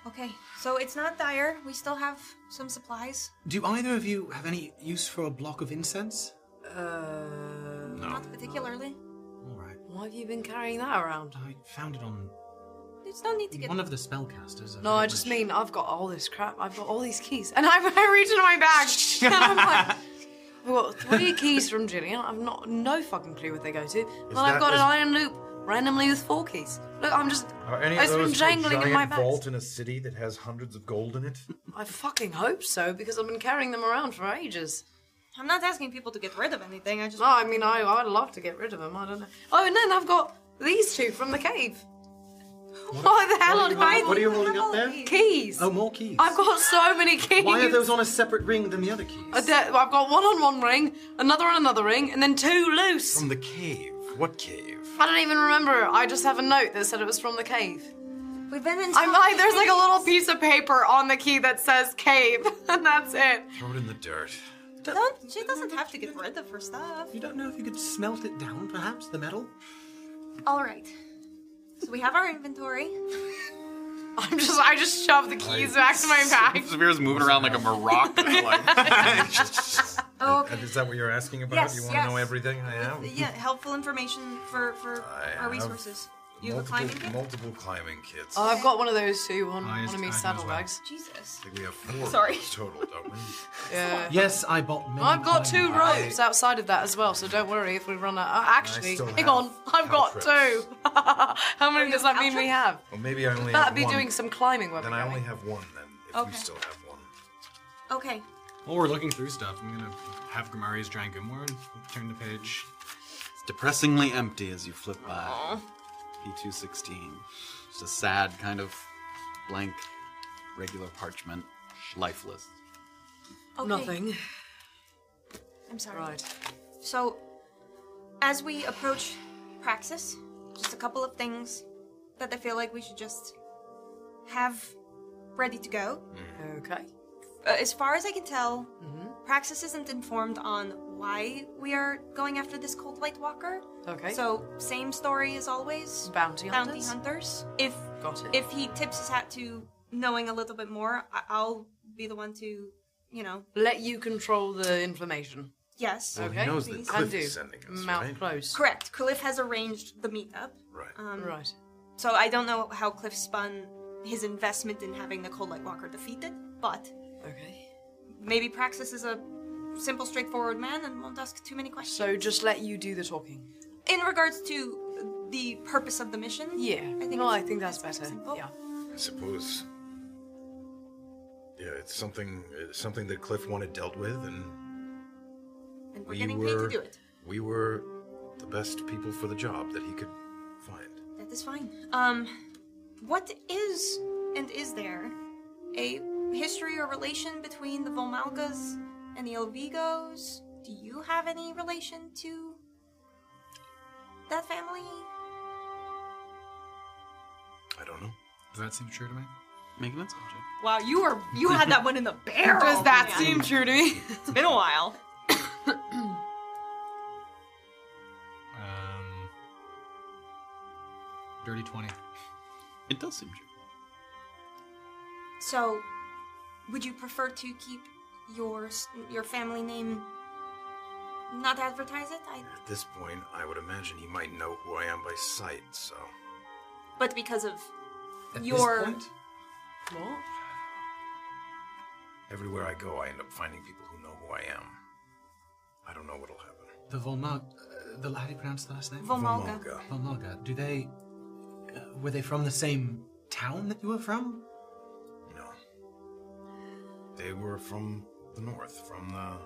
Okay. So it's not dire. We still have some supplies.
Do either of you have any use for a block of incense?
Uh,
No.
Not particularly.
All right.
why have you been carrying that around?
I found it on
There's no need to get.
One of the spellcasters.
No, I just mean I've got all this crap. I've got all these keys, and I, I reach into my bag and I'm like, I've got three keys from Gillian. I've not no fucking clue what they go to. And then I've
that-
got
is-
an iron loop randomly with four keys. Look, I'm just.
Are any
it's
of
been
those a
jangling
giant
in my bag.
vault in a city that has hundreds of gold in it?
I fucking hope so because I've been carrying them around for ages.
I'm not asking people to get rid of anything. I just.
No, I mean I I'd love to get rid of them. I don't know. Oh, and then I've got these two from the cave. What, the hell
what
are
are you- what are you holding up there?
Keys.
Oh, more keys.
I've got so many keys.
Why are those on a separate ring than the other keys?
A de- I've got one on one ring, another on another ring, and then two loose.
From the cave. What cave?
I don't even remember. I just have a note that said it was from the cave.
We've been in.
I'm like, there's like a little piece of paper on the key that says cave, and that's it.
Throw it in the dirt.
Don't, she doesn't have to get rid of her stuff.
You don't know if you could smelt it down, perhaps the metal.
All right. So we have our inventory.
I'm just, I just shove the keys back to my bag.
Severa's moving around like a maraca.
Oh,
Uh, Is that what you're asking about?
Yes,
you want to know
yes.
everything? I am.
Yeah, helpful information for for our resources. You have a
multiple,
climbing kit?
multiple climbing kits.
Oh, I've got one of those too, one, one
Highest
of me
value as
saddlebags.
Jesus.
I think we have four
Sorry.
total, don't we?
Yeah.
Yes, I bought many.
I've got two
climbing
ropes outside of that as well, so don't worry if we run out. Uh, actually,
still
hang
have
on, I've got two. How many does that mean we have?
Well, maybe I only
That'd
have
be
one.
doing some climbing when
Then
we
I
go.
only have one. Then if
Okay.
we still have one.
Okay.
While we're looking through stuff, I'm gonna have Gamari's Giant Grimoire and turn the page.
It's depressingly empty as you flip
Oh.
by. P216. Just a sad kind of blank, regular parchment, lifeless.
Okay.
Nothing.
I'm sorry.
Right.
So, as we approach Praxis, just a couple of things that I feel like we should just have ready to go.
Okay.
Uh, as far as I can tell, Praxis isn't informed on why we are going after this cold white walker.
Okay.
So same story as always.
Bounty
Bounty
hunters?
hunters. If
Got it.
if he tips his hat to knowing a little bit more, I- I'll be the one to, you know,
Let you control the information.
yes.
okay.
knows that
please.
Cliff
And do.
is sending us,
Mount
right?
close.
Correct. Cliff has arranged the meetup.
Right.
Um,
Right.
So I don't know how Cliff spun his investment in having the Cold Light Walker defeated, but
Okay.
maybe Praxis is a simple, straightforward man and won't ask too many questions.
So just let you do the talking.
in regards to the purpose of the mission, Oh,
Yeah.
I think
well, I
it's-
think that's
it's
better.
simple.
Yeah.
I suppose. Yeah, it's something it's something that Cliff wanted dealt with, and
and we're
we
getting paid
were
to do it.
we were the best people for the job that he could find.
That is fine. Um, what is and is there a history or relation between the Volmalgas and the Elvigos? Do you have any relation to that family?
I don't know.
Does that seem true to me?
Make an insight check.
Wow, you were you had that one in the barrel. Oh,
Does that
man.
seem true to me?
It's been a while.
Um, dirty twenty.
It does seem true.
So, would you prefer to keep your s- your family name? Not advertise it, I,
At this point, I would imagine he might know who I am by sight. So
but because of
At this
your
point,
What?
everywhere I go, I end up finding people who know who I am. I don't know what'll happen.
the Volmog, uh, the how do you pronounce the last name?
Volmalga.
Volmalga.
Volmaga. Do they uh, were they from the same town that you were from?
No. They were from the north, from the. Uh,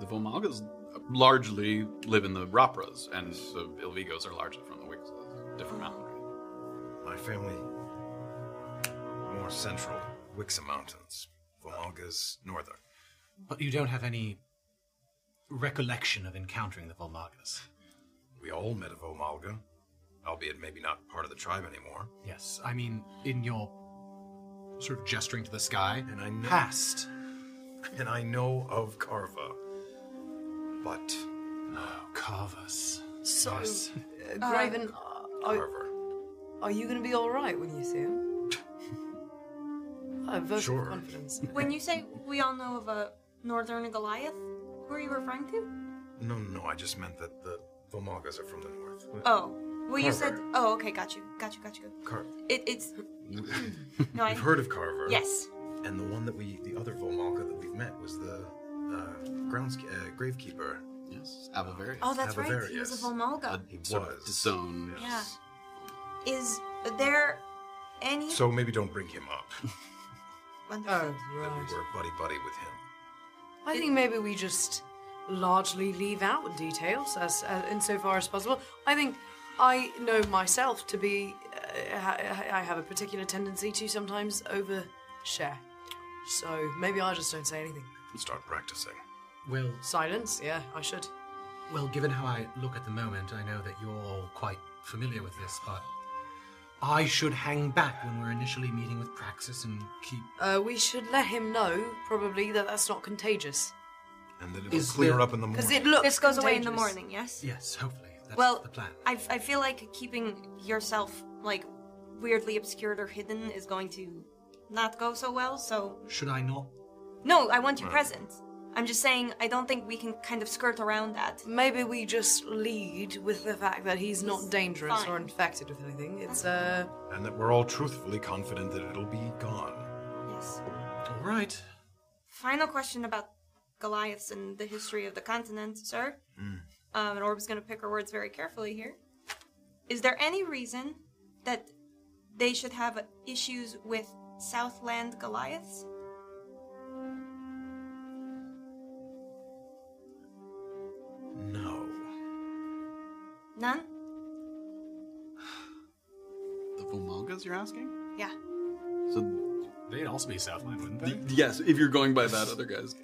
The Volmalgas largely live in the Rapras, and the Ilvigos are largely from the Wigs. Different mountain range.
my family. More central, Wixa Mountains. Volga's northern.
But you don't have any recollection of encountering the Volmagas.
We all met a Volmalga, albeit maybe not part of the tribe anymore.
Yes, I mean in your sort of gesturing to the sky.
And I know,
Past.
and I know of Carva, but
Oh, Carvus.
So,
Yes.
uh, Graven, uh, are,
Carver.
are you going to be all right when you see him? I have vote of
Sure.
confidence.
When you say we all know of a northern Goliath, who are you referring to?
No, no, I just meant that the Volmalgas are from the north.
Oh, Well, you said. Oh, okay. Got you. Got you. Got you.
Carver.
It, it's.
You've
I-
heard of Carver.
Yes.
And the one that we, the other Volmalka that we've met was the uh, grounds uh, gravekeeper.
Yes, Avavarius.
Oh, that's right. He was a Volmalga.
He sort of disowned.
yeah. Is there any?
So maybe don't bring him up.
Wonderful.
That we were buddy buddy with him.
I think maybe we just largely leave out details as, as insofar as possible. I think I know myself to be. Uh, ha- I have a particular tendency to sometimes overshare, so maybe I just don't say anything.
Start practicing.
Well,
Silence. Yeah, I should.
well, given how I look at the moment, I know that you're all quite familiar with this, but I should hang back when we're initially meeting with Praxis and keep.
Uh, we should let him know probably that that's not contagious.
And then
it
will clear up in the
Because
morning.
it looks
This goes away in the
contagious.
morning. Yes.
Yes, hopefully. That's
well,
the plan.
I, I feel like keeping yourself like weirdly obscured or hidden is going to not go so well. So
Should I not?
no, I want you
Right.
present. I'm just saying I don't think we can kind of skirt around that.
Maybe we just lead with the fact that he's not
He's
dangerous or
fine.
infected with anything. It's uh
And that we're all truthfully confident that it'll be gone.
Yes.
All right.
Final question about Goliaths and the history of the continent, sir.
Mm.
Um, and Orb's going to pick her words very carefully here. Is there any reason that they should have issues with Southland Goliaths?
No.
None?
The Vomalgas, you're asking?
Yeah.
So,
They'd also be Southland, wouldn't
the,
they?
yes, if you're going by that other guy's.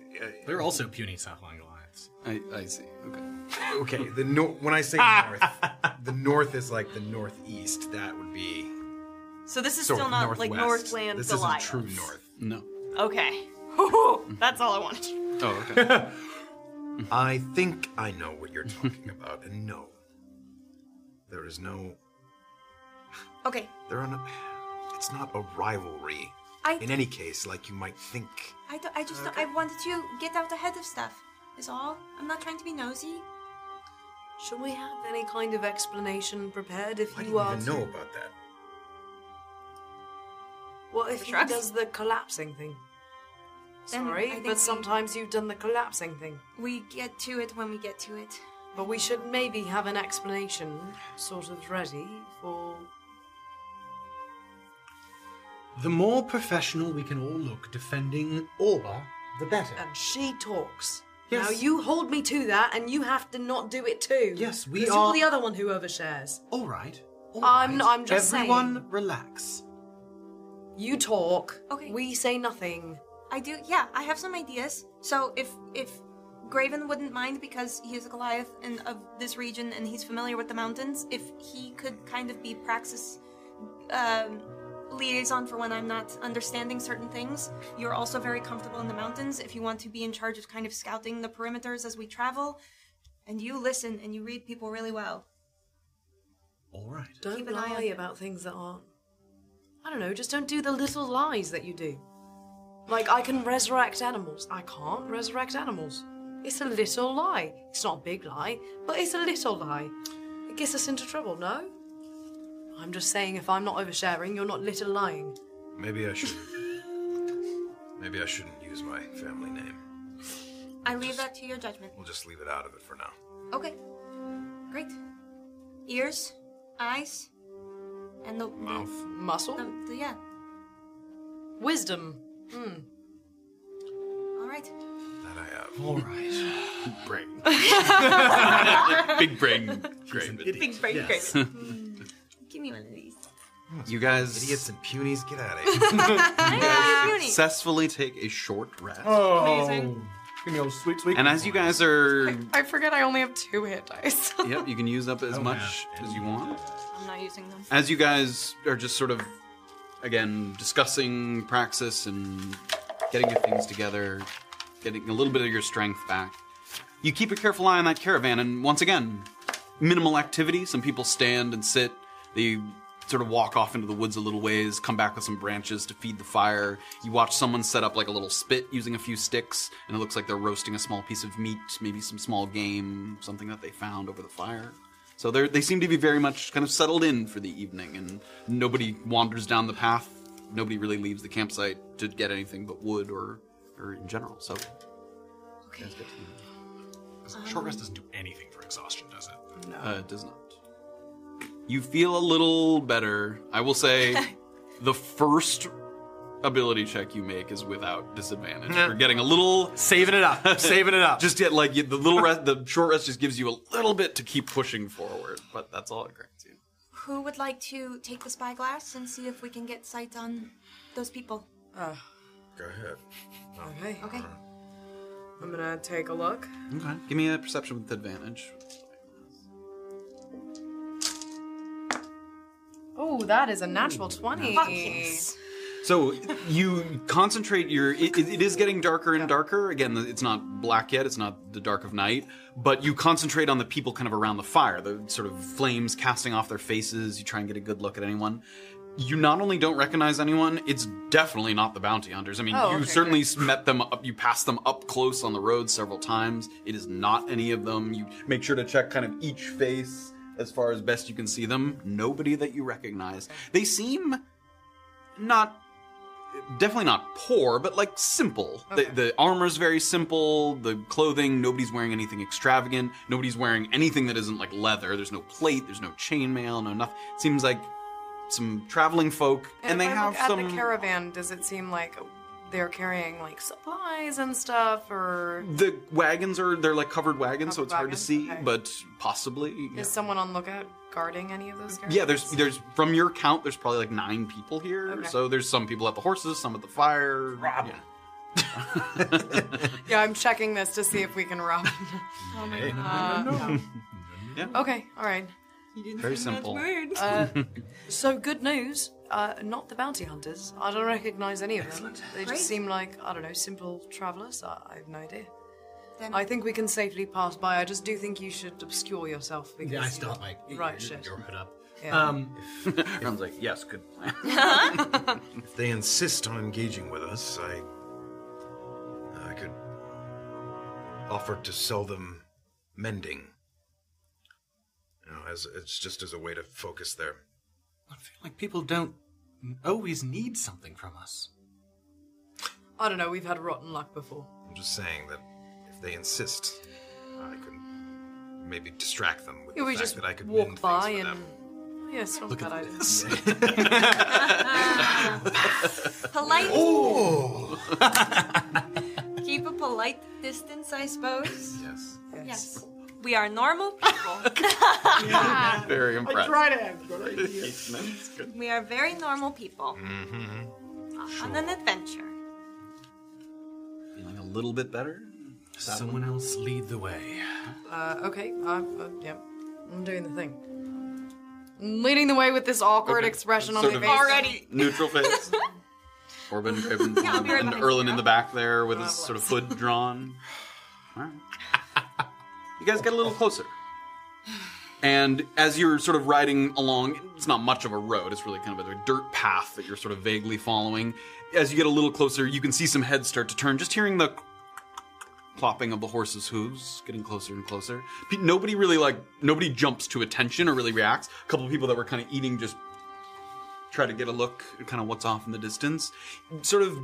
They're also puny Southland Alliance.
I, I see. Okay.
Okay, the nor- when I say north, the north is like the northeast. That would be
So this is
sort
still
of
not like
northwest.
Northland
This
Goliath.
isn't true north.
No.
Okay. Whew, That's all I wanted.
Oh, okay.
I think I know what you're talking about, and no, there is no.
Okay.
There are no. It's not a rivalry.
I-
in any case, like you might think.
I, do- I just don't- I wanted to get out ahead of stuff, is all. I'm not trying to be nosy.
Should we have any kind of explanation prepared if
I
you are
didn't even
to-
know about that.
Well, if he
Shrug.
does the collapsing thing.
Then I
Sorry,
think we-
but sometimes you've done the collapsing thing.
We get to it when we get to it.
But we should maybe have an explanation sort of ready for
The more professional we can all look defending Orba, the better.
and she talks.
Yes.
Now you hold me to that and you have to not do it too.
Yes, we
'Cause
are-
You're the other one who overshares.
All right. all
I'm-
right.
I'm just
Everyone
saying.
relax.
You talk.
Okay.
We say nothing.
I do. Yeah, I have some ideas. So if if Graven wouldn't mind because he is a Goliath and of this region and he's familiar with the mountains, if he could kind of be Praxis um, liaison for when I'm not understanding certain things. You're also very comfortable in the mountains. If you want to be in charge of kind of scouting the perimeters as we travel, and you listen and you read people really well.
All right.
Don't
an eye
lie
on him.
about things that aren't. I don't know, just don't do the little lies that you do. Like, I can resurrect animals. I can't resurrect animals. It's a little lie. It's not a big lie, but it's a little lie. It gets us into trouble, no? I'm just saying, if I'm not oversharing, you're not little lying.
Maybe I should. maybe I shouldn't use my family name.
I leave that to your judgment.
We'll just leave it out of it for now.
Okay. Great. Ears, eyes, and the mouth.
Muscle?
Um, th- yeah.
Wisdom. Hmm.
All right.
That I have.
All right.
brain. Big brain. Great.
Big brain
Yes.
Graven.
Give me one of these.
You guys
Idiots and punies, get out of here.
successfully take a short rest.
Oh.
Amazing.
Oh. Give me all sweet, sweet.
And as you guys are.
I forget I only have two hit dice.
Yep, you can use up as much as you want.
I'm not using them.
As you guys are just sort of, again, discussing praxis and getting your things together, getting a little bit of your strength back, you keep a careful eye on that caravan. And once again, minimal activity. Some people stand and sit. They sort of walk off into the woods a little ways, come back with some branches to feed the fire. You watch someone set up like a little spit using a few sticks, and it looks like they're roasting a small piece of meat, maybe some small game, something that they found over the fire. So they they seem to be very much kind of settled in for the evening, and nobody wanders down the path. Nobody really leaves the campsite to get anything but wood or or in general. So okay.
Short
Um,
rest doesn't do anything for exhaustion, does it?
Uh, it does not. You feel a little better. I will say the first ability check you make is without disadvantage.
Yeah.
You're getting a little
saving it up, saving it up.
Just get like you- the little rest, the short rest just gives you a little bit to keep pushing forward, but that's all it grants you.
Who would like to take the spyglass and see if we can get sight on those people?
Uh,
Go ahead.
okay.
Okay.
I'm gonna take a look.
Okay, give me a perception with advantage.
Oh, that is a natural 20.
Fuck yes.
So you concentrate your. It, it- it is getting darker and darker. Again, it's not black yet. It's not the dark of night. But you concentrate on the people kind of around the fire, the sort of flames casting off their faces. You try and get a good look at anyone. You not only don't recognize anyone, it's definitely not the bounty hunters. I mean,
Oh,
you
okay,
certainly met them up, you passed them up close on the road several times. It is not any of them. You make sure to check kind of each face as far as best you can see them. Nobody that you recognize. They seem not definitely not poor but like simple the, the armor's very simple the clothing nobody's wearing anything extravagant nobody's wearing anything that isn't like leather there's no plate there's no chainmail no nothing seems like some traveling folk and, they
if I
have
look at
some
the caravan, does it seem like they're carrying like supplies and stuff, or
the wagons are they're like covered wagons so it's hard to see
okay.
but possibly yeah.
is someone on lookout guarding any of those? Caravans?
Yeah, there's there's from your count, there's probably like nine people here.
Okay.
So there's some people at the horses, some at the fire. Rob.
Yeah, I'm checking this to see if we can rob.
oh
Hey.
Uh, yeah. Okay, all right.
You didn't
Very say the magic simple. word.
Uh, so good news. Uh, not the bounty hunters. I don't recognize any of them. They
Great.
just seem like I don't know simple travelers. I, I have no idea.
Then-
I think we can safely pass by. I just do think you should obscure yourself because
Yeah, I
you're
start
not
my
right shit.
Your hood up.
Yeah.
Um,
Ron's like, yes, good plan.
If they insist on engaging with us, I I could offer to sell them mending. You know, as it's just as a way to focus their
Like people don't always need something from us.
I don't know. We've had rotten luck before.
I'm just saying that if they insist, I could maybe distract them with
Yeah,
the
we
fact
just
that I could
walk
mend
by
things for
and
them.
yes, not a bad idea.
Polite.
Oh!
Keep a polite distance, I suppose.
Yes.
Yes. We are normal people.
Very impressed.
to have We are very normal people
Mm-hmm.
on an adventure.
Feeling a little bit better?
Someone else lead the way.
Uh, okay. Uh, uh, yeah. I'm doing the thing. I'm leading the way with this awkward
Okay.
expression on
Sort
my
of
face.
Neutral face. Orban, Craven,
Yeah, I'll be right
and
behind
Erlin
you.
in the back there with his sort of hood drawn. Alright. You guys get a little closer. And as you're sort of riding along, it's not much of a road, it's really kind of a dirt path that you're sort of vaguely following. As you get a little closer, you can see some heads start to turn, just hearing the plopping of the horse's hooves getting closer and closer. Pe- Nobody really like nobody jumps to attention or really reacts. A couple of people that were kind of eating just try to get a look at kind of what's off in the distance. Sort of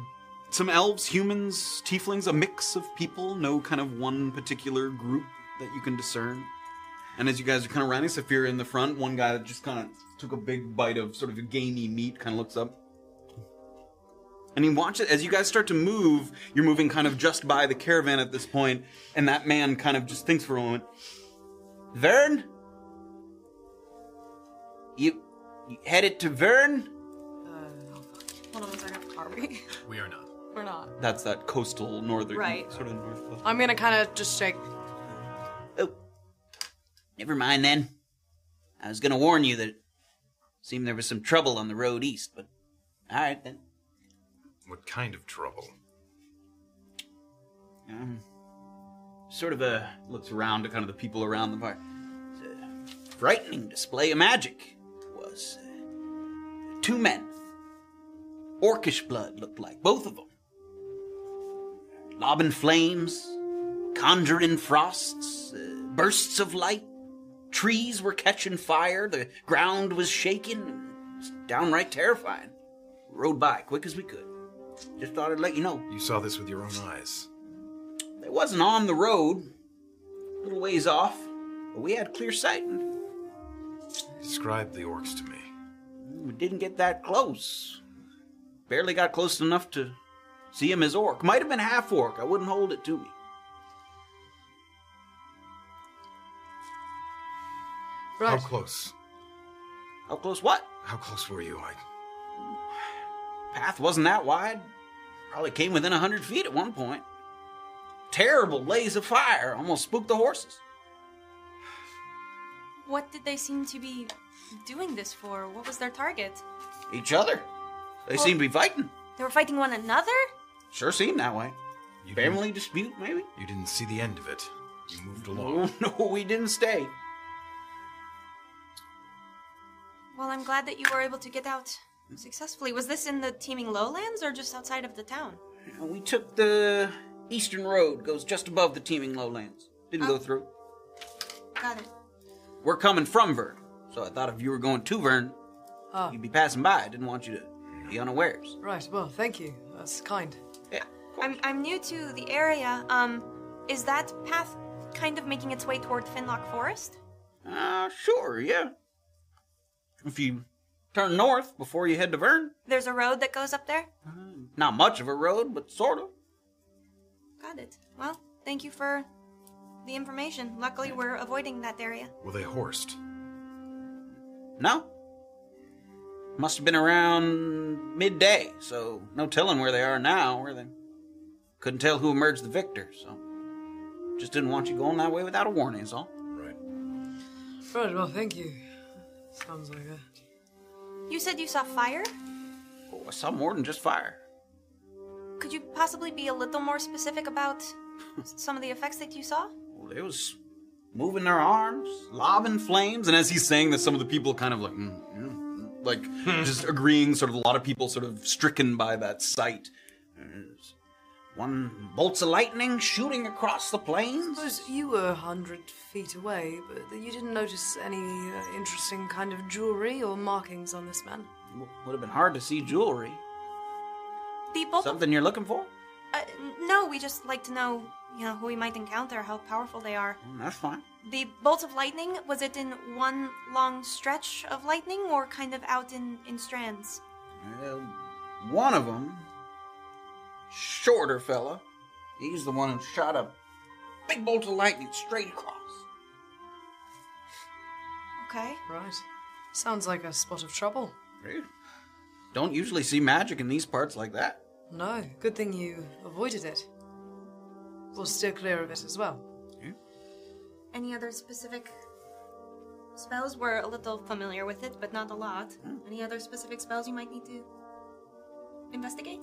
some elves, humans, tieflings, a mix of people, no kind of one particular group that you can discern. And as you guys are kind of riding, Saphira in the front, one guy that just kind of took a big bite of sort of gamey meat kind of looks up. And he watches as you guys start to move, you're moving kind of just by the caravan at this point, and that man kind of just thinks for a moment. Vern? You, you headed to Vern?
Uh, Hold on one second. Are we?
We are not.
We're not.
That's that coastal northern
Right.
sort of north.
I'm gonna kind of just shake.
Never mind then. I was gonna warn you that it seemed there was some trouble on the road east, but alright then.
What kind of trouble?
Um,
Sort of a looks around to kind of the people around the park.
frightening display of magic was uh, two men. Orcish blood looked like, both of them. Lobbing flames, conjuring frosts, uh, bursts of light, trees were catching fire, the ground was shaking. It was downright terrifying. Rode by quick as we could. Just thought I'd let you know.
You saw this with your own eyes.
It wasn't on the road, a little ways off, but we had clear sight.
Describe the orcs to me.
We didn't get that close. Barely got close enough to see him as orc. Might have been half orc. I wouldn't hold it to me.
How close?
How close what?
How close were you? I,
Path wasn't that wide. Probably came within a hundred feet at one point. Terrible blaze of fire almost spooked the horses.
What did they seem to be doing this for? What was their target?
Each other. They seemed to be fighting.
They were fighting one another?
Sure seemed that way. Family dispute, maybe?
You didn't see the end of it. You moved along.
Oh, no, we didn't stay.
Well, I'm glad that you were able to get out successfully. Was this in the teeming lowlands or just outside of the town?
And we took the eastern road, goes just above the teeming lowlands. Didn't go through.
Got it.
We're coming from Vern, so I thought if you were going to Vern,
Ah.
you'd be passing by. I didn't want you to be unawares.
Right, well, thank you. That's kind.
I'm, I'm new to the area. Um, is that path kind of making its way toward Finlock Forest?
Uh, sure, yeah. If you turn north before you head to Vern,
There's a road that goes up there?
not much of a road, but sort of.
Got it. Well, thank you for the information. Luckily, we're avoiding that area.
Were they horsed?
No. Must have been around midday, so no telling where they are now, were they? Couldn't tell who emerged the victor, so just didn't want you going that way without a warning, is all.
Right, well, thank you. Sounds like a.
You said you saw fire?
Oh, I saw more than just fire.
Could you possibly be a little more specific about some of the effects that you saw?
Well, they was moving their arms, lobbing flames,
And as he's saying this, some of the people kind of like, mm, mm, mm, like just agreeing. Sort of a lot of people sort of stricken by that sight.
One bolts of lightning shooting across the plains.
suppose you were a hundred feet away, but you didn't notice any uh, interesting kind of jewelry or markings on this man.
W- Would have been hard to see jewelry.
The bolt
Something you're looking for?
Uh, n- no, we just like to know, you know, who we might encounter, how powerful they are.
Mm, That's fine.
The bolt of lightning, was it in one long stretch of lightning or kind of out in, in strands?
Well, one of them, shorter fella, he's the one who shot a big bolt of lightning straight across.
Okay.
Right. Sounds like a spot of trouble.
Don't usually see magic in these parts like that.
No, good thing you avoided it. We'll steer clear of it as well.
Any other specific spells? We're a little familiar with it, but not a lot. Any other specific spells you might need to investigate?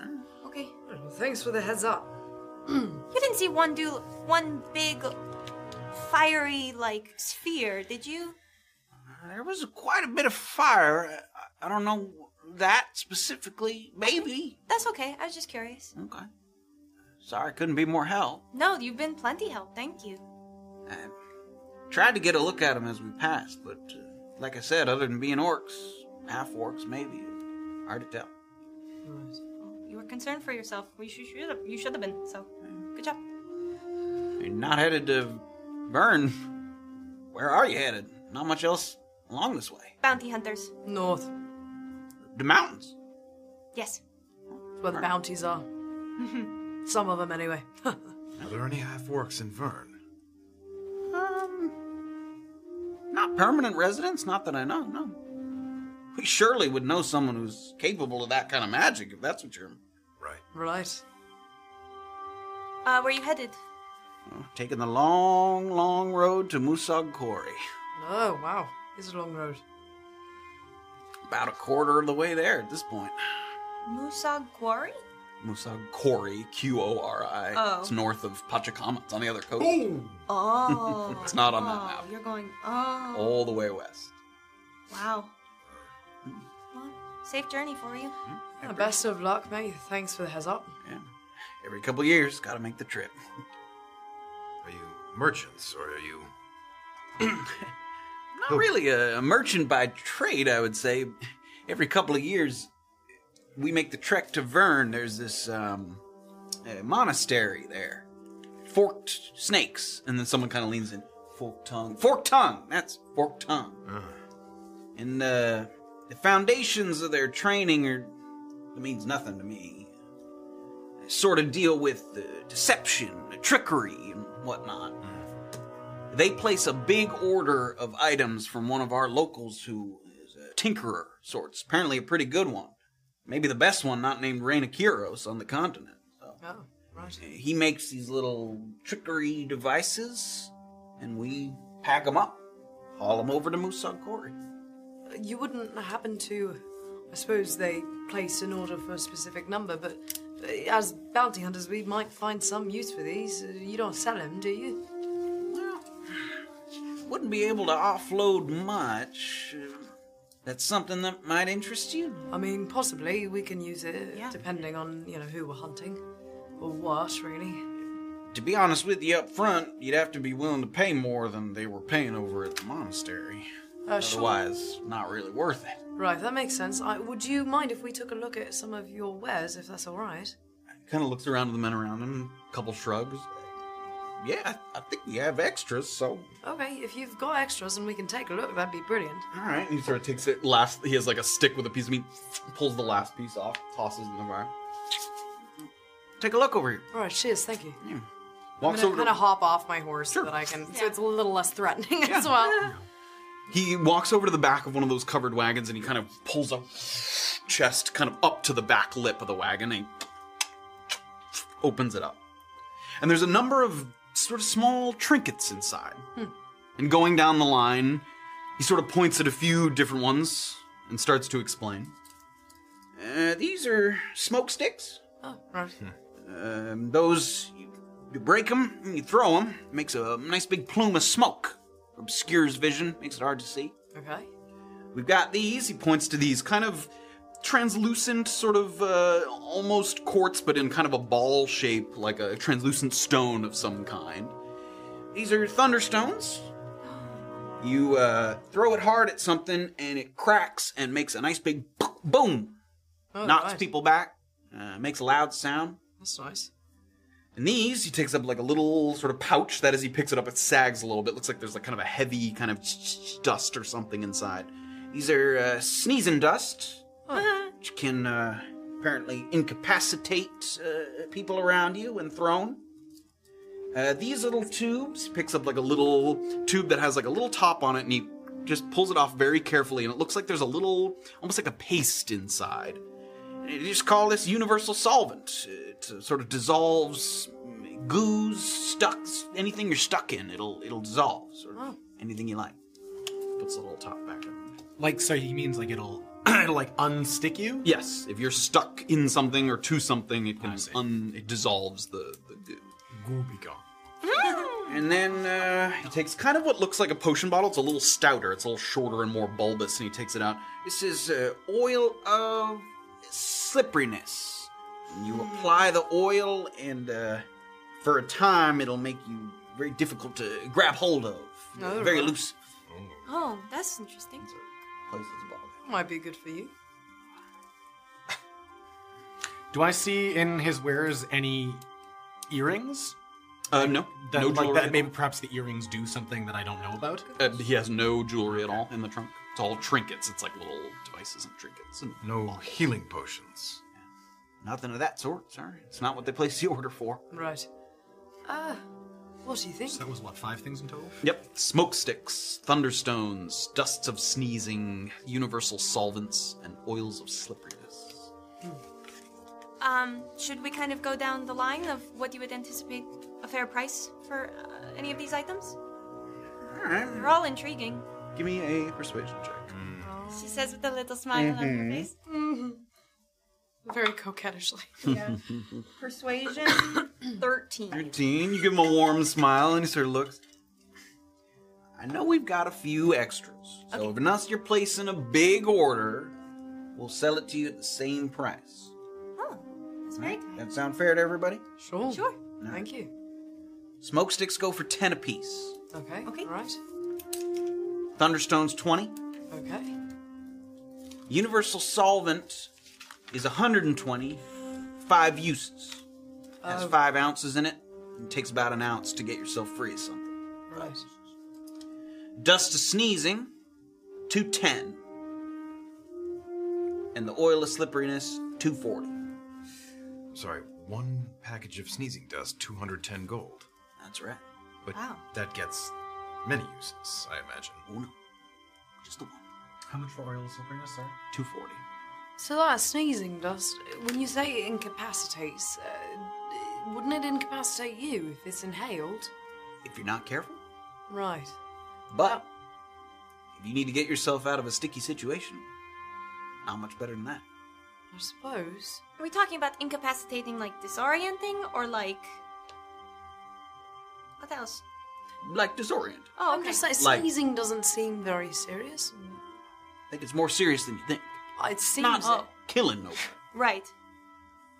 Ah. Okay.
Well, thanks for the heads up.
You didn't see one do one big fiery like sphere, did you?
There was quite a bit of fire. I, I don't know that specifically. Maybe.
That's okay. I was just curious.
Okay. Sorry, couldn't be more help.
No, you've been plenty help. Thank you.
I tried to get a look at them as we passed, but uh, like I said, other than being orcs, half orcs maybe, hard to tell.
You were concerned for yourself. You should, should have, you should have been. So, good job.
You're not headed to Burn. Where are you headed? Not much else along this way.
Bounty hunters.
North,
The mountains.
Yes.
where the bounties are. Some of them, anyway.
Were there any half orcs in Vern?
Um, not permanent residents, not that I know, no. We surely would know someone who's capable of that kind of magic, if that's what you're.
right.
Uh, where you headed?
Oh, taking the long, long road to Musog Quarry.
Oh, wow. It's a long road.
About a quarter of the way there at this point.
Musog Quarry?
Musag Quarry, Q O R I.
Oh.
It's north of Pachacama. It's on the other coast.
Oh.
It's not on that
Oh, You're going. Oh.
All the way west.
Wow. Well, safe journey for you.
Yeah, best of luck, mate. Thanks for the heads up.
Every couple years, gotta make the trip.
Are you merchants, or are you?
Not really a, a merchant by trade, I would say. Every couple of years, we make the trek to Vern. There's this um, uh, monastery there. Forked snakes. And then someone kind of leans in. Forked tongue. Forked tongue! That's forked tongue.
Uh-huh.
And uh, the foundations of their training are. It means nothing to me. They sort of deal with uh, deception, trickery, and whatnot. They place a big order of items from one of our locals who is a tinkerer sorts. Apparently, a pretty good one. Maybe the best one, not named Raina Kyros, on the continent.
Oh, right.
Uh, He makes these little trickery devices, and we pack them up, haul them over to Musan Quarry.
You wouldn't happen to. I suppose they place an order for a specific number, but uh, as bounty hunters, we might find some use for these. Uh, You don't sell them, do you?
Wouldn't be able to offload much. That's something that might interest you.
I mean, possibly we can use it depending on you know who we're hunting or what, really.
To be honest with you up front, you'd have to be willing to pay more than they were paying over at the monastery.
Uh, sure.
Otherwise, not really worth it.
Right, that makes sense. I, would you mind if we took a look at some of your wares, if that's all right?
Kind of looks around at the men around him, couple shrugs.
Yeah, I- I think we have extras, so.
Okay, if you've got extras and we can take a look, that'd be brilliant.
All right, and he sort of takes it last. He has like a stick with a piece of meat, pulls the last piece off, tosses it in the fire.
Take a look over here.
All right, cheers. Thank you.
Walks
I'm gonna
over to-
kind of hop off my horse so that I can, so it's a little less threatening as well.
He walks over to the back of one of those covered wagons and he kind of pulls up chest kind of up to the back lip of the wagon and he opens it up. And there's a number of sort of small trinkets inside.
Hmm.
And going down the line, he sort of points at a few different ones and starts to explain.
Uh, these are smokesticks.
Oh, right.
Um, those, you, you break them, you throw them, makes a nice big plume of smoke. Obscures vision, makes it hard to see.
Okay.
We've got these.
He points to these kind of translucent, sort of uh, almost quartz, but in kind of a ball shape, like a translucent stone of some kind.
These are thunderstones. You uh, throw it hard at something and it cracks and makes a nice big boom.
Oh,
Knocks
right.
people back, uh, makes a loud sound.
That's nice.
And these, he takes up like a little sort of pouch that as he picks it up, it sags a little bit. Looks like there's like kind of a heavy kind of dust or something inside.
These are uh, sneezing dust,
Uh-huh.
which can uh, apparently incapacitate uh, people around you when thrown.
Uh, these little tubes, he picks up like a little tube that has like a little top on it and he just pulls it off very carefully and it looks like there's a little, almost like a paste inside.
They just call this universal solvent. It uh, sort of dissolves mm, goos, stuck, anything you're stuck in, it'll it'll dissolve. Sort of
Oh.
anything you like. Puts the little top back up.
Like, so he means like it'll, it'll like unstick you?
Yes, if you're stuck in something or to something, it can un, it dissolves the, the goo.
Goo be gone.
And then uh, he takes kind of what looks like a potion bottle. It's a little stouter. It's a little shorter and more bulbous. And he takes it out.
This is uh, oil of slipperiness. And you apply the oil, and uh, for a time, it'll make you very difficult to grab hold of.
Oh,
very
right.
loose.
Oh, that's interesting.
Places
Might be good for you.
Do I see in his wares any earrings?
Uh, no.
That,
No
like,
jewelry
that
at
maybe perhaps the earrings do something that I don't know about.
Uh, he has no jewelry at all in the trunk. It's all trinkets. It's like little devices and trinkets. And
No healing potions.
Nothing of that sort, sir. It's not what they place the order for.
Right. Ah, what do you think?
That was what five things in total.
Yep. Smoke sticks, thunderstones, dusts of sneezing, universal solvents, and oils of slipperiness.
Um, should we kind of go down the line of what you would anticipate a fair price for uh, any of these items? They're all intriguing.
Give me a persuasion check.
She says with a little smile on her
Mm-hmm.
Mhm.
Mm-hmm.
face. Mm-hmm.
Very coquettishly.
Yeah. Persuasion 13.
13. You give him a warm smile, and he sort of looks. I know we've got a few extras. So if unless you're placing a big order, we'll sell it to you at the same price.
That's very
That sound fair to everybody?
Sure. Sure.
No.
Thank you.
Smoke sticks go for 10 apiece.
Okay. Okay. All right.
Thunderstone's 20.
Okay.
Universal solvent is 120, five uses. Has
Uh,
five ounces in it. It takes about an ounce to get yourself free of something.
Right.
Dust to sneezing, 210. And the oil of slipperiness, 240.
Sorry, one package of sneezing dust, 210 gold.
That's right.
But
Wow.
that gets many uses, I imagine.
Oh, Just the one.
How much for oil slipperiness, sir?
240.
So that sneezing dust, when you say it incapacitates, uh, wouldn't it incapacitate you if it's inhaled?
If you're not careful.
Right.
But
Oh.
if you need to get yourself out of a sticky situation, not much better than that.
I suppose.
Are we talking about incapacitating, like disorienting, or like what else?
Like disorient.
Oh,
I'm just saying,
Like-
sneezing doesn't seem very serious.
I think it's more serious than you think.
It seems
Not
it.
killing nobody.
Right.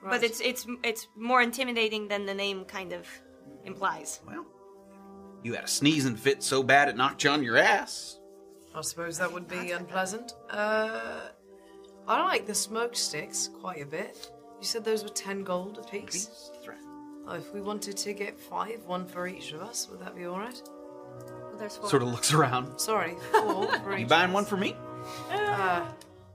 But it's it's it's more intimidating than the name kind of implies.
Well, You had a sneezing fit so bad it knocked you on your ass.
I suppose that would be unpleasant. Uh, I like the smoked sticks quite a bit. You said those were ten gold apiece.
That's right.
Oh, if we wanted to get five, one for each of us, would that be all right?
Well, there's
four.
Sort of looks around.
Sorry, four for
You
each.
buying one for me?
Uh,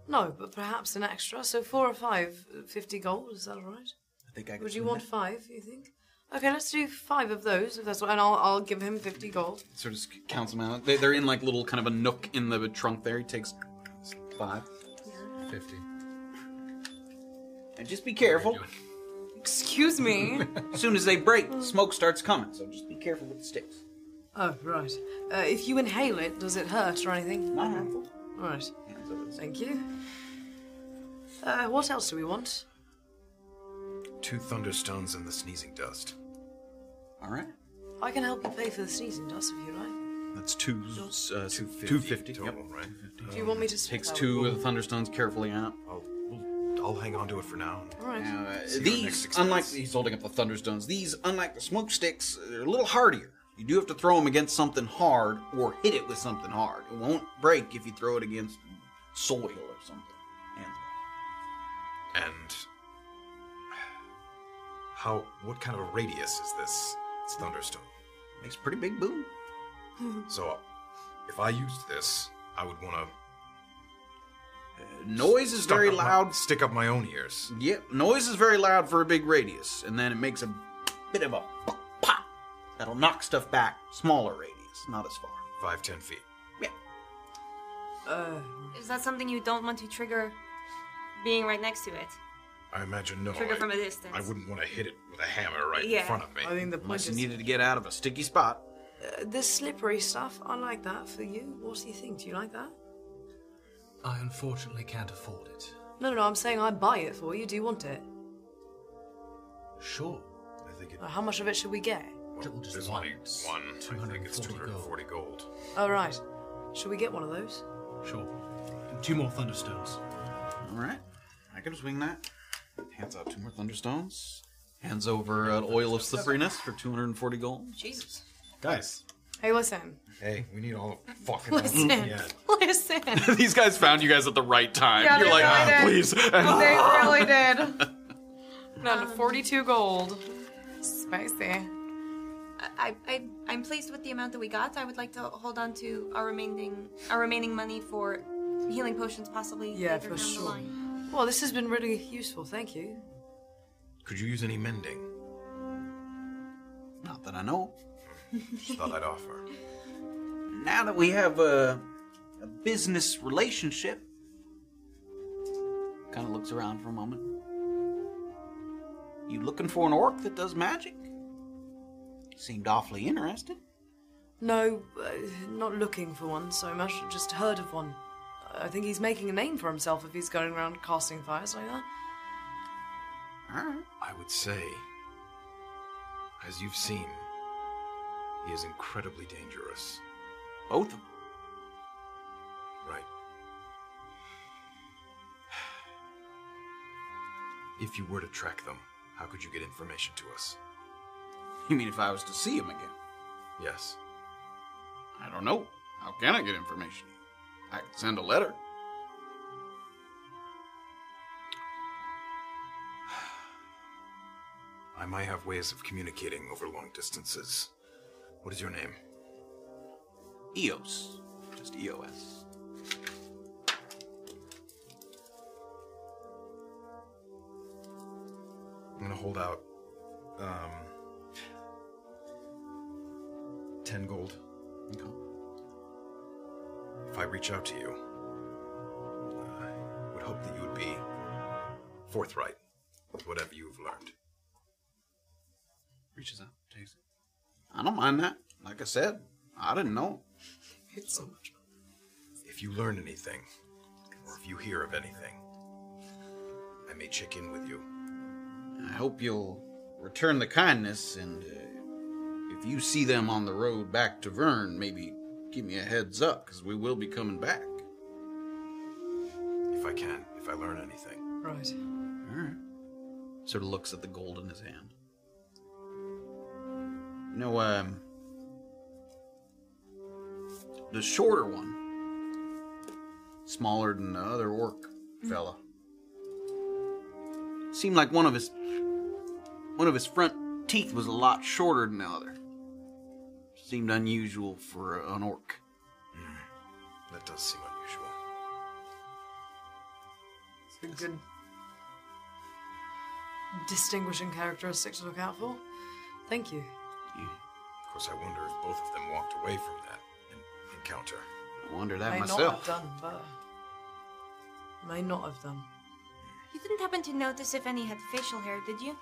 no, but perhaps an extra. So four or five, uh, fifty gold. Is that all right?
I think I could
Would you
swing
want five? You think? Okay, let's do five of those. If that's what, and I'll, I'll give him fifty gold.
Sort of just counts them out. They, they're in like little kind of a nook in the trunk there. He takes five.
50.
And just be careful.
Excuse me.
as soon as they break, smoke starts coming, so just be careful with the sticks.
Oh right. Uh, if you inhale it, does it hurt or anything?
Not harmful.
All right. Thank you. Uh, what else do we want?
Two thunderstones and the sneezing dust.
All right.
I can help you pay for the sneezing dust if you like.
That's two, uh, 250,
total, right?
Do you want me to uh, split
Takes
that
two
with
of the thunderstones carefully out. uh,
I'll, I'll hang on to it for now.
All right.
See our next
these,
expense.
unlike he's holding up the thunderstones, these, unlike the smoke sticks, they're a little hardier. You do have to throw them against something hard or hit it with something hard. It won't break if you throw it against soil or something.
And how? What kind of a radius is this? It's thunderstone.
Makes a pretty big boom.
So, if I used this, I would want to.
Uh, noise is
stuck
very
up my-
loud.
stick up my own ears.
Yep, noise is very loud for a big radius, and then it makes a bit of a pop pop that'll knock stuff back. Smaller radius, not as far.
Five, ten feet.
Uh,
Is that something you don't want to trigger? Being right next to it.
I imagine no.
Trigger
I,
from a distance.
I wouldn't want to hit it with a hammer right
Yeah.
in front of me.
I think the point
Unless you
is-
needed to get out of a sticky spot.
Uh, this slippery stuff, I like that for you. What do you think? Do you like that?
I unfortunately can't afford it.
No, no, no. I'm saying I buy it for you. Do you want it?
Sure.
I think it,
Uh, how much of it should we get?
well, there's only one. I think it's 240 gold.
All Oh, right. Should we get one of those?
Sure. Two more thunderstones.
All right. I can swing that. Hands out two more thunderstones. Hands over an oil of slipperiness for 240
Oh.
gold.
Jesus.
Guys.
Hey, listen.
Hey, we need all the fucking
Listen. Listen.
These guys found you guys at the right time.
Yeah,
You're
they
like,
really
"Ah,
did.
please. And-
they really did. No, no, 42 gold. Spicy.
I, I I'm pleased with the amount that we got. I would like to hold on to our remaining our remaining money for healing potions, possibly.
Yeah,
later
for
down the
sure.
line.
Well, this has been really useful. Thank you.
Could you use any mending?
Not that I know.
Just thought I'd offer.
Now that we have a, a business relationship, kind of looks around for a moment. You looking for an orc that does magic? Seemed awfully interested.
No, uh, not looking for one so much, just heard of one. I think he's making a name for himself if he's going around casting fires like that.
Alright.
I would say, as you've seen, he is incredibly dangerous.
Both of them.
Right. If you were to track them, how could you get information to us?
You mean if I was to see him again?
Yes.
I don't know. How can I get information? I can send a letter.
I might have ways of communicating over long distances. What is your name?
EOS. Just E EOS.
I'm gonna hold out um, ten gold. If I reach out to you, I would hope that you would be forthright with whatever you've learned.
Reaches out, takes it. I don't mind that. Like I said, I didn't know. It's so much.
If you learn anything, or if you hear of anything, I may check in with you.
I hope you'll return the kindness, and uh, if you see them on the road back to Vern, maybe give me a heads up, because we will be coming back.
If I can, if I learn anything.
Right. All right. Sort of looks at the gold in his hand. You know, um, the shorter one, smaller than the other orc fella, seemed like one of his one of his front teeth was a lot shorter than the other. Seemed unusual for an orc.
Hmm. That does seem unusual.
It's been good. Distinguishing characteristics to look out for. Thank you.
Of course, I wonder if both of them walked away from that en- encounter.
I wonder that
May not have
myself.
done, but may not have done.
You didn't happen to notice if any had facial hair, did you?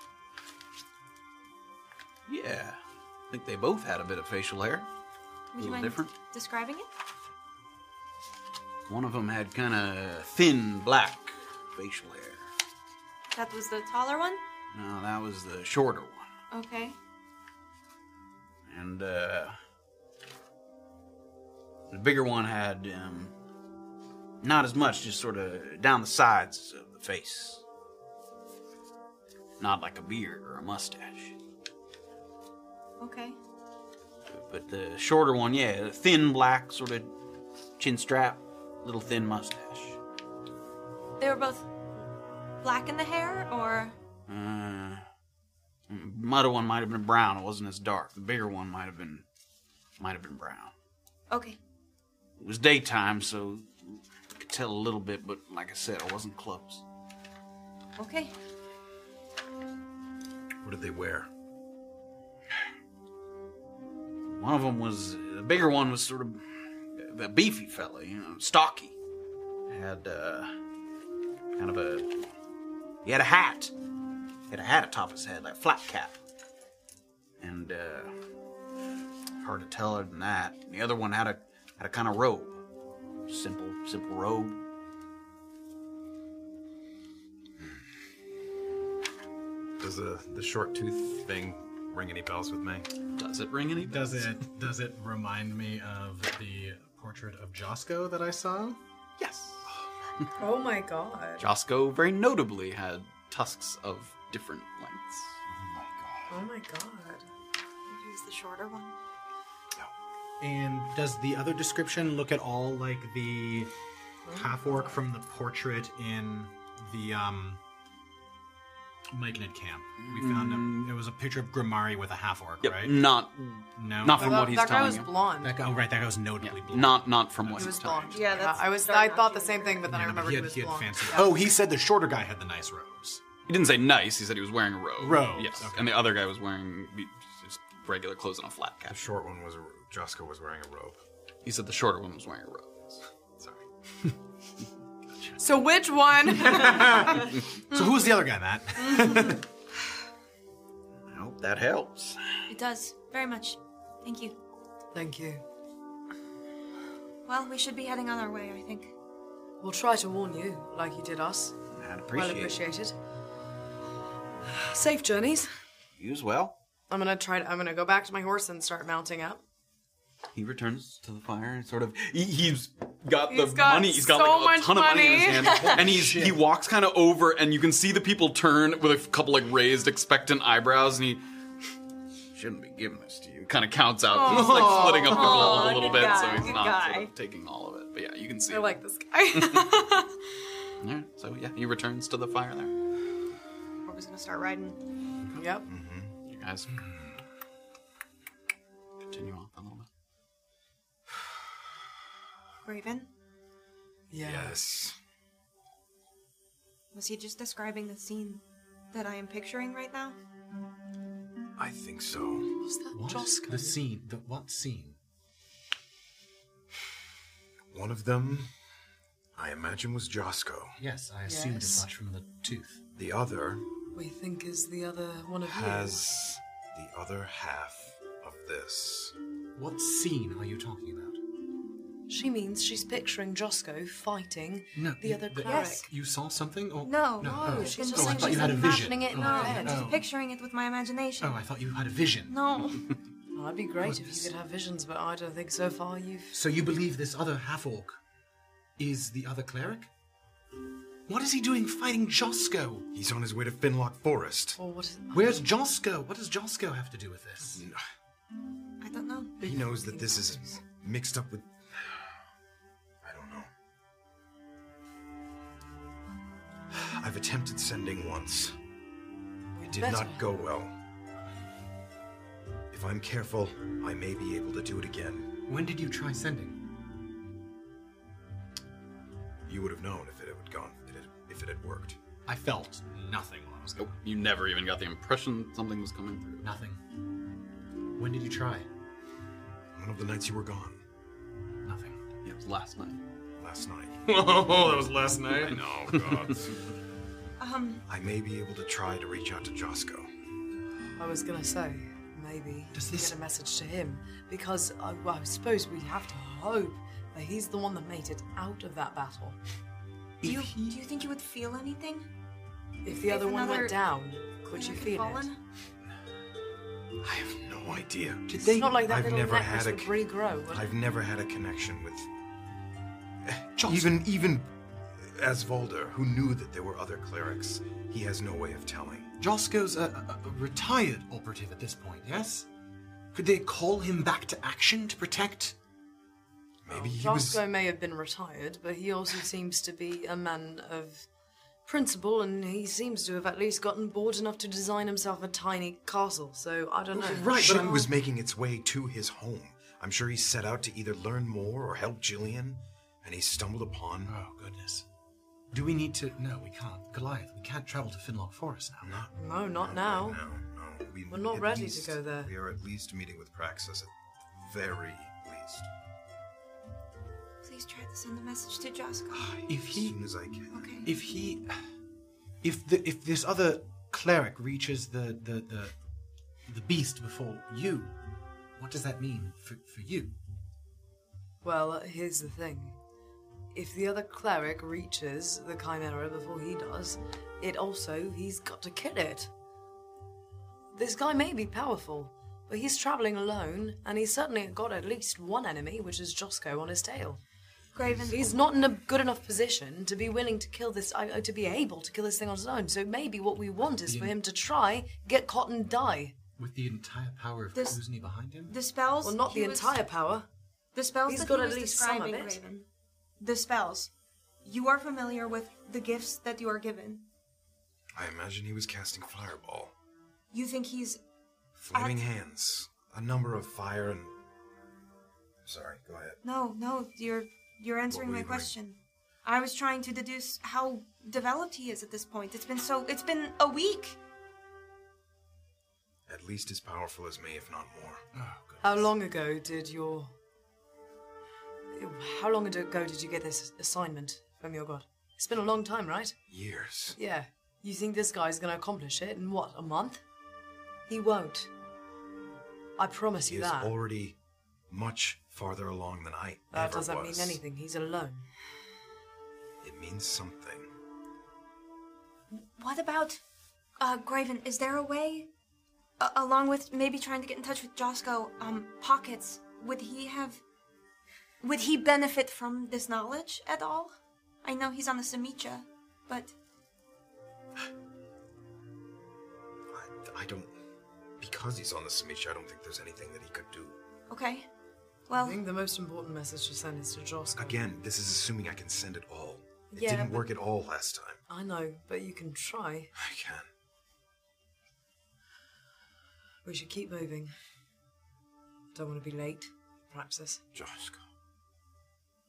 Yeah. I think they both had a bit of facial hair. A
Would you
little
mind
different.
describing it?
One of them had kind of thin black facial hair.
That was the taller one?
No, that was the shorter one.
Okay.
And uh, the bigger one had um, not as much, just sort of down the sides of the face. Not like a beard or a mustache.
Okay.
But the shorter one, yeah, thin black, sort of chin strap, little thin mustache.
They were both black in the hair, or
Uh, mother one might have been brown. It wasn't as dark. The bigger one might have been might have been brown.
okay.
It was daytime, so I could tell a little bit, but like I said, I wasn't close.
Okay.
What did they wear?
One of them was the bigger one was sort of a beefy fella, you know, stocky. Had uh, kind of a he had a hat. He had a hat atop his head, like a flat cap. And uh, hard to tell other than that. The other one had a had a kind of robe, simple simple robe.
Does the, the short tooth thing ring any bells with me?
Does it ring any
Does it does it remind me of the portrait of Josco that I saw?
Yes.
Oh my god.
Josco very notably had tusks of different lengths.
Oh my god.
Maybe it was the shorter one.
And does the other description look at all like the half orc from the portrait in the um Mike and Ed camp? We found him. It was a picture of Grimari with a half orc, right?
Mm. Not
no,
not from what he's
that guy
telling
was
you.
blonde.
That guy, oh, right, that guy was notably blonde.
Not not from what
He
he's
was
telling
blonde.
Yeah, that's.
I was. I thought the same thing, but then I
No, no,
remembered he,
he had,
was
he had
blonde.
fancy.
Yeah.
Oh, he said the shorter guy had the nice robes.
you. He didn't say nice. He said he was wearing a robe.
Robes,
Yes.
okay.
And the other guy was wearing just regular clothes and a flat cap.
The short one was a, Josco was wearing a robe.
He said the shorter one was wearing a robe.
So which one?
So who's the other guy, Matt?
I hope that helps.
It does very much. Thank you.
Thank you.
Well, we should be heading on our way, I think.
We'll try to warn you, like you did us.
I'd appreciate,
well appreciated. Safe journeys.
it. You as well.
I'm gonna try. To, I'm gonna go back to my horse and start mounting up.
He returns to the fire and sort of he, he's got the
He's got
money. He's got
so
like a
much
ton of money in his
money.
hand, and he's he walks kind of over, and you can see the people turn with a couple like raised expectant eyebrows, and he
shouldn't be giving this to you.
Kind of counts out. He's like splitting up the globe a little bit, so he's
good
not
guy.
sort of taking all of it. But yeah, you can see.
I
it.
like this guy.
All right, so yeah, he returns to the fire there.
We're just gonna start riding. Yep.
Mm-hmm.
You guys continue on a little bit.
Graven?
Yes.
Was he just describing the scene that I am picturing right now?
I think so.
What? The scene. The what scene?
One of them, I imagine, was Josco.
Yes, I assumed
Yes.
as much from the tooth.
The other
We think is the other one of
has the other half of this.
What scene are you talking
you.
about?
She means she's picturing Josco fighting the
you-
other cleric.
You saw something? Or
No,
No,
Oh,
she's
oh,
just
I
saying
thought you
she's
had a vision.
imagining it.
Oh,
No,
okay.
I'm
Oh.
just picturing it with my imagination.
Oh, I thought you had a vision.
No.
Well, that'd be great if you could have visions, but I don't think so far you've.
So you believe this other half orc is the other cleric? What is he doing fighting Josco?
He's on his way to Finlock Forest.
Or what is
Where's Josco? What does Josco have to do with this?
I don't know.
He knows that this is mixed up with. I don't know. I've attempted sending once. It did
better.
not go well. If I'm careful, I may be able to do it again.
When did you try sending?
You would have known if it had gone, if it had, if it had worked.
I felt nothing while I was
going. You never even got the impression something was coming through.
Nothing. When did you try?
One of the nights you were gone.
Nothing.
Yeah, it was last night.
Last night.
Oh, that was last night.
I know, God.
Um,
I may be able to try to reach out to Josco.
I was gonna say, maybe get a message to him because I, well, I suppose we have to hope that he's the one that made it out of that battle.
do you, do you think you would feel anything?
If the other one
another
went down, could you
cleric had
feel it?
fallen?
I have no idea. Did
it's not like that
I've
little
never
necklace
had a
would
c-
regrow. would
I've never had a connection with even even Asvolder, who knew that there were other clerics. He has no way of telling.
Josco's a, a, a retired operative at this point, yes? Could they call him back to action to protect?
Maybe
Roscoe may have been retired, but he also seems to be a man of principle, and he seems to have at least gotten bored enough to design himself a tiny castle. So I don't know.
shit was making its way to his home. I'm sure he set out to either learn more or help Jillian, and he stumbled upon.
Oh goodness. Do we need to? No, we can't. Goliath, we can't travel to Finlock Forest now.
No, not now.
No, we,
We're not
at
ready to
least-
go there.
We are at least meeting with Praxis at very least.
Please try to send a message to Josco.
Ah, If he, as
soon as I can.
Okay.
If he, if the if this other cleric reaches the the the, the beast before you, what does that mean for, for you?
Well, here's the thing. If the other cleric reaches the Chimera before he does, it also, he's got to kill it. This guy may be powerful, but he's travelling alone, and he's certainly got at least one enemy, which is Josco on his tail.
Graven.
He's not in a good enough position to be willing to kill this, uh, to be able to kill this thing on his own, so maybe what we want is for him to try, get caught, and die.
With the entire power of
This-
Kuzni behind him,
The spells.
Well, not
he
the
was-
entire power.
The spells
He's
that
got
he
at
was
least some of
describing,
it.
Graven. The spells. You are familiar with the gifts that you are given.
I imagine he was casting fireball,
You think he's
flaming hands, a number of fire and. Sorry, go ahead.
no, no. You're you're answering
were
my
you doing?
question. I was trying to deduce how developed he is at this point. It's been so. It's been a week.
At least as powerful as me, if not more.
How long ago did your. How long ago did you get this assignment from your god? It's been a long time, right?
Years.
Yeah. You think this guy's gonna accomplish it in what, a month? He won't. I promise
He
you
is
that.
already much farther along than I
That
ever
doesn't
was.
mean anything. He's alone.
It means something.
What about uh, Graven? Is there a way, a- along with maybe trying to get in touch with Josco, um, pockets? Would he have? Would he benefit from this knowledge at all? I know he's on the Samicha, but
I, I don't. because he's on the Samish, I don't think there's anything that he could do.
Okay. Well,
I think the most important message to send is to Jolsk.
Again, this is assuming I can send it all. It
Yeah,
didn't
but-
work at all last time.
I know, but you can try.
I can.
We should keep moving. Don't want to be late. Practice.
Josk.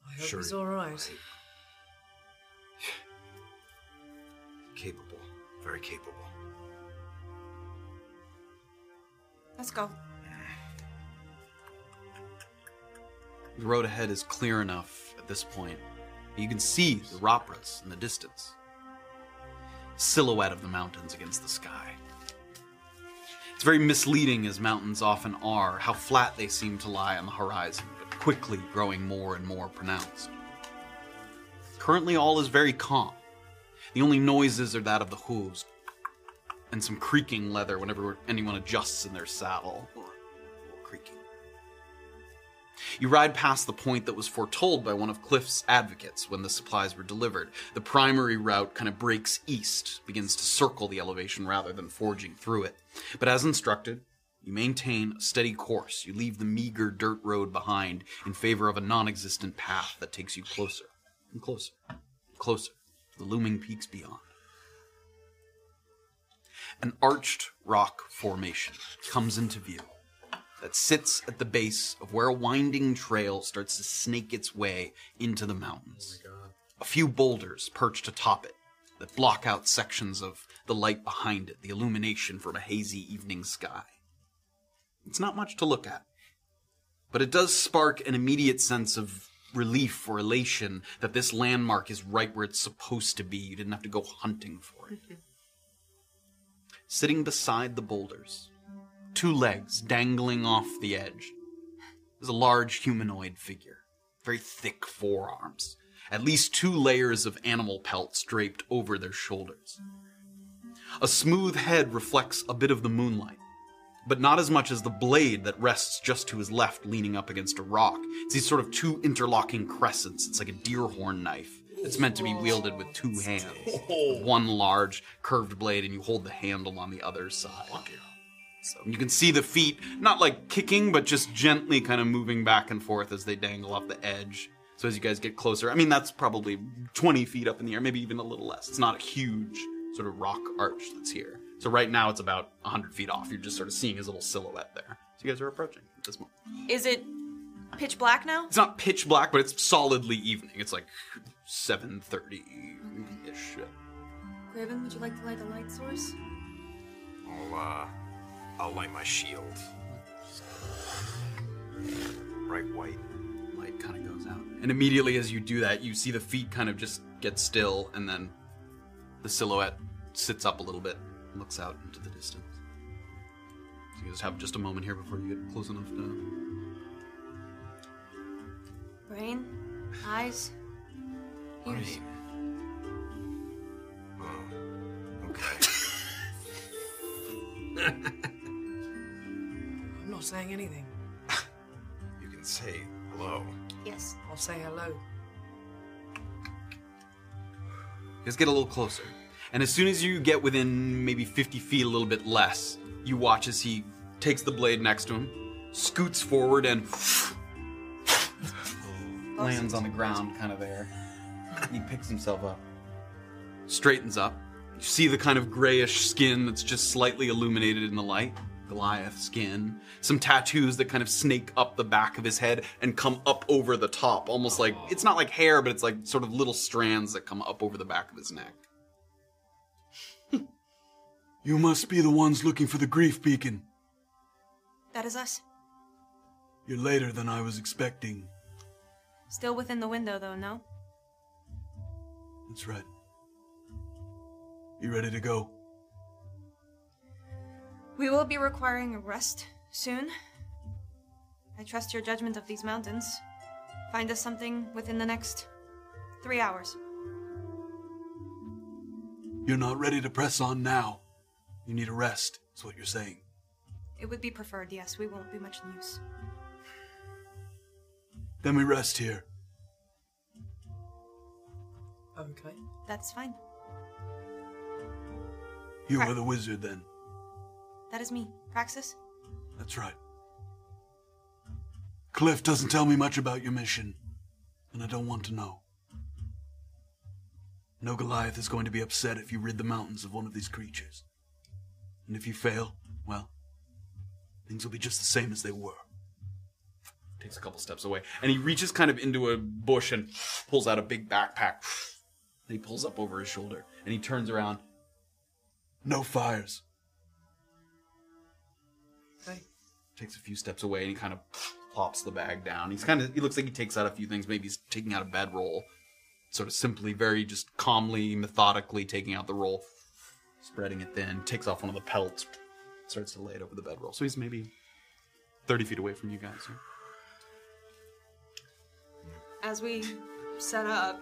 I hope
Sure.
he's all right.
Capable. Very capable.
let's go.
The road ahead is clear enough at this point. You can see the Ropras in the distance. Silhouette of the mountains against the sky. It's very misleading, as mountains often are, how flat they seem to lie on the horizon, but quickly growing more and more pronounced. Currently, all is very calm. The only noises are that of the hooves and some creaking leather whenever anyone adjusts in their saddle. Creaking. You ride past the point that was foretold by one of Cliff's advocates when the supplies were delivered. The primary route kind of breaks east, begins to circle the elevation rather than forging through it. But as instructed, you maintain a steady course. You leave the meager dirt road behind in favor of a non existent path that takes you closer and closer, closer to the looming peaks beyond. An arched rock formation comes into view that sits at the base of where a winding trail starts to snake its way into the mountains. A few boulders perched atop it that block out sections of the light behind it, the illumination from a hazy evening sky. It's not much to look at, but it does spark an immediate sense of relief or elation that this landmark is right where it's supposed to be. You didn't have to go hunting for it. Sitting beside the boulders, two legs dangling off the edge, is a large humanoid figure. Very thick forearms, at least two layers of animal pelts draped over their shoulders. A smooth head reflects a bit of the moonlight, but not as much as the blade that rests just to his left, leaning up against a rock. It's these sort of two interlocking crescents. It's like a deer horn knife. It's meant to be wielded with two hands. One large curved blade, and you hold the handle on the other side. So you can see the feet, not like kicking, but just gently kind of moving back and forth as they dangle off the edge. So as you guys get closer, I mean, that's probably 20 feet up in the air, maybe even a little less. It's not a huge sort of rock arch that's here. So right now it's about 100 feet off. You're just sort of seeing his little silhouette there. So you guys are approaching at this moment.
Is it pitch black now?
It's not pitch black, but it's solidly evening. It's like 7.30-ish.
Graven, would you like to light a light source?
I'll, uh, I'll light my shield. Bright white.
Light kind of goes out. Oh. And immediately as you do that, you see the feet kind of just get still, and then the silhouette sits up a little bit, and looks out into the distance. So you just have just a moment here before you get close enough to.
Brain, eyes, ears.
Oh,
I'm not saying anything.
You can say hello.
Yes.
I'll say hello.
You guys get a little closer, and as soon as you get within maybe 50 feet, a little bit less, you watch as he takes the blade next to him, scoots forward, and lands on the ground, kind of there. He picks himself up. straightens up. You see the kind of grayish skin that's just slightly illuminated in the light. Goliath skin. Some tattoos that kind of snake up the back of his head and come up over the top. Almost like, it's not like hair, but it's like sort of little strands that come up over the back of his neck.
You must be the ones looking for the grief beacon.
That is us.
You're later than I was expecting.
Still within the window, though, no?
That's right. You ready to go?
We will be requiring a rest soon. I trust your judgment of these mountains. Find us something within the next three hours.
You're not ready to press on now. You need a rest, is what you're saying.
It would be preferred, yes. We won't be much use.
Then we rest here.
Okay.
That's fine.
You
Right.
are the wizard then.
That is me, Praxis.
That's right. Cliff doesn't tell me much about your mission, and I don't want to know. No Goliath is going to be upset if you rid the mountains of one of these creatures. And if you fail, well, things will be just the same as they were.
Takes a couple steps away, and he reaches kind of into a bush and pulls out a big backpack. And he pulls up over his shoulder, and he turns around.
No fires.
takes a few steps away and he kind of plops the bag down. He's kind of he looks like he takes out a few things. Maybe he's taking out a bedroll, sort of simply, very just calmly, methodically taking out the roll, spreading it thin. Takes off one of the pelts, starts to lay it over the bedroll. So he's maybe thirty feet away from you guys. yeah.
As we set up,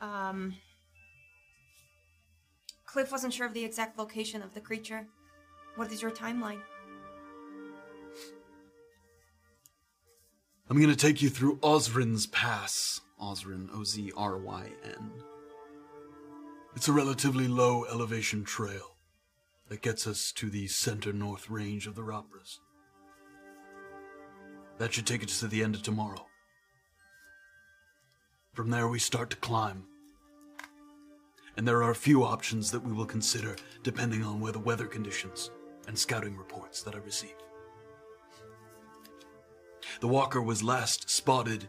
Um. Cliff wasn't sure of the exact location of the creature. What is your timeline?
I'm going to take you through
Osrin's Pass. Osrin, O Z R Y N.
It's a relatively low elevation trail that gets us to the center north range of the Rapras. That should take us to the end of tomorrow. From there, we start to climb. And there are a few options that we will consider depending on weather weather conditions and scouting reports that I receive. The walker was last spotted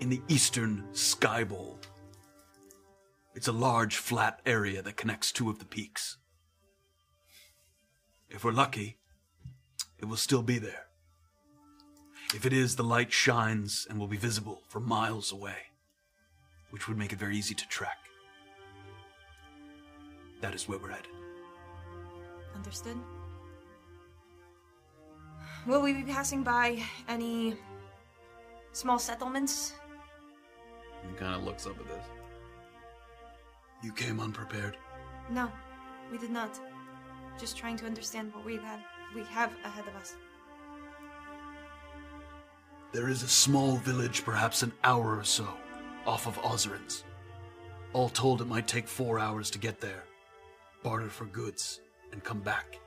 in the eastern sky bowl. It's a large flat area that connects two of the peaks. If we're lucky, it will still be there. If it is, the light shines and will be visible from miles away, which would make it very easy to track. That is where we're headed.
Understood? Will we be passing by any small settlements?
He kind of looks up at this.
You came unprepared.
No, we did not. Just trying to understand what we had we have ahead of us.
There is a small village, perhaps an hour or so, off of Osrin's. All told, it might take four hours to get there, barter for goods, and come back,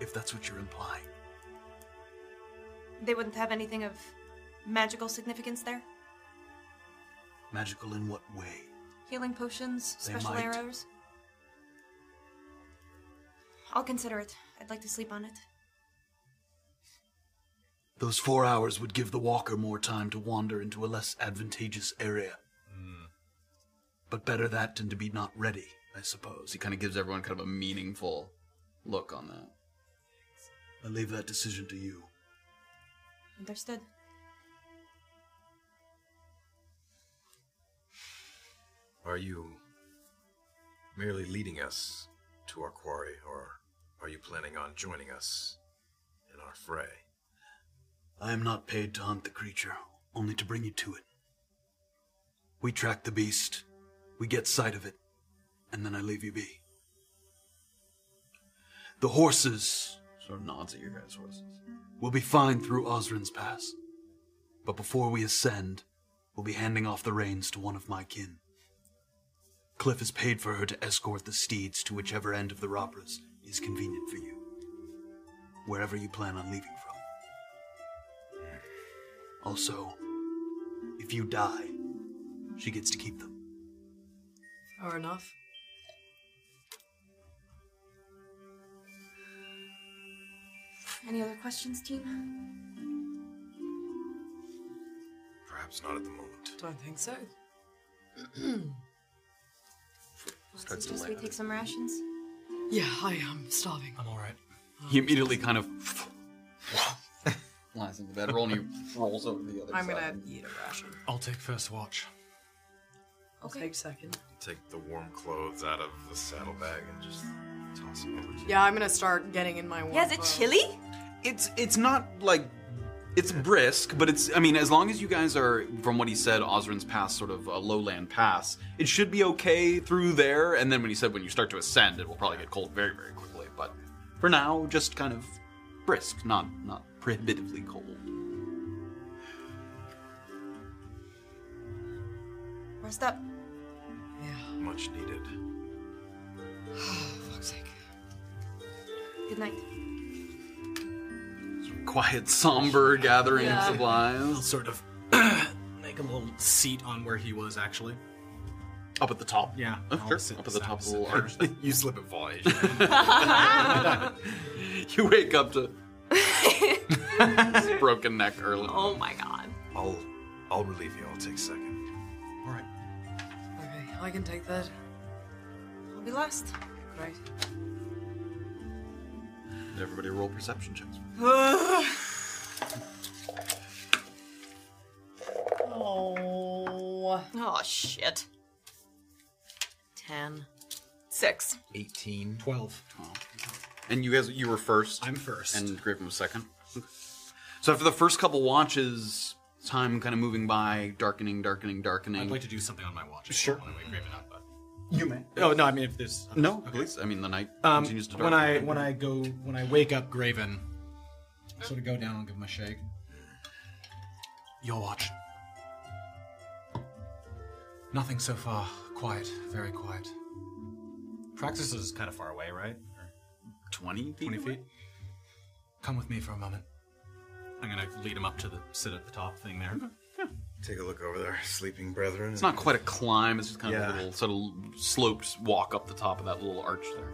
if that's what you're implying.
They wouldn't have anything of magical significance there.
Magical in what way?
Healing potions,
They
special
might.
arrows. I'll consider it. I'd like to sleep on it.
Those four hours would give the walker more time to wander into a less advantageous area.
Hmm.
But better that than to be not ready, I suppose.
He kind of gives everyone kind of a meaningful look on that.
I leave that decision to you.
Understood.
Are you merely leading us to our quarry, or are you planning on joining us in our fray?
I am not paid to hunt the creature, only to bring you to it. We track the beast, we get sight of it, and then I leave you be. The horses.
Sort of nods at your guys' horses.
Will be fine through Osrin's Pass. But before we ascend, we'll be handing off the reins to one of my kin. Cliff has paid for her to escort the steeds to whichever end of the Robras is convenient for you. Wherever you plan on leaving from. Also, if you die, she gets to keep them.
Or enough.
Any other questions, team?
Perhaps not at the moment.
Don't think so.
Starts to
Just
lay
we
on
take some rations.
Yeah, I am starving. I'm alright.
He immediately kind of lies in the bedroll and he rolls over to the other
I'm
side.
gonna eat a ration.
I'll take first watch.
I'll take second.
Take the warm clothes out of the saddlebag and just toss them over to you.
Yeah, I'm gonna start getting in my warm. Yeah, is it
chilly?
It's it's not like it's brisk, but it's I mean, as long as you guys are from what he said, Osrin's pass sort of a lowland pass, it should be okay through there, and then when he said when you start to ascend, it will probably get cold very, very quickly. But for now, just kind of brisk, not not prohibitively cold.
Rest up.
Much needed.
Fuck's sake.
Good night.
Quiet, somber gathering
Yeah.
of supplies.
Sort of Make a little seat on where he was actually.
Up at the top.
Yeah.
Oh,
I'll
sure.
sit
Up at the top of the
opposite.
large. you slip and fall.
Asian.
you wake up to his broken neck early.
Oh my god.
I'll I'll relieve you. I'll take second.
Okay, I can take that.
I'll be last.
Right.
Everybody roll perception checks.
oh.
Oh shit. Ten.
Six.
18. 12. And you guys, you were first. I'm first. And Griffin was second. So after the first couple watches, time kind of moving by, darkening, darkening, darkening.
I'd like to do something on my watch.
Sure.
You may. Oh no, I mean if there's
No, please. I mean, the night
Um,
continues to darken.
when I when I go when I wake up Graven, I sort of go down and give him a shake. Your watch. Nothing so far. Quiet, very quiet. Praxis is kind of far away, right?
Twenty feet.
Twenty feet. Come with me for a moment. I'm gonna lead him up to the sit at the top thing there.
Take a look over there, sleeping brethren.
It's not quite a climb. It's just kind
Yeah.
of a little sort of sloped walk up the top of that little arch there.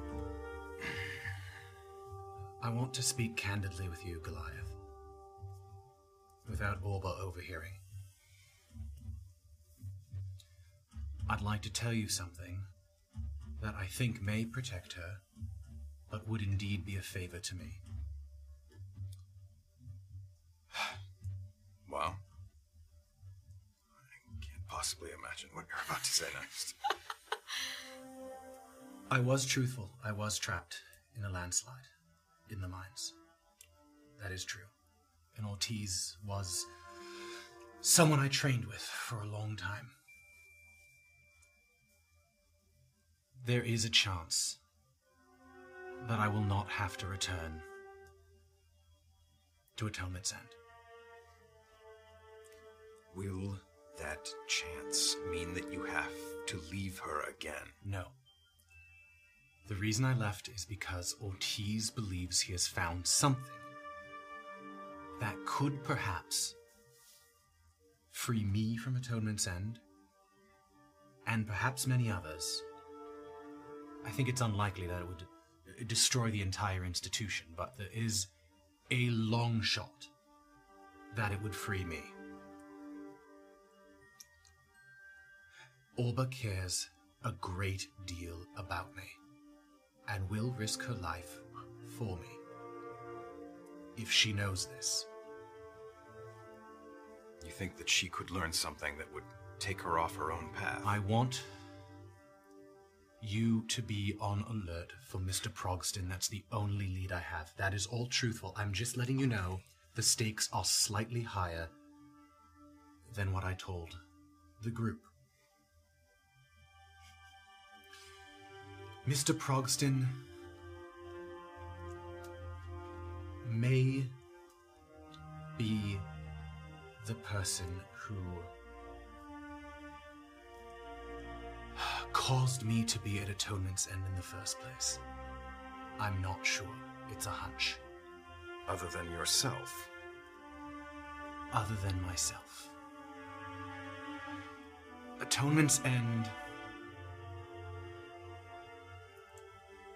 I want to speak candidly with you, Goliath. Without Orba overhearing. I'd like to tell you something that I think may protect her, but would indeed be a favor to me.
Wow. I can't possibly imagine what you're about to say next.
I was truthful. I was trapped in a landslide in the mines. That is true. And Ortiz was someone I trained with for a long time. There is a chance that I will not have to return to Atonement's End.
Will that chance mean that you have to leave her again?
No. The reason I left is because Ortiz believes he has found something that could perhaps free me from Atonement's End and perhaps many others. I think it's unlikely that it would uh, destroy the entire institution, but there is a long shot that it would free me. Orba cares a great deal about me and will risk her life for me if she knows this.
You think that she could learn something that would take her off her own path?
I want you to be on alert for Mr. Progston. That's the only lead I have. That is all truthful. I'm just letting you know the stakes are slightly higher than what I told the group. Mr. Progston may be the person who caused me to be at Atonement's End in the first place? I'm not sure. It's a hunch.
Other than yourself.
Other than myself. Atonement's End.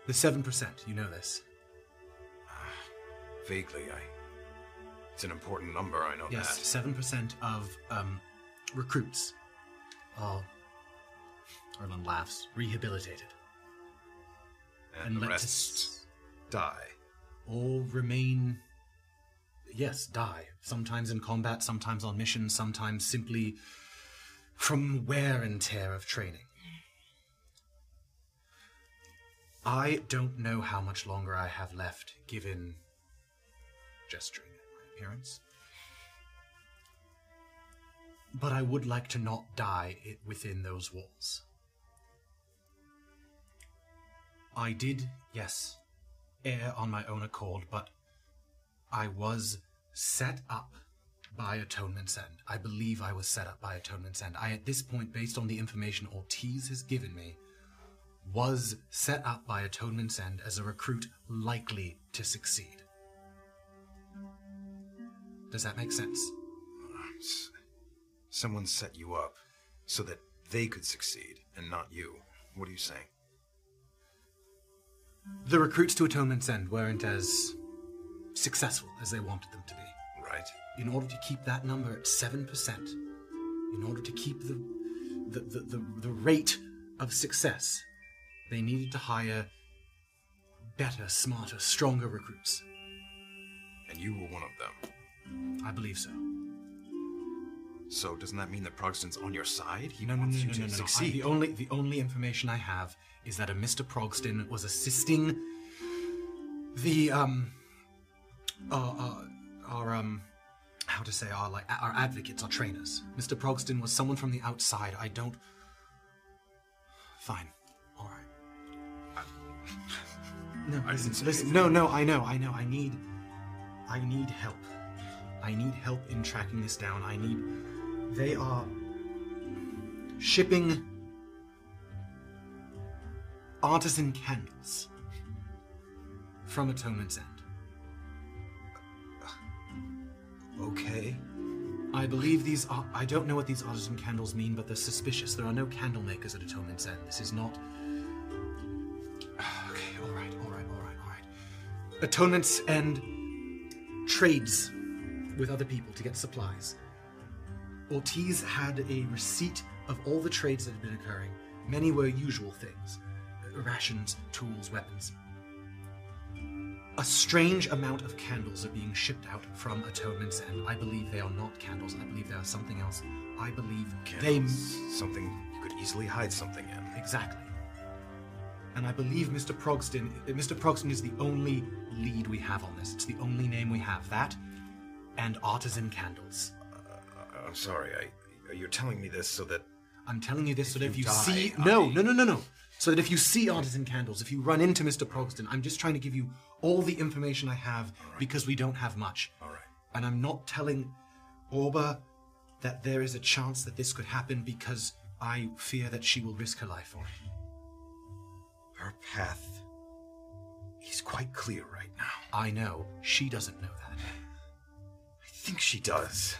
The 7%, you know this.
Vaguely, I. It's an important number, I know
yes,
that.
7% of um, recruits are. Erlen laughs. Rehabilitated.
And, the
let
rest
us-
die.
or remain yes die sometimes in combat sometimes on mission sometimes simply from wear and tear of training i don't know how much longer i have left given gesturing at my appearance but i would like to not die i- within those walls i did yes air on my own accord, but I was set up by Atonement's End. I believe I was set up by Atonement's End. I, at this point, based on the information Ortiz has given me, was set up by Atonement's End as a recruit likely to succeed. Does that make sense?
Uh, S- Someone set you up so that they could succeed and not you. What are you saying?
The recruits to Atonement's End weren't as successful as they wanted them to be.
Right.
In order to keep that number at 7%, in order to keep the, the, the, the, the rate of success, they needed to hire better, smarter, stronger recruits.
And you were one of them.
I believe so.
So doesn't that mean that Progston's on your side? He
no, no,
wants
no,
you
no,
to
no, no, no. I,
succeed.
the only the only information I have is that a Mr. Progston was assisting the um our, our, our um how to say our like a- our advocates, our trainers. Mr. Progston was someone from the outside. I don't. Fine, all right. No,
I didn't
listen,
say
listen.
anything.
No, no, I know, I know. I need, I need help. I need help in tracking this down. I need. They are shipping artisan candles from Atonement's End. Okay. I believe these are. I don't know what these artisan candles mean, but they're suspicious. There are no candle makers at Atonement's End. This is not. Okay, alright, alright, alright, alright. Atonement's End trades with other people to get supplies. Ortiz had a receipt of all the trades that had been occurring. Many were usual things uh, rations, tools, weapons. A strange amount of candles are being shipped out from Atonement's End. I believe they are not candles. I believe they are something else. I believe they.
Candles, something you could easily hide something in.
Exactly. And I believe Mr. Progston. uh, Mr. Progston is the only lead we have on this. It's the only name we have. That and artisan candles.
I- Uh, I'm sorry. I, you're telling me this so that
I'm telling you this so that if you
you die,
see
I-
no, no, no, no, no. So that if you see artisan candles, if you run into Mr. Progston, I'm just trying to give you all the information I have because we don't have much. All
right.
And I'm not telling Orba that there is a chance that this could happen because I fear that she will risk her life for it.
her path is quite clear right now.
I know she doesn't know that.
I think she does.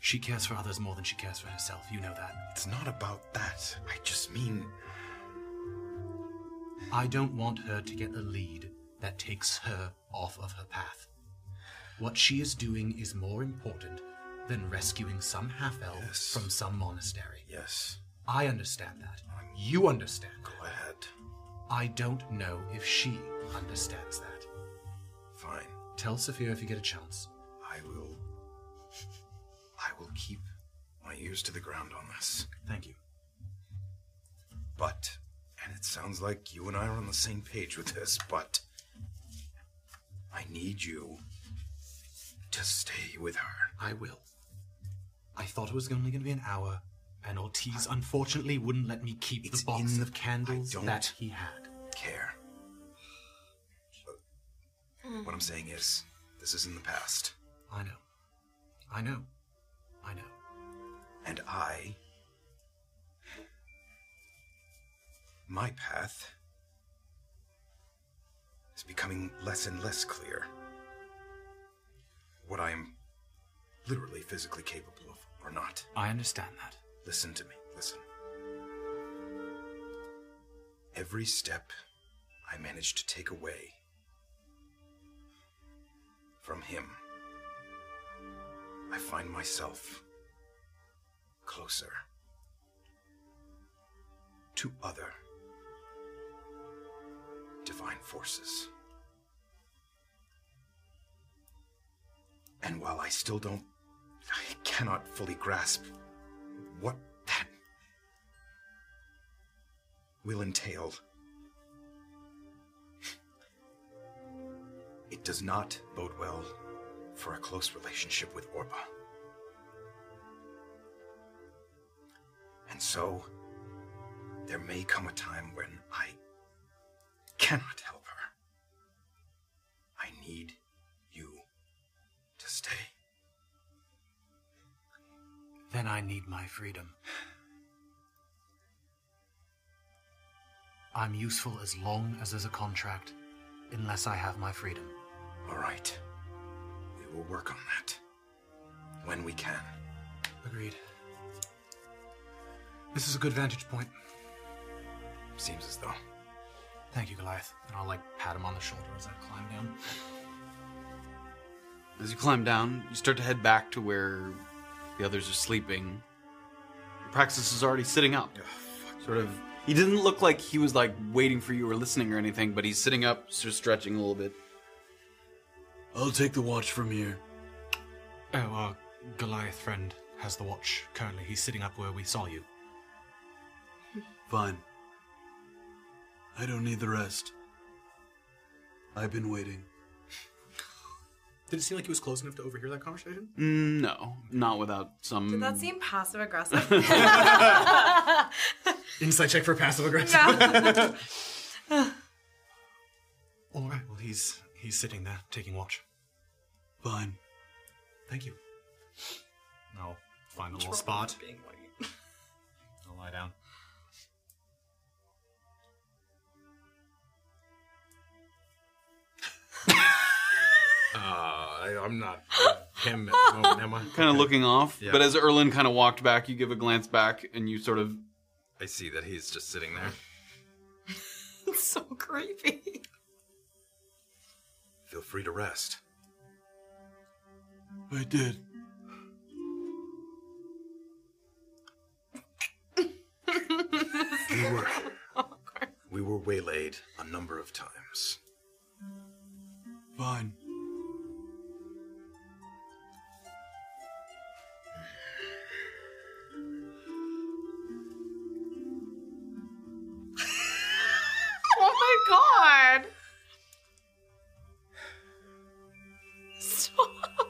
She cares for others more than she cares for herself. You know that.
It's not about that. I just mean
I don't want her to get a lead that takes her off of her path. What she is doing is more important than rescuing some half elf from some monastery.
Yes. Um,
I understand that. You understand. Go
ahead.
I don't know if she understands that.
Fine.
Tell Sophia if you get a chance.
I will. I will keep my ears to the ground on this.
Thank you.
But, and it sounds like you and I are on the same page with this, but I need you to stay with her.
I will. I thought it was only going to be an hour, and Ortiz unfortunately wouldn't let me keep the box of candles that he had.
Care. What I'm saying is, this is in the past,
I know. I know. I know.
and I. My path is becoming less and less clear. What I am literally physically capable of or not.
I understand that.
Listen to me. Listen. Every step I manage to take away from him, I find myself closer to other divine forces. And while I still don't, I cannot fully grasp what that will entail. It does not bode well for a close relationship with Orba. And so, there may come a time when I cannot help her. I need you to stay.
Then I need my freedom. I'm useful as long as there's a contract, unless I have my freedom.
All right. We will work on that when we can.
Agreed. This is a good vantage point.
Seems as though.
Thank you, Goliath. And I'll like pat him on the shoulder as I climb down.
As you climb down, you start to head back to where the others are sleeping. Praxis is already sitting up. sort of. He didn't look like he was like waiting for you or listening or anything, but he's sitting up, sort of stretching a little bit.
I'll take the watch from here.
Oh, our Goliath friend has the watch currently. He's sitting up where we saw you.
Fine. I don't need the rest. I've been waiting.
Did it seem like he was close enough to overhear that conversation?
Mm, No, not without some.
Did that seem passive aggressive?
Insight check for passive aggressive.
No.
All right. Well, he's he's sitting there taking watch.
Fine.
Thank you. I'll find a little spot. I'll lie down.
Uh, I, I'm not with him at the moment, am I?
Kind of
Okay.
looking off,
Yeah.
but as Erlin kind of walked back, you give a glance back and you sort of.
I see that he's just sitting there.
it's so creepy.
Feel free to rest.
I did.
We were, we were waylaid a number of times.
Fine.
oh my god. Stop.
Oh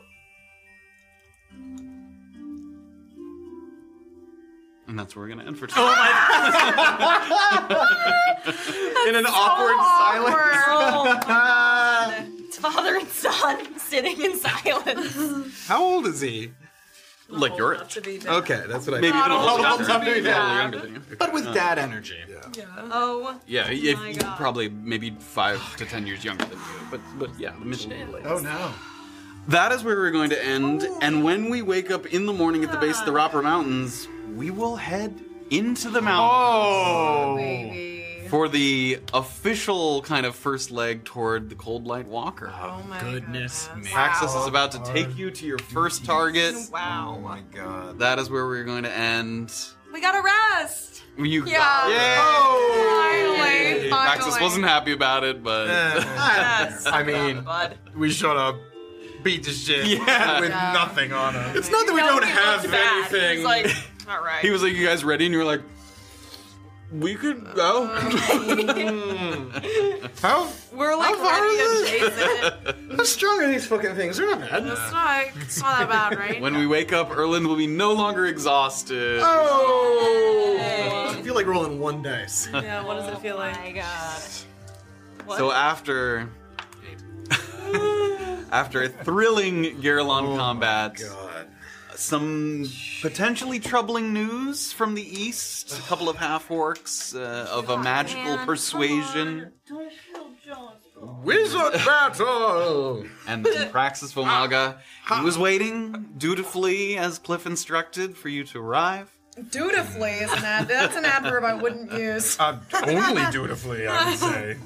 And that's where we're going to end for
Oh
today.
In an awkward
Oh
silence.
It's father and son sitting in silence.
How old is he?
Like
you're enough to be dad.
Okay, that's what I
Maybe
thought.
even
Not
older.
old enough to be
Yeah,
dad.
younger than you.
But with
Uh,
dad energy. Yeah.
Oh.
Yeah,
he-
if- probably maybe five to ten years younger than you, but but yeah, the middle.
Oh no.
That is where we're going to end. And when we wake up in the morning at the base of the Roper Mountains, we will head into the
Oh.
mountains for the official kind of first leg toward the Cold Light Walker. Oh
my
goodness! Access is about to take you to your first target.
Wow.
Oh my god! That is where we're going to end.
We gotta rest.
You
Yeah.
Yay!
Finally,
Axis
finally.
wasn't happy about it, but
I
mean, we showed up, beat the shit
Yeah.
with
Yeah.
nothing on us. It's not that we don't have anything.
all right.
he was like, "You guys ready?" And you were like, "We could go."
Hmm. How?
We're like ready adjacent.
How strong are these fucking things? They're not bad.
It's not, it's not that bad, right?
When we wake up, Erland will be no longer exhausted.
Oh.
Oh.
Hey.
I feel like rolling one dice.
Yeah, what does it feel like? Oh my god. What?
So after after a thrilling Garrulon
Oh
combat, some potentially troubling news from the east. A couple of half orcs uh, of a magical persuasion.
Wizard battle! Ah.
And some Praxis Vomalga. He was waiting dutifully, as Cliff instructed, for you to arrive.
Dutifully is an ad. That's an adverb I wouldn't use.
Uh, Only dutifully, I would say.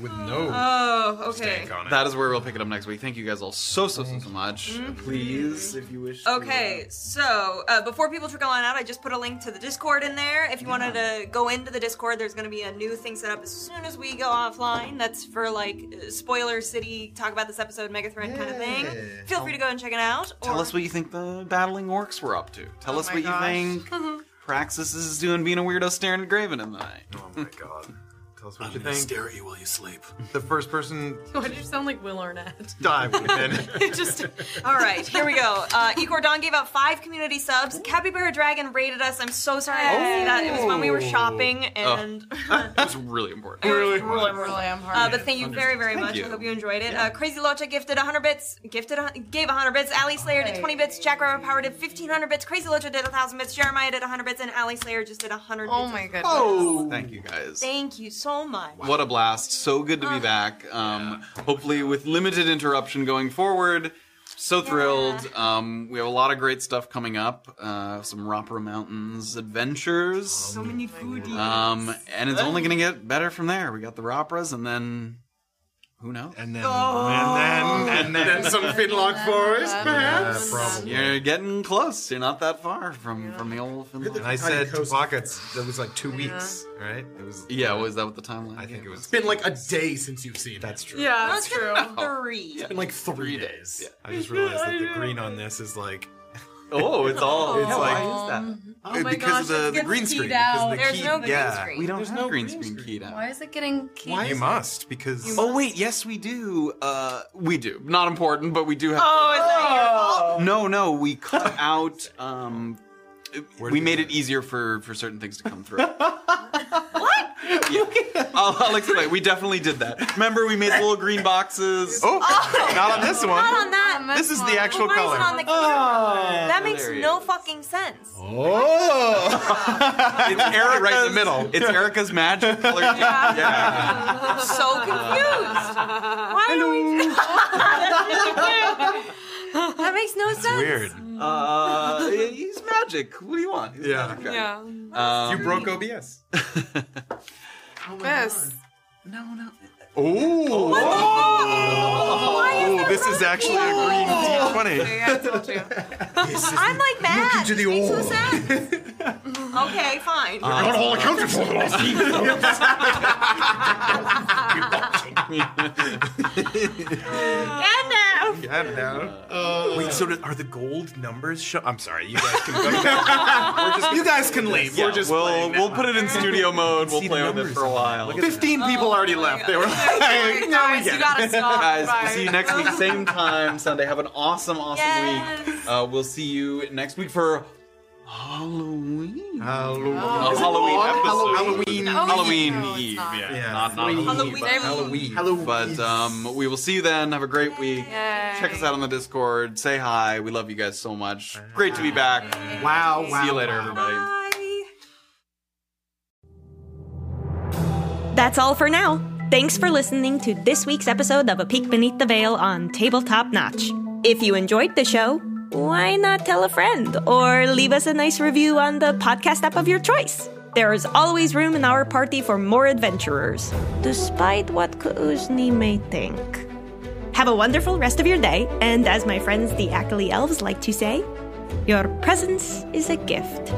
With no.
Oh, okay.
That is where we'll pick it up next week. Thank you guys all so, so, so, so much.
Mhm.
Please, if you wish. to,
Okay, so uh, before people trickle on out, I just put a link to the Discord in there. If you wanted to go into the Discord, there's going to be a new thing set up as soon as we go offline. That's for like uh, spoiler city, talk about this episode, mega thread kind of thing.
Yeah.
Feel free to go and check it out.
Tell us what you think the battling orcs were up to.
Oh
Tell us what you think Praxis is doing being a weirdo staring at Graven in the night.
Oh my god. Tell us what
I'm
you
gonna
think.
stare at you while you sleep.
The first person
Why did you sound like Will Arnett?
dive within.
Just
All right, here we go. Uh, Igor Don gave out five community subs. Capybara Dragon rated us. I'm so sorry I didn't see that. It was when we were shopping,
Oh.
and
That's really important.
really, really, I'm hard. Uh, but thank you very, very
Thank
much.
you.
I hope you enjoyed it. Uh, Crazy Locha gifted 100 bits, gifted a, hun- gave 100 bits. Ali Slayer did 20 bits. Jack Rabbit Power did 1500 bits. Crazy Locha did 1000 bits. Jeremiah did 100 bits, and Ali Slayer just did 100. Oh bits. my goodness!
Thank you guys.
Thank you so much.
What a blast. So good
Ah.
to be back. Um, Hopefully, with limited interruption going forward. So thrilled. Um, we have a lot of great stuff coming up. Uh, some Ropera Mountains adventures. So
many foodies.
Um, and it's only going to get better from there. We got the Roperas, and then who knows? And then,
and then, and then,
Then
Oh.
some Finlock Forest, perhaps?
You're getting close. You're not that far from from the old Finlock.
And I said Tobacco, that was like two weeks, right? It was.
Yeah, was that what the timeline?
I think it was.
It's been like a day since you've seen That's
true.
Yeah,
that's
true.
Three.
It's been like three days.
I just realized that the green on this is like.
Oh, it's all.
It's
Yeah,
like.
why is
Uh, because of the, the green screen. because of the key- yeah.
We don't have green screen keyed out.
Why is it getting keyed?
You must because.
Oh wait, yes we do. Uh, we do. Not important, but we do have.
Oh, is that your fault?
Oh, No, no, we cut out. Um, we made it easier for for certain things to come through. what? Yeah. I'll, I'll explain. We definitely did that. Remember, we made the little green boxes.
Oh,
not on this one. Not on that.
This is the actual
Why is
color.
it on the
Oh.
that makes
There you
no fucking sense.
Oh!
it's Erica's, right in the middle. It's Erica's magic color.
I'm so confused. Why do we? that makes no sense.
Weird.
Uh, he's magic. What do you want? He's a
Yeah.
magic guy. Um,
Yeah.
Um,
you broke OBS.
Oh Yes.
No, no.
Oh!
Oh,
this is actually a green D20.
I'm like mad. Look into the makes no sense. okay, fine.
You're not all accounted
for, the
last
And now.
Yeah, no.
Oh.
Wait, so did, are the gold numbers show? I'm sorry, you guys can go. We're just-
You guys can leave. We're just
we'll we'll put it in studio mode. We'll
See the
play with it
numbers
for a while.
Fifteen people already
Oh,
left. They were
Hey,
like,
now
"No, we get it."
Guys, we'll see you next week, same time, Sunday. Have an awesome, awesome week. Uh, we'll see you next week for Halloween.
Halloween.
Oh, Halloween
Halloween.
episode. Halloween. Oh, Eve. Yeah. Not, not Halloween.
Halloween.
but-
Halloween.
But um, we will see you then. Have a great week. Check us out on the Discord. Say hi. We love you guys so much. Great to be back.
Wow.
See
wow,
you later,
wow.
everybody.
That's all for now. Thanks for listening to this week's episode of A Peek Beneath the Veil on Tabletop Notch. If you enjoyed the show, why not tell a friend or leave us a nice review on the podcast app of your choice? There is always room in our party for more adventurers, despite what Kuzni may think. Have a wonderful rest of your day, and as my friends the Ackley Elves like to say, your presence is a gift.